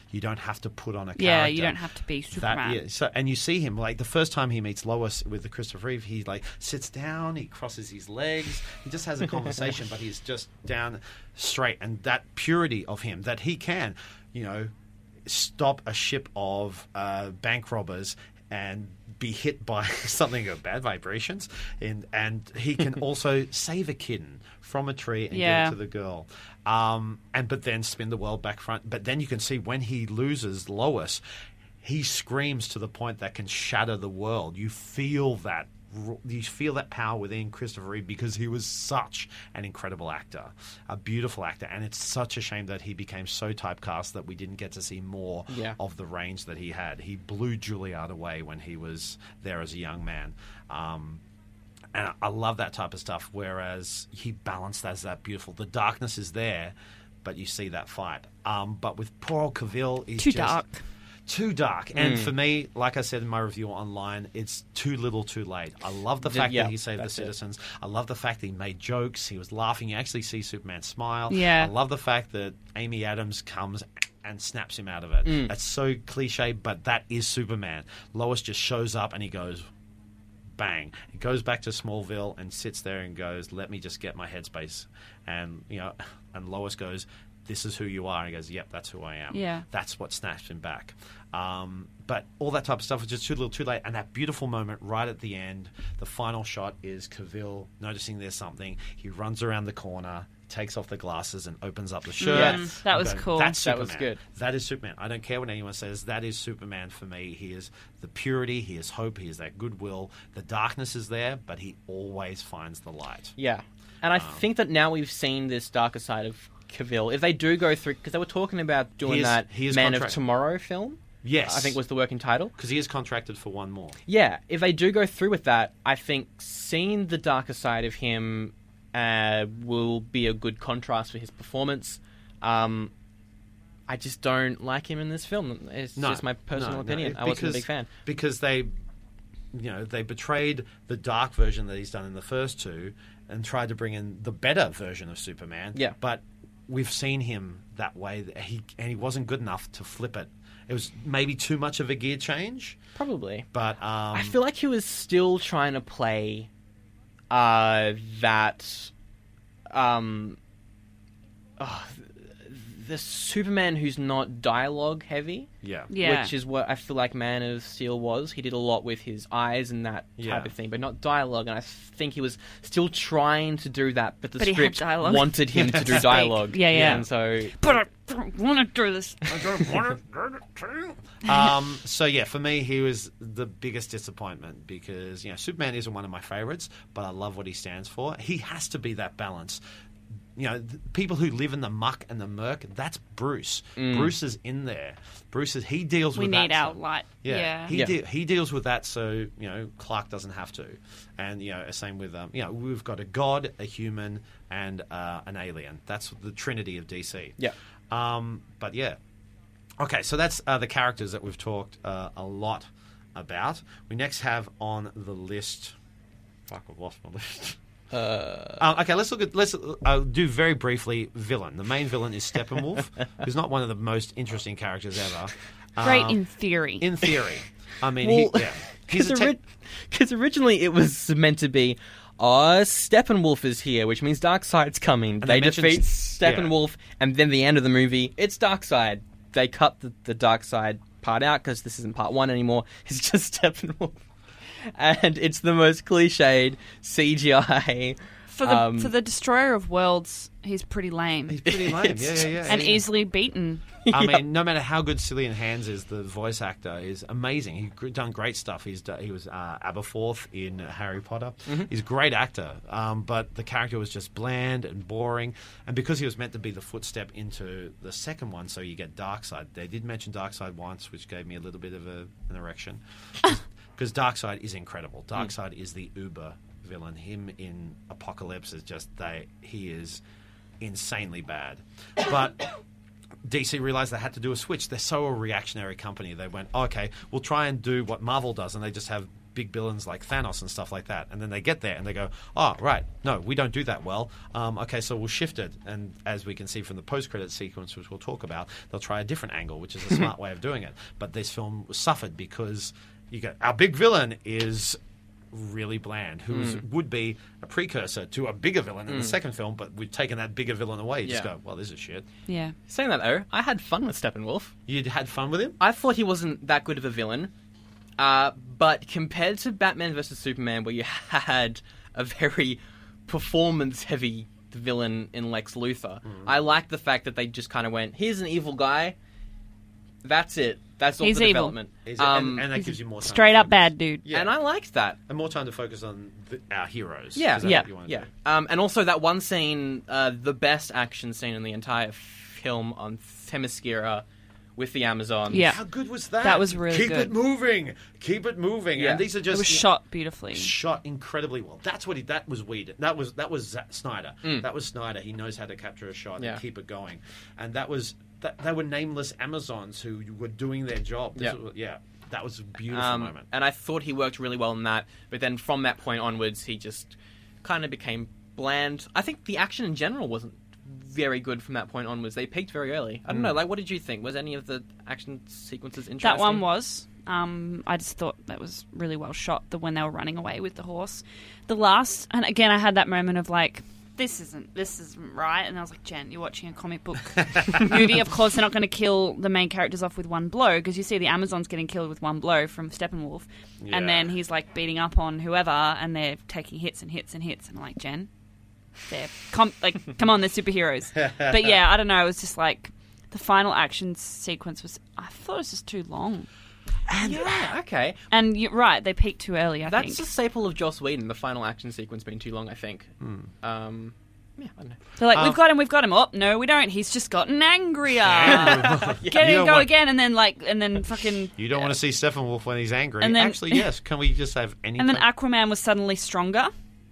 You don't have to put on a character. yeah, you don't have to be Superman. That, yeah, so, and you see him like the first time he meets Lois with the Christopher Reeve, he like sits down, he crosses his legs, he just has a conversation, but he's just down straight, and that purity of him that he can, you know, stop a ship of uh, bank robbers and be hit by something of bad vibrations, and and he can also save a kitten from a tree and Yeah. give it to the girl. Um, and but then spin the world back front. But then you can see when he loses Lois, he screams to the point that can shatter the world. You feel that. r- You feel that power within Christopher Reeve because he was such an incredible actor, a beautiful actor, and it's such a shame that he became so typecast that we didn't get to see more Yeah. of the range that he had. He blew Juilliard away when he was there as a young man. Um, and I- I love that type of stuff. Whereas he balanced as that beautiful. The darkness is there, but you see that fight. Um, but with poor old Cavill, he's Too just- dark. Too dark, Mm. and for me, like I said in my review online, it's too little, too late. I love the Th- fact yeah, that he saved the that's it. citizens. I love the fact that he made jokes. He was laughing. You actually see Superman smile. Yeah. I love the fact that Amy Adams comes and snaps him out of it. Mm. That's so cliche, but that is Superman. Lois just shows up and he goes, bang. It goes back to Smallville and sits there and goes, "Let me just get my headspace." And you know, and Lois goes, "This is who you are." And he goes, "Yep, that's who I am." Yeah. that's what snaps him back. Um, but all that type of stuff was just too little, too late. And that beautiful moment right at the end, the final shot is Cavill noticing there's something. He runs around the corner. Takes off the glasses and opens up the shirt. Yes. That I'm was going, cool. That's That was Superman. good. That is Superman. I don't care what anyone says. That is Superman for me. He is the purity. He is hope. He is that goodwill. The darkness is there, but he always finds the light. Mm-hmm. Yeah, and I Um. think that now we've seen this darker side of Cavill. If they do go through, because they were talking about doing He is- that he is Man contract- of Tomorrow film, Yes, I think was the working title. because he is contracted for one more. Yeah, if they do go through with that, I think seeing the darker side of him uh, will be a good contrast for his performance. Um, I just don't like him in this film. It's No, just my no, personal no, opinion. it- I wasn't a big fan. because they, you know, they betrayed the dark version that he's done in the first two, and tried to bring in the better version of Superman. Yeah. but we've seen him that way. that He and he wasn't good enough to flip it. It was maybe too much of a gear change, Probably. but um, I feel like he was still trying to play uh, that um, oh, th- the Superman who's not dialogue heavy. yeah, Yeah. which is what I feel like Man of Steel was. He did a lot with his eyes and that Yeah. type of thing, but not dialogue. And I think he was still trying to do that, but the But he had script dialogue. wanted him to do dialogue. Yeah, yeah. And so But I don't want to do this. um, so yeah, for me, he was the biggest disappointment because you know Superman isn't one of my favorites, but I love what he stands for. He has to be that balance. You know, th- people who live in the muck and the murk, that's Bruce. Bruce is in there. Bruce is he deals We with need that our stuff. light. Yeah, Yeah. he Yeah. De- he deals with that, so you know Clark doesn't have to, and you know same with um, you know we've got a god, a human, and uh, an alien. That's the trinity of DC. Yeah. Um, but yeah, okay. So that's uh, the characters that we've talked uh, a lot about. We next have on the list. Fuck, I've lost my list. Uh. Um, okay, let's look at let's uh, do very briefly villain. The main villain is Steppenwolf, who's not one of the most interesting characters ever. Great Um, in theory. in theory. I mean, he, yeah, he's because a tech- originally it was meant to be, uh, Steppenwolf is here, which means Darkseid's coming. they They, mentioned- defeat yeah. Steppenwolf, and then the end of the movie, it's Darkseid. They cut the, the Darkseid part out because this isn't part one anymore. It's just Steppenwolf. And it's the most cliched CGI. for the um, for the destroyer of worlds, he's pretty lame he's pretty lame. Yeah, yeah, yeah. and yeah. easily beaten. I mean, no matter how good Cillian Hands is, the voice actor is amazing. He's gr- done great stuff. He's do- he was uh, Aberforth in Harry Potter. He's a great actor, um, but the character was just bland and boring. And because he was meant to be the footstep into the second one, so you get Darkseid. They did mention Darkseid once, which gave me a little bit of a, an erection. Because Darkseid is incredible. Darkseid is the uber villain. Him in Apocalypse is just they. He is insanely bad, but. DC realized they had to do a switch. They're so a reactionary company. They went, okay, we'll try and do what Marvel does, and they just have big villains like Thanos and stuff like that. And then they get there and they go, oh, right, no, we don't do that well. Um, okay, so we'll shift it. And as we can see from the post credit sequence, which we'll talk about, they'll try a different angle, which is a smart way of doing it. But this film suffered because you go, our big villain is really bland, who is would be a precursor to a bigger villain in the second film, but we've taken that bigger villain away. You just Yeah. go, well, this is shit. Yeah. Saying that though, I had fun with Steppenwolf. You'd had fun with him? I thought he wasn't that good of a villain, uh, but compared to Batman vs Superman, where you had a very performance-heavy villain in Lex Luthor, Mm. I like the fact that they just kind of went, "Here's an evil guy. That's it. That's all He's the evil. development." Is it- Um, and, and that gives you more time Straight to up focus. bad dude. Yeah, and I liked that. and more time to focus on the, our heroes. Yeah, Is that yeah, what you wanna yeah. do? Um, and also that one scene, uh, the best action scene in the entire film on Themyscira with the Amazon. Yeah. How good was that? That was really keep good. it moving, keep it moving. Yeah. And these are It just was shot beautifully. shot incredibly well. That's what he. That was Whedon. That was that was Zack Snyder. Mm. That was Snyder. He knows how to capture a shot Yeah. and keep it going. And that was that. They were nameless Amazons who were doing their job. This Yeah. was- yeah. That was a beautiful Um, moment. And I thought he worked really well in that, but then from that point onwards, he just kind of became bland. I think the action in general wasn't very good from that point onwards. They peaked very early. I don't know. Like, what did you think? Was any of the action sequences interesting? That one was. Um, I just thought that was really well shot. The when they were running away with the horse, the last, and again I had that moment of like, this isn't this isn't right. And I was like, Jen, you're watching a comic book movie. Of course, they're not going to kill the main characters off with one blow because you see the Amazons getting killed with one blow from Steppenwolf, Yeah. and then he's like beating up on whoever, and they're taking hits and hits and hits. And I'm like, Jen, they're com- like come on they're superheroes but yeah i don't know it was just like the final action sequence was i thought it was just too long Yeah, okay. and you're right they peaked too early i That's think a staple of Joss Whedon, the final action sequence being too long, I think. Um, yeah, I don't know. they're like Um, we've got him we've got him oh no we don't he's just gotten angrier get You him know go what? again and then like and then fucking You don't want to see Steppenwolf when he's angry. And then- Actually, yes. Can we just have any? and then type- aquaman was suddenly stronger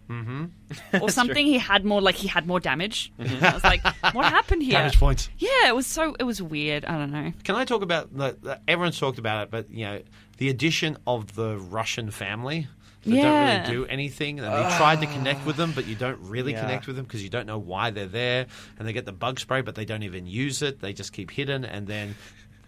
Mm-hmm. or something he had more like he had more damage i was like what happened here damage points. yeah it was so it was weird i don't know Can I talk about the, the- everyone's talked about it, but you know the addition of the Russian family that Yeah. don't really do anything, and they tried to connect with them, but you don't really Yeah. connect with them because you don't know why they're there, and they get the bug spray, but they don't even use it; they just keep hidden, and then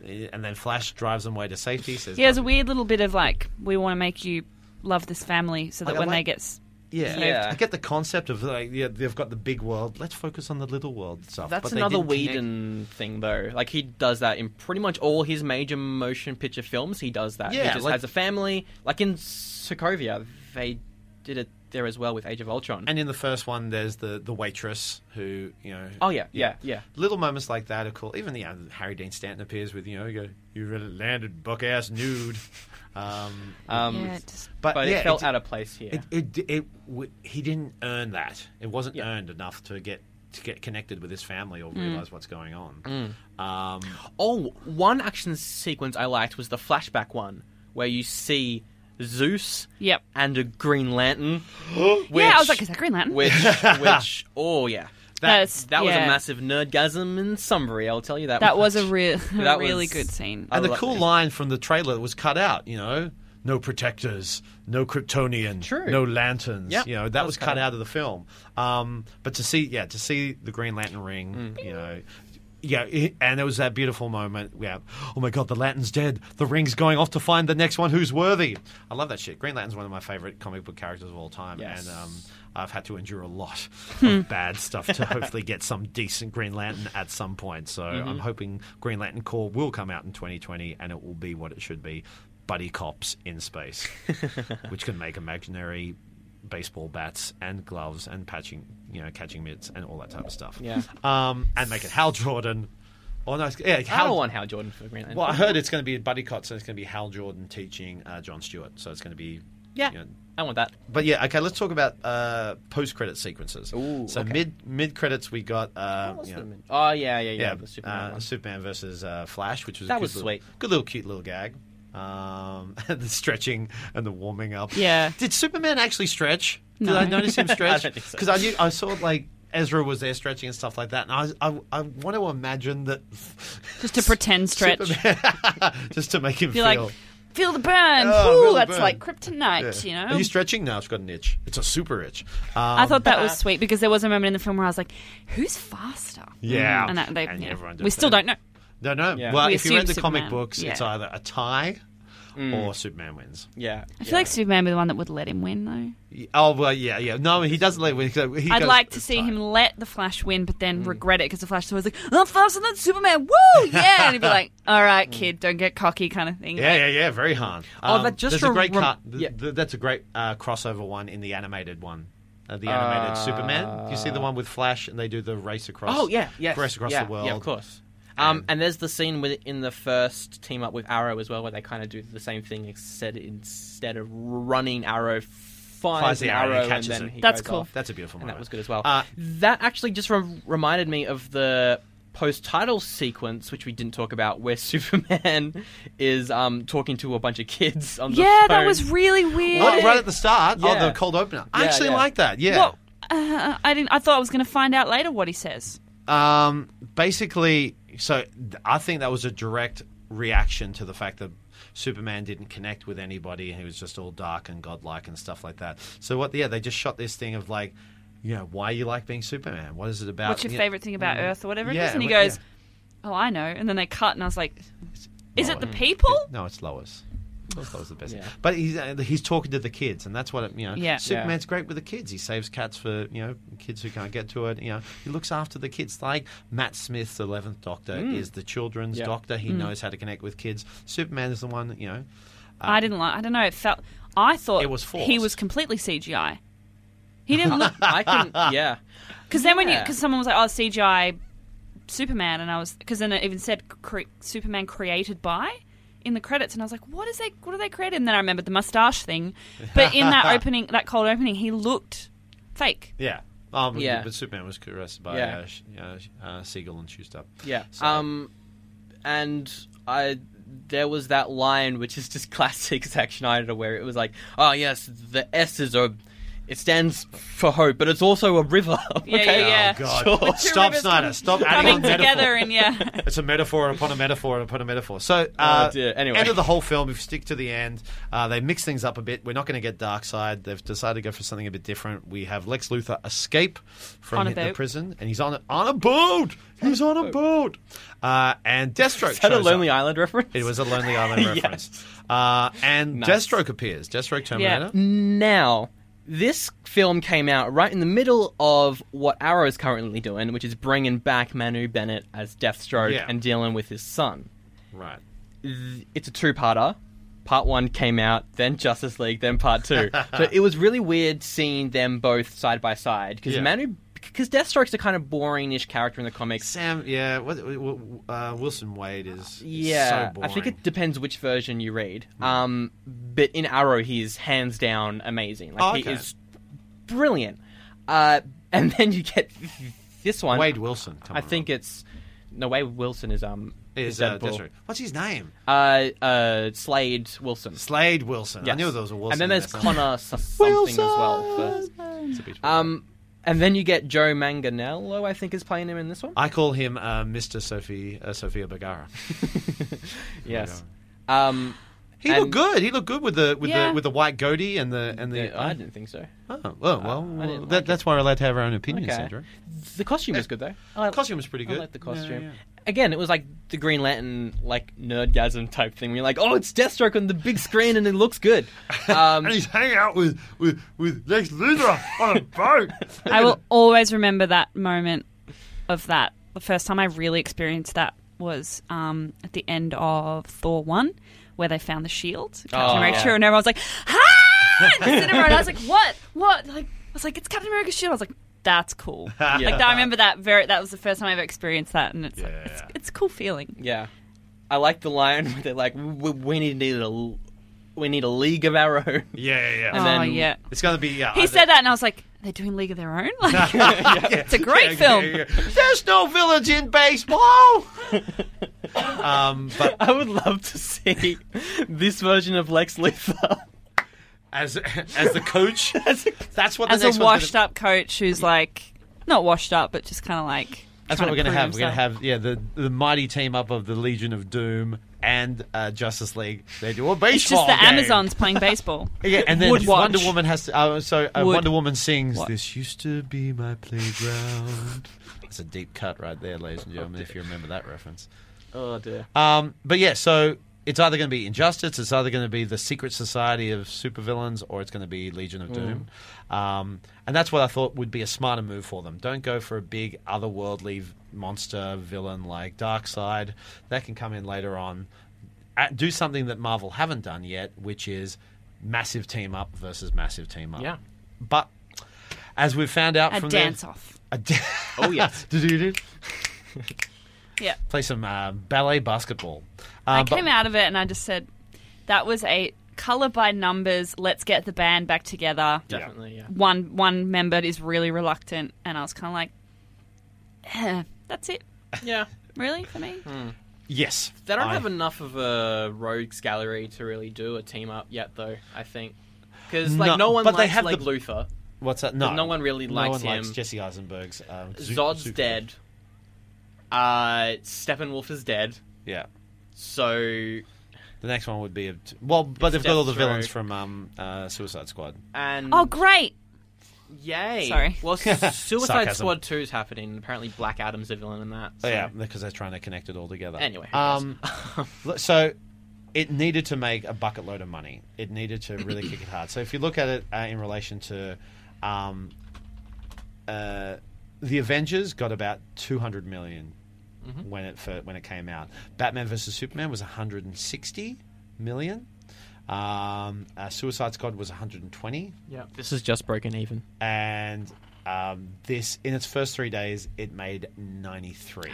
eh, and then Flash drives them away to safety. Says, Yeah, it's a weird little bit of like we want to make you love this family so that Like, I when like- they get s- yeah, Yeah. I get the concept of like yeah, they've got the big world. Let's focus on the little world stuff. That's but they another didn't connect. Whedon thing, though. Like he does that in pretty much all his major motion picture films. He does that. Yeah, he just like- has a family. Like in Sokovia, they did it there as well with Age of Ultron. And in the first one, there's the the waitress who you know. oh yeah, yeah, yeah. little moments like that are cool. Even the um, Harry Dean Stanton appears with you know you, go, you really landed buck ass nude, um, Um, yeah, it just- but, But yeah, it felt it, out of place here. it, it, it, w- he didn't earn that. It wasn't Yeah. earned enough to get to get connected with his family or realize what's going on. Um, oh, one action sequence I liked was the flashback one where you see Zeus yep. and a Green Lantern. yeah, I was like, is that Green Lantern? which, which, oh yeah, That's- that was yeah. a massive nerdgasm in summary. I'll tell you that. That was much. a real, That really was- good scene. I and the love cool it. line from the trailer was cut out. You know, no protectors, no Kryptonian, True. no lanterns. Yep. You know, that, That was was cut cut. out of the film. Um, but to see, yeah, to see the Green Lantern ring, you know. Yeah, it- and it was that beautiful moment. Yeah. Oh my God, the Lantern's dead. The ring's going off to find the next one who's worthy. I love that shit. Green Lantern's one of my favorite comic book characters of all time. Yes. And um, I've had to endure a lot Hmm. of bad stuff to hopefully get some decent Green Lantern at some point. So Mm-hmm. I'm hoping Green Lantern Corps will come out in 2020 and it will be what it should be buddy cops in space, which can make imaginary baseball bats and gloves and patching, you know, catching mitts and all that type of stuff. Yeah. Um, and make it Hal Jordan. Oh, no. it's- Yeah, I Hal, don't want Hal Jordan for Green Lantern. well, I heard it's going to be buddy cops, and it's going to be Hal Jordan teaching uh, John Stewart. So it's going to be yeah, you know, I want that. but yeah, okay. Let's talk about uh, post-credit sequences. Ooh, so okay. mid mid credits, we got uh, What was you know, the min- oh yeah, yeah, yeah. yeah, the Superman uh, one. Superman versus uh, Flash, which was That a good was little, sweet. good little cute little gag. Um, the stretching and the warming up. Yeah. Did Superman actually stretch? Did No. I notice him stretch? I don't think so. Because I knew I saw like Ezra was there stretching and stuff like that, and I was, I, I want to imagine that Just to pretend stretch. Superman, just to make him You're feel. like, feel the burn. Oh, feel Ooh, the that's burn. like Yeah. kryptonite, you know? Are you stretching? No, it's got an itch. It's a super itch. Um, I thought that was sweet because there was a moment in the film where I was like, who's faster? Yeah. And, that, they, And yeah. everyone we does still that. don't know. No, no. Yeah. Well, We if you read the assume comic Superman. books, Yeah. it's either a tie Mm. or Superman wins. yeah, I feel like Superman would be the one that would let him win, though. Oh well, yeah, yeah. No, he doesn't let win. He I'd goes, Mm. like to "It's see tied." him let the Flash win, but then regret it because the Flash is always like, I'm faster than Superman. Woo! Yeah! And he'd be like, all right, kid, don't get cocky kind of thing. Mm. Yeah, yeah, yeah. Very hard. Um, Oh, that just there's a rem- great cut. th- yeah. th- that's a great uh, crossover one in the animated one. Uh, the animated Uh, Superman. Do you see the one with Flash and they do the race across? Oh yeah, yes, race across yeah, the world. Yeah, of course. Um, and there's the scene with in the first team up with Arrow as well, where they kind of do the same thing, except instead of running Arrow, finds, Finds the an arrow, arrow, catches and then it. he That's goes cool. off. That's a beautiful and moment. that was good as well. Uh, that actually just rem- reminded me of the post-title sequence, which we didn't talk about, where Superman is um, talking to a bunch of kids on the Yeah, that phone. was really weird. Oh, right at the start. Oh, Yeah. the cold opener. I Yeah, actually yeah. like that. Yeah. Well, uh, I didn't. I thought I was going to find out later what he says. Um, basically, so th- I think that was a direct reaction to the fact that Superman didn't connect with anybody, and he was just all dark and godlike and stuff like that. So what? Yeah, they just shot this thing of like, you know, why you like being Superman? What is it about? What's your you know- favorite thing about Earth or whatever Uh, it Mm. yeah, is? And he well, goes, "Oh, I know." And then they cut, and I was like, "Is it the Mm. people?" No, it's Lois. Of course, Lois is the best. Yeah. But he's uh, he's talking to the kids, and that's what it, you know. Yeah. Superman's great with the kids. He saves cats for you know kids who can't get to it. You know, he looks after the kids. Like Matt Smith's Eleventh Doctor is the children's Mm. Yeah. doctor. He knows how to connect with kids. Superman is the one. You know, I didn't like. I don't know. It felt. I thought Um, It was forced. he was completely CGI. He didn't look I can, yeah, because then when you Yeah. because someone was like, "Oh, CGI Superman," and I was because then it even said cre- Superman created by in the credits, and I was like, "What is they? What do they create?" And then I remembered the mustache thing, but in that opening, that cold opening, he looked fake. yeah. Um, Yeah. But Superman was caressed by Yeah. uh, Sh- uh, Sh- uh, Siegel and Schuster. yeah. So- Um, and I there was that line which is just classic Zack Snyder, where it was like, oh yes, the S is a, it stands for hope, but it's also a river. Yeah, okay? yeah, yeah. Oh God! Sure. Two Stop, rivers Snyder! com- Stop adding coming on metaphor. together, and yeah, It's a metaphor upon a metaphor upon a metaphor. So, uh, Oh, dear. Anyway. end of the whole film. If you stick to the end, uh, they mix things up a bit. We're not going to get Dark Side. They've decided to go for something a bit different. We have Lex Luthor escape from On a the boat. prison, and he's on a, on a boat. He's on a boat, uh, and Deathstroke. Is that a shows Lonely up. Island reference? It was a Lonely Island Yes. reference. Uh, and Nice. Mm. Deathstroke appears. Deathstroke Terminator. Now, this film came out right in the middle of what Arrow is currently doing, which is bringing back Manu Bennett as Deathstroke Yeah. and dealing with his son. Right. Th- It's a two-parter. Part one came out, then Justice League, then part two. so it was really weird seeing them both side by side because Yeah. Manu, because Deathstroke's a kind of boring-ish character in the comics. Sam. Yeah. What, uh, Wilson Wade is. is Yeah, So boring. I think it depends which version you read. Um, but in Arrow, he's hands down amazing. Like Oh, he okay. is brilliant. Uh, and then you get this one. Wade Wilson. Come I on. think it's no way. Wilson is um is uh, Deadpool. Deathstroke. What's his name? uh, uh Slade Wilson. Slade Wilson. I knew there was a Wilson. And then in there's there somewhere. Connor s- something as well. but- It's a bit weird. um, and then you get Joe Manganello. I think is playing him in this one. I call him uh, Mr. Sophie uh, Sophia Vergara. yes. Um, He looked And- good. He looked good with the with Yeah. the with the white goatee and the and the. Yeah, I didn't think so. oh well, well, I didn't that, like it. that's why we're allowed to have our own opinions, Okay. Sandra. The costume was good though. I, Costume was pretty I good. like the costume. Yeah, yeah. Again, it was like the Green Lantern like nerdgasm type thing. Where you're like, oh, it's Deathstroke on the big screen and it looks good. Um, And he's hanging out with with, with Lex Luthor on a boat. I will always remember that moment of that. The first time I really experienced that was um, at the end of Thor 1, where they found the shield. Captain Oh, America's yeah. shield, and everyone was like, ha! And cinema, and I was like, what? What? Like, I was like, it's Captain America's shield. I was like, that's cool. Yeah. Like, I remember that very, that was the first time I ever experienced that, and it's like, Yeah. it's, it's a cool feeling. yeah, I like the line where they're like, we, we need a l- we need a league of our own. Yeah, yeah, yeah. oh, And then- yeah. It's gonna be. Yeah, He I- said that, and I was like, they're doing League of Their Own? Like, it's a great film. There's no village in baseball. um, but I would love to see this version of Lex Luthor as as the coach, as a, that's what the as next one's a washed gonna, up coach who's like, not washed up, but just kind of like. That's what trying we're gonna prove have. We're gonna himself. have yeah the the mighty team up of the Legion of Doom and uh, Justice League. They do a baseball. It's just the game. Amazons playing baseball. Yeah, and then Would Wonder watch. Woman has to. Uh, so uh, Would Wonder Woman sings, watch. "This used to be my playground." That's a deep cut right there, ladies and gentlemen. if you remember that reference. oh dear. Um, but yeah, so it's either going to be Injustice, it's either going to be the Secret Society of Supervillains, or it's going to be Legion Mm. of Doom. Um, and that's what I thought would be a smarter move for them. Don't go for a big otherworldly v- monster villain like Darkseid. That can come in later on. At- do something that Marvel haven't done yet, which is massive team up versus massive team up. Yeah. But as we've found out A from dance their- off. a da- Oh, yes. Do-do-do. Yeah. play some uh, ballet basketball. I Uh, but- came out of it and I just said, that was a color by numbers. Let's get the band back together. Definitely, yeah. One one member is really reluctant, and I was kind of like, eh, that's it, Yeah. really for me. Hmm. Yes. They don't have an. enough of a rogues gallery to really do a team up yet, though. I think because like No, no, one but they likes have like the- Luthor. What's that? No. No one really no likes one likes him. Jesse Eisenberg's. Um, Zu- Zod's Zu- dead. Uh, Steppenwolf is dead. Yeah. So The next one would be. A t- well, but they've got all the Deathstroke. villains from um, uh, Suicide Squad. and Oh, great! yay! Sorry. Well, S- Suicide Sarcasm. Squad two is happening. Apparently, Black Adam's a villain in that. Oh, so- yeah, because they're trying to connect it all together. Anyway, who Um, l- so it needed to make a bucket load of money. It needed to really kick it hard. So if you look at it uh, in relation to um, uh, the Avengers, got about two hundred million Mm-hmm. when it fir- when it came out. Batman vs Superman was one hundred and sixty million. Um, uh, Suicide Squad was one hundred and twenty Yeah. This is just broken even. and um, this in its first three days it made 93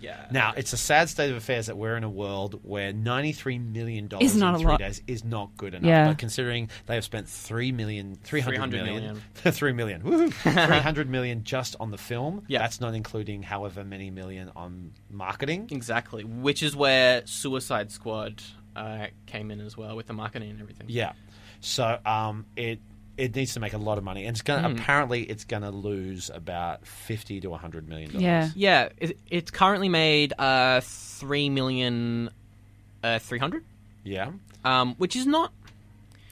Yeah. now it's a sad state of affairs that we're in a world where 93 million dollars Is in not a three lot. days is not good enough Yeah. but considering they have spent 3 million 300 300 million, million. 3 million woohoo, 300 million just on the film Yeah. that's not including however many million on marketing Exactly, which is where Suicide Squad uh, came in as well with the marketing and everything. Yeah. So um, it it needs to make a lot of money, and it's gonna Hmm. apparently it's gonna lose about fifty to hundred million dollars. Yeah. Yeah, it, it's currently made uh, three million uh, three hundred, yeah, um, which is not,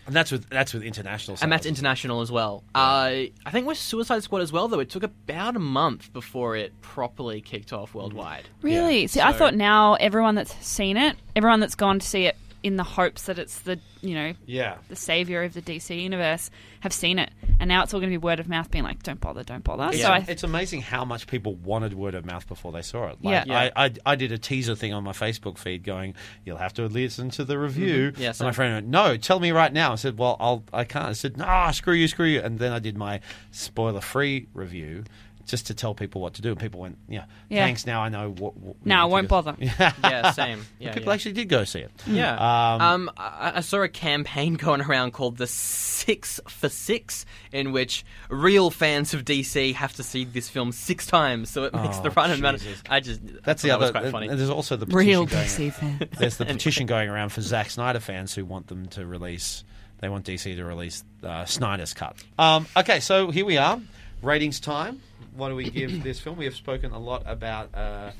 and that's with that's with international. Sales. and that's international as well. Uh, I think with Suicide Squad as well, though, it took about a month before it properly kicked off worldwide. Really? See, I So- thought now everyone that's seen it, everyone that's gone to see it in the hopes that it's the you know Yeah. the savior of the DC universe, have seen it, and now it's all going to be word of mouth, being like, "Don't bother, don't bother." It's, So I, it's amazing how much people wanted word of mouth before they saw it. Yeah. Like Yeah. I, I, I did a teaser thing on my Facebook feed going, "You'll have to listen to the review." Mm-hmm. Yeah, and my same. friend went, "No, tell me right now." I said, "Well, I'll, I can't." I said, "No, screw you, screw you." And then I did my spoiler-free review just to tell people what to do. And people went, "Yeah, Yeah. thanks. Now I know what." what No, I what to won't go- bother. Yeah, same. Yeah, People yeah. actually did go see it. Yeah. Um, Um, I, I saw a campaign going around called the Six for Six, in which real fans of DC have to see this film six times, so it makes Oh, the run amount. Jesus. I just That's I the thought other. That was quite and- funny. and there's also the petition real going- DC fan. There's the petition going around for Zack Snyder fans who want them to release. They want DC to release uh, Snyder's cut. Um, okay, so here we are. Ratings time. What do we give this film? We have spoken a lot about uh,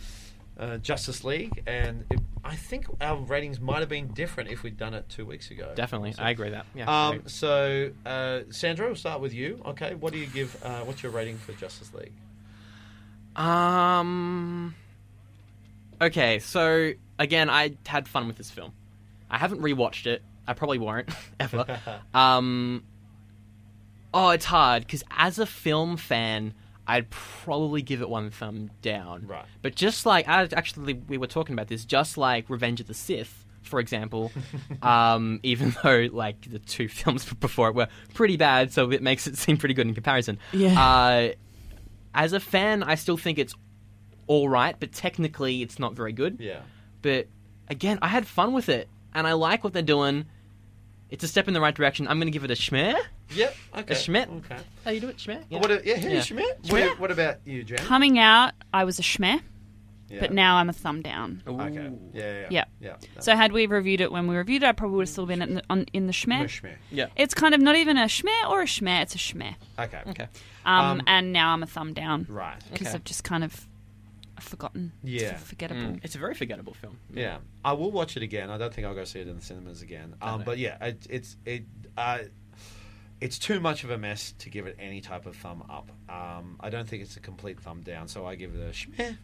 uh, Justice League, and it, I think our ratings might have been different if we'd done it two weeks ago. Definitely, So- I agree with that. Yeah, Um, great. so, uh, Sandra, we'll start with you. Okay, what do you give? Uh, what's your rating for Justice League? Um. Okay, so again, I had fun with this film. I haven't rewatched it. I probably won't ever. um. Oh, it's hard because as a film fan, I'd probably give it one thumb down. Right. But just like I actually, we were talking about this. Just like Revenge of the Sith, for example. um, even though like the two films before it were pretty bad, so it makes it seem pretty good in comparison. Yeah. Uh, as a fan, I still think it's all right, but technically it's not very good. Yeah, But again, I had fun with it, and I like what they're doing. It's a step in the right direction. I'm going to give it a schmear. yep. Okay, A schmidt. Okay. How Oh, you do it, schmear? What? A, yeah, hey, Yeah. Schmidt. Schmidt. What, what about you, Jen? Coming out, I was a schmeh, Yeah. but now I'm a thumb down. Ooh. Okay. Yeah. Yeah. Yeah. Yeah. So had we reviewed it when we reviewed it, I probably would have still been in the, on, in No the schmeh. Schmidt. Yeah. It's kind of not even a schmeh or a schmeh; it's a schmeh. Okay. Okay. Um, Um, and now I'm a thumb down Right. because okay. I've just kind of I've forgotten. It's Yeah. forgettable. Mm. It's a very forgettable film. Yeah, I will watch it again. I don't think I'll go see it in the cinemas again. Um, Okay. but yeah, it, it's it. Uh, it's too much of a mess to give it any type of thumb up. Um, I don't think it's a complete thumb down, so I give it a schmeh.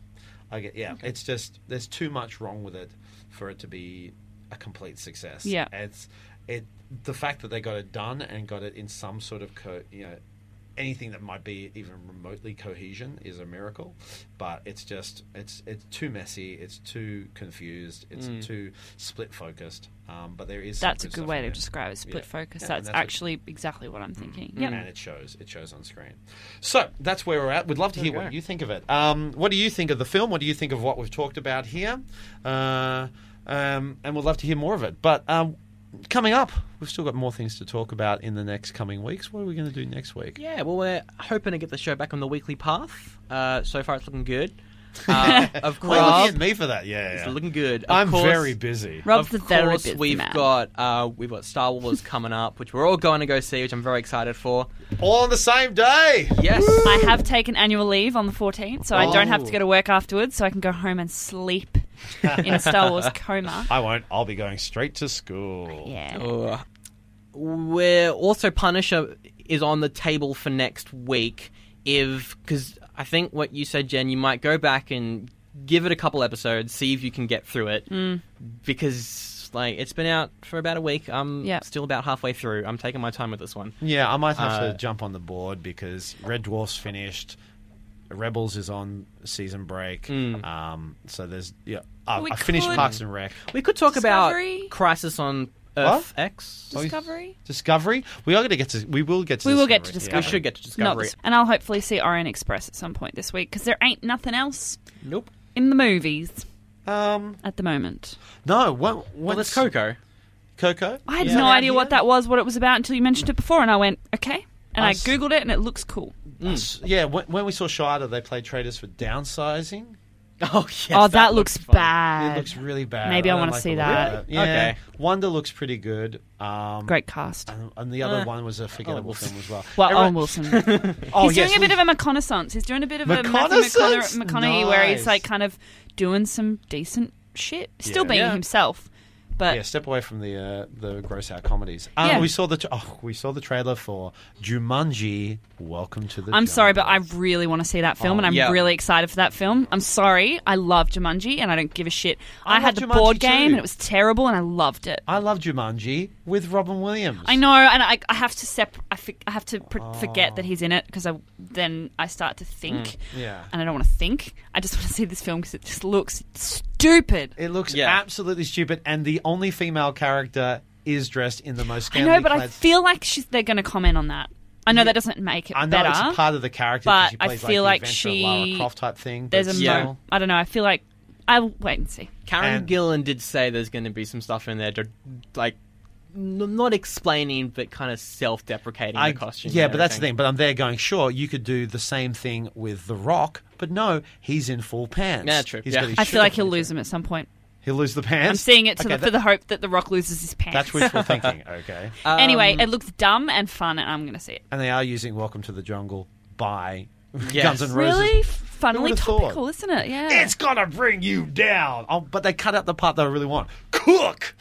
I get yeah. It's just there's too much wrong with it for it to be a complete success. Yeah. it's it the fact that they got it done and got it in some sort of co- you know anything that might be even remotely cohesion is a miracle but it's just it's it's too messy it's too confused it's Mm. too split focused um, but there is some That's a good stuff way in to there. describe it. Split Yeah. focus. Yeah, and that's, that's what- actually exactly what I'm thinking. Yeah. and it shows it shows on screen so that's where we're at we'd love to hear There we what go. you think of it um, what do you think of the film what do you think of what we've talked about here uh, um, and we'd love to hear more of it but um, coming up we've still got more things to talk about in the next coming weeks what are we going to do next week Yeah, well, we're hoping to get the show back on the weekly path. Uh, so far, it's looking good. Uh, of Why are you looking course, at me for that yeah, it's yeah. looking good. Of I'm course- very busy Rob- Rob's of the course, therapist we've man. got uh, we've got Star Wars coming up, which we're all going to go see, which I'm very excited for. all on the same day Yes, I have taken annual leave on the 14th, so I don't have to Oh. go to work afterwards, so I can go home and sleep in a Star Wars coma. I won't. I'll be going straight to school. Yeah. Uh, we're also Punisher is on the table for next week. If because I think what you said, Jen, you might go back and give it a couple episodes, see if you can get through it. Mm. Because like it's been out for about a week. I'm Yeah. still about halfway through. I'm taking my time with this one. Yeah, I might have Uh, to jump on the board because Red Dwarf's finished. Rebels is on season break. Hmm. Um, so there's yeah. I, We I finished could- Parks and Rec. We could talk Discovery? about Crisis on Earth X. Oh, Discovery? Discovery. We are going to get to. We will get to. We will Discovery. get to Discovery. We should get to Not Discovery. this- and I'll hopefully see Orient Express at some point this week because there ain't nothing else Nope. in the movies Yeah. Um. at the moment. No. What? Well, What's that's Coco. Coco. I had Yeah. no Yeah, idea what yeah. that was, what it was about until you mentioned it before, and I went, okay. And I Us. googled it, and it looks cool. Hmm. S- Yeah. When, when we saw Shida, they played traders for downsizing. Oh, yes, oh, that, looks, fun. bad. It looks really bad. Uh, Maybe I don't wanna like see the look of that. Yeah. Okay. Wonder looks pretty good. Um, Great cast. And, and the other Uh, one was a forgettable Wilson. film as well. Well, Everyone- Owen Wilson. oh, he's yes, doing a bit we- of a reconnaissance. He's doing a bit of a Matthew Reconnaissance? McCona- McConaughey where he's Nice. like kind of doing some decent shit, still Yeah. being Yeah. himself. But yeah, step away from the uh, the gross out comedies. Um, Yeah. We saw the tra- oh, we saw the trailer for Jumanji. Welcome to the. I'm sorry, but I jungle. really want to see that film, uh, Oh, and I'm yeah. really excited for that film. I'm sorry, I love Jumanji, and I don't give a shit. I I, love had the Jumanji board too. game, and it was terrible, and I loved it. I love Jumanji with Robin Williams. I know, and I, I have to sep- I, fi- I have to pr- forget that he's in it because I then I start to think, Oh. Hmm, Yeah. and I don't want to think. I just want to see this film because it just looks stupid. It looks Yeah. absolutely stupid, and the only female character is dressed in the most. I Scantily know, but I clad- feel like she's, they're going to comment on that. I know that doesn't make it I know better. it's a part of the character, but 'cause she I plays, feel like like, the she- adventure of Lara Croft type thing. but There's a Yeah. mo- I don't know. I feel like I'll wait and see. Karen And- Gillan did say there's going to be some stuff in there, to, like n- not explaining, but kind of self-deprecating I- the costume. Yeah, and but that's the everything. thing. But I'm there going, sure, you could do the same thing with The Rock, but no, he's in full pants. Yeah, true. He's Yeah. got his I shirt feel like off. he'll lose him at some point. He'll lose the pants. I'm seeing it to Okay, the, for the hope that The Rock loses his pants. That's wishful thinking. Okay. anyway, Um, it looks dumb and fun, and I'm going to see it. and they are using Welcome to the Jungle by Yes. Guns N' Roses. Really? funnily would've thought? topical, isn't it? Yeah. It's gonna bring you down. Oh, but they cut out the part that I really want. Cook.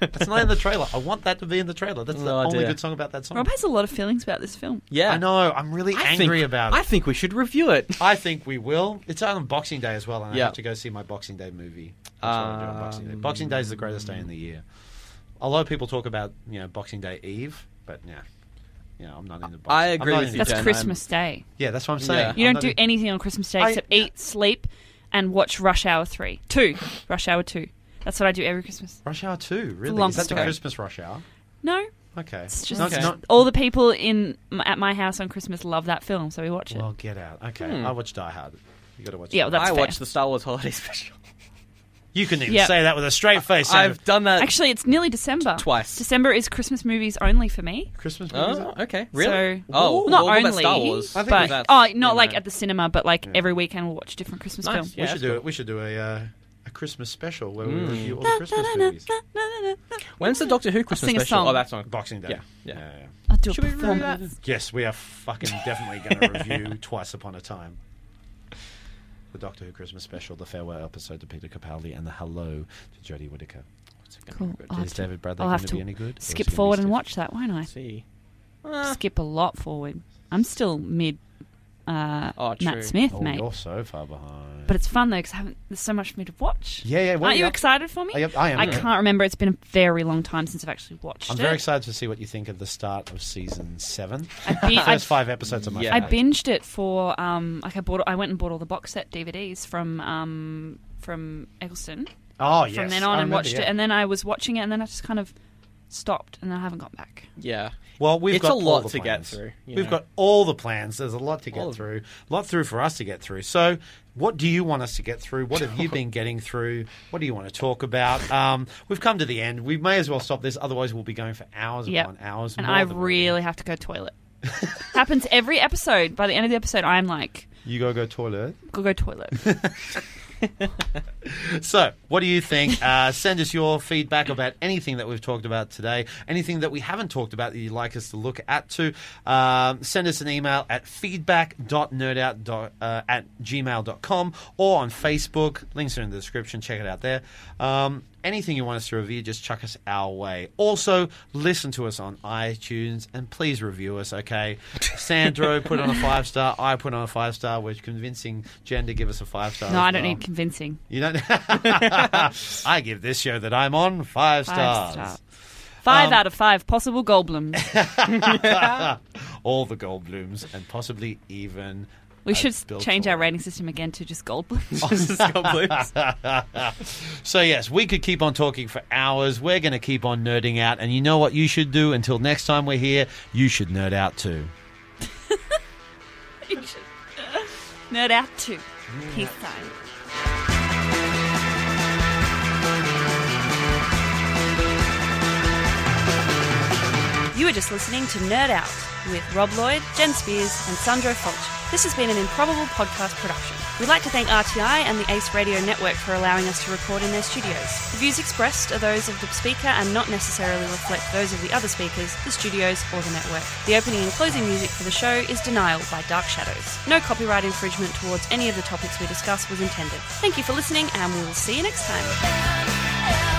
That's not in the trailer. I want that to be in the trailer. That's the No only idea. good song about that song. Rob has a lot of feelings about this film. Yeah, I know. I'm really I angry think, about it. Oh, I think we should review it. I think we will. It's out on Boxing Day as well, and I Yeah. Um, have to go see my Boxing Day movie. That's what I do on Boxing Day. Boxing Day is the greatest day in the year. A lot of people talk about you know Boxing Day Eve, but yeah, yeah, I'm not into. Boxing. I I'm agree not with into you, That's boxing. Jen, Christmas Day. Yeah, that's what I'm saying. Yeah. You um, I'm don't not do in- anything on Christmas Day I- except eat, sleep, and watch Rush Hour 3. 2. Rush Hour 2. That's what I do every Christmas. Rush Hour Two. Really, long is that the story. Christmas Rush Hour? No, Okay, it's just Not- Okay. not- all the people in at my house on Christmas love that film, so we watch it. well, get out. Okay, Hmm. I watch Die Hard. You got to watch. Yeah, Die well, Hard. I That's watched fair. the Star Wars Holiday Special. you can even Yeah. say that with a straight face. Andrew. I've done that Actually, it's nearly December. Twice. December is Christmas movies only for me. Christmas movies. Oh, out? okay, really? So, oh, well, not what about only Star Wars. I think but that's- oh, not like you know. at the cinema, but like every weekend we'll watch a different Christmas Nice, film. yeah. we should do that's it. We should do a uh, a Christmas special where we Mm. review all the Christmas movies. When's the Doctor Who Christmas sing a special? song. Oh, that's on. Boxing Day. Yeah, yeah. I'll do a Should we review that? performance. Yes, we are fucking definitely going to review Twice Upon a Time. The Doctor Who Christmas special, the farewell episode to Peter Capaldi, and the hello to Jodie Whittaker. What's it gonna Cool. be good? I'll have Is to- David Bradley I'll going have to be to any good? or is he skip gonna be forward and stiff? watch that, won't I? Let's see. Ah, Skip a lot forward. I'm still mid uh, Oh, true. Matt Smith, Oh, mate. you're so far behind. But it's fun though because I haven't. There's so much for me to watch. Yeah, yeah, well, Aren't you yeah. excited for me? I am- I am, I yeah. can't remember. It's been a very long time since I've actually watched I'm it. very excited to see what you think of the start of season seven. I bin- I- First five episodes of my Yeah. I favorite. binged it for um, like I bought. I went and bought all the box set DVDs from um, from Eggleston Oh, from yes. then I on and remember, watched yeah. it. And then I was watching it, and then I just kind of stopped, and then I haven't gone back. yeah. Well, we've It's got a all lot the to get plans. through, you We've know. got all the plans. There's a lot to get All of- through, a lot through for us to get through. So, what do you want us to get through? What have you been getting through? What do you want to talk about? Um, we've come to the end. We may as well stop this, otherwise we'll be going for hours Yep. upon hours. And more I than really have to go toilet. Happens every episode. By the end of the episode, I'm like, you go go toilet. go go toilet. So, what do you think? Uh, send us your feedback about anything that we've talked about today, anything that we haven't talked about that you'd like us to look at too. Um, send us an email at feedback.nerdout uh, at gmail.com or on Facebook. Links are in the description. Check it out there. Um, anything you want us to review, just chuck us our way. Also, listen to us on iTunes and please review us, okay? Sandro put on a five star. I put on a five star. We're convincing Jen to give us a five star. no, as I don't well. need convincing. You don't. I give this show that I'm on five Five stars. star. Five Um, out of five possible Goldblums. All the Goldblums and possibly even. We uh, should Bill change our Thorne. rating system again to just Goldblum. So yes, we could keep on talking for hours. We're going to keep on nerding out, and you know what you should do until next time we're here. You should nerd out too. Nerd out too. Peace sign. You are just listening to Nerd Out with Rob Lloyd, Jen Spears, and Sandro Fulch. This has been an improbable podcast production. We'd like to thank RTI and the Ace Radio Network for allowing us to record in their studios. The views expressed are those of the speaker and not necessarily reflect those of the other speakers, the studios, or the network. The opening and closing music for the show is Denial by Dark Shadows. No copyright infringement towards any of the topics we discuss was intended. Thank you for listening, and we will see you next time. Yeah.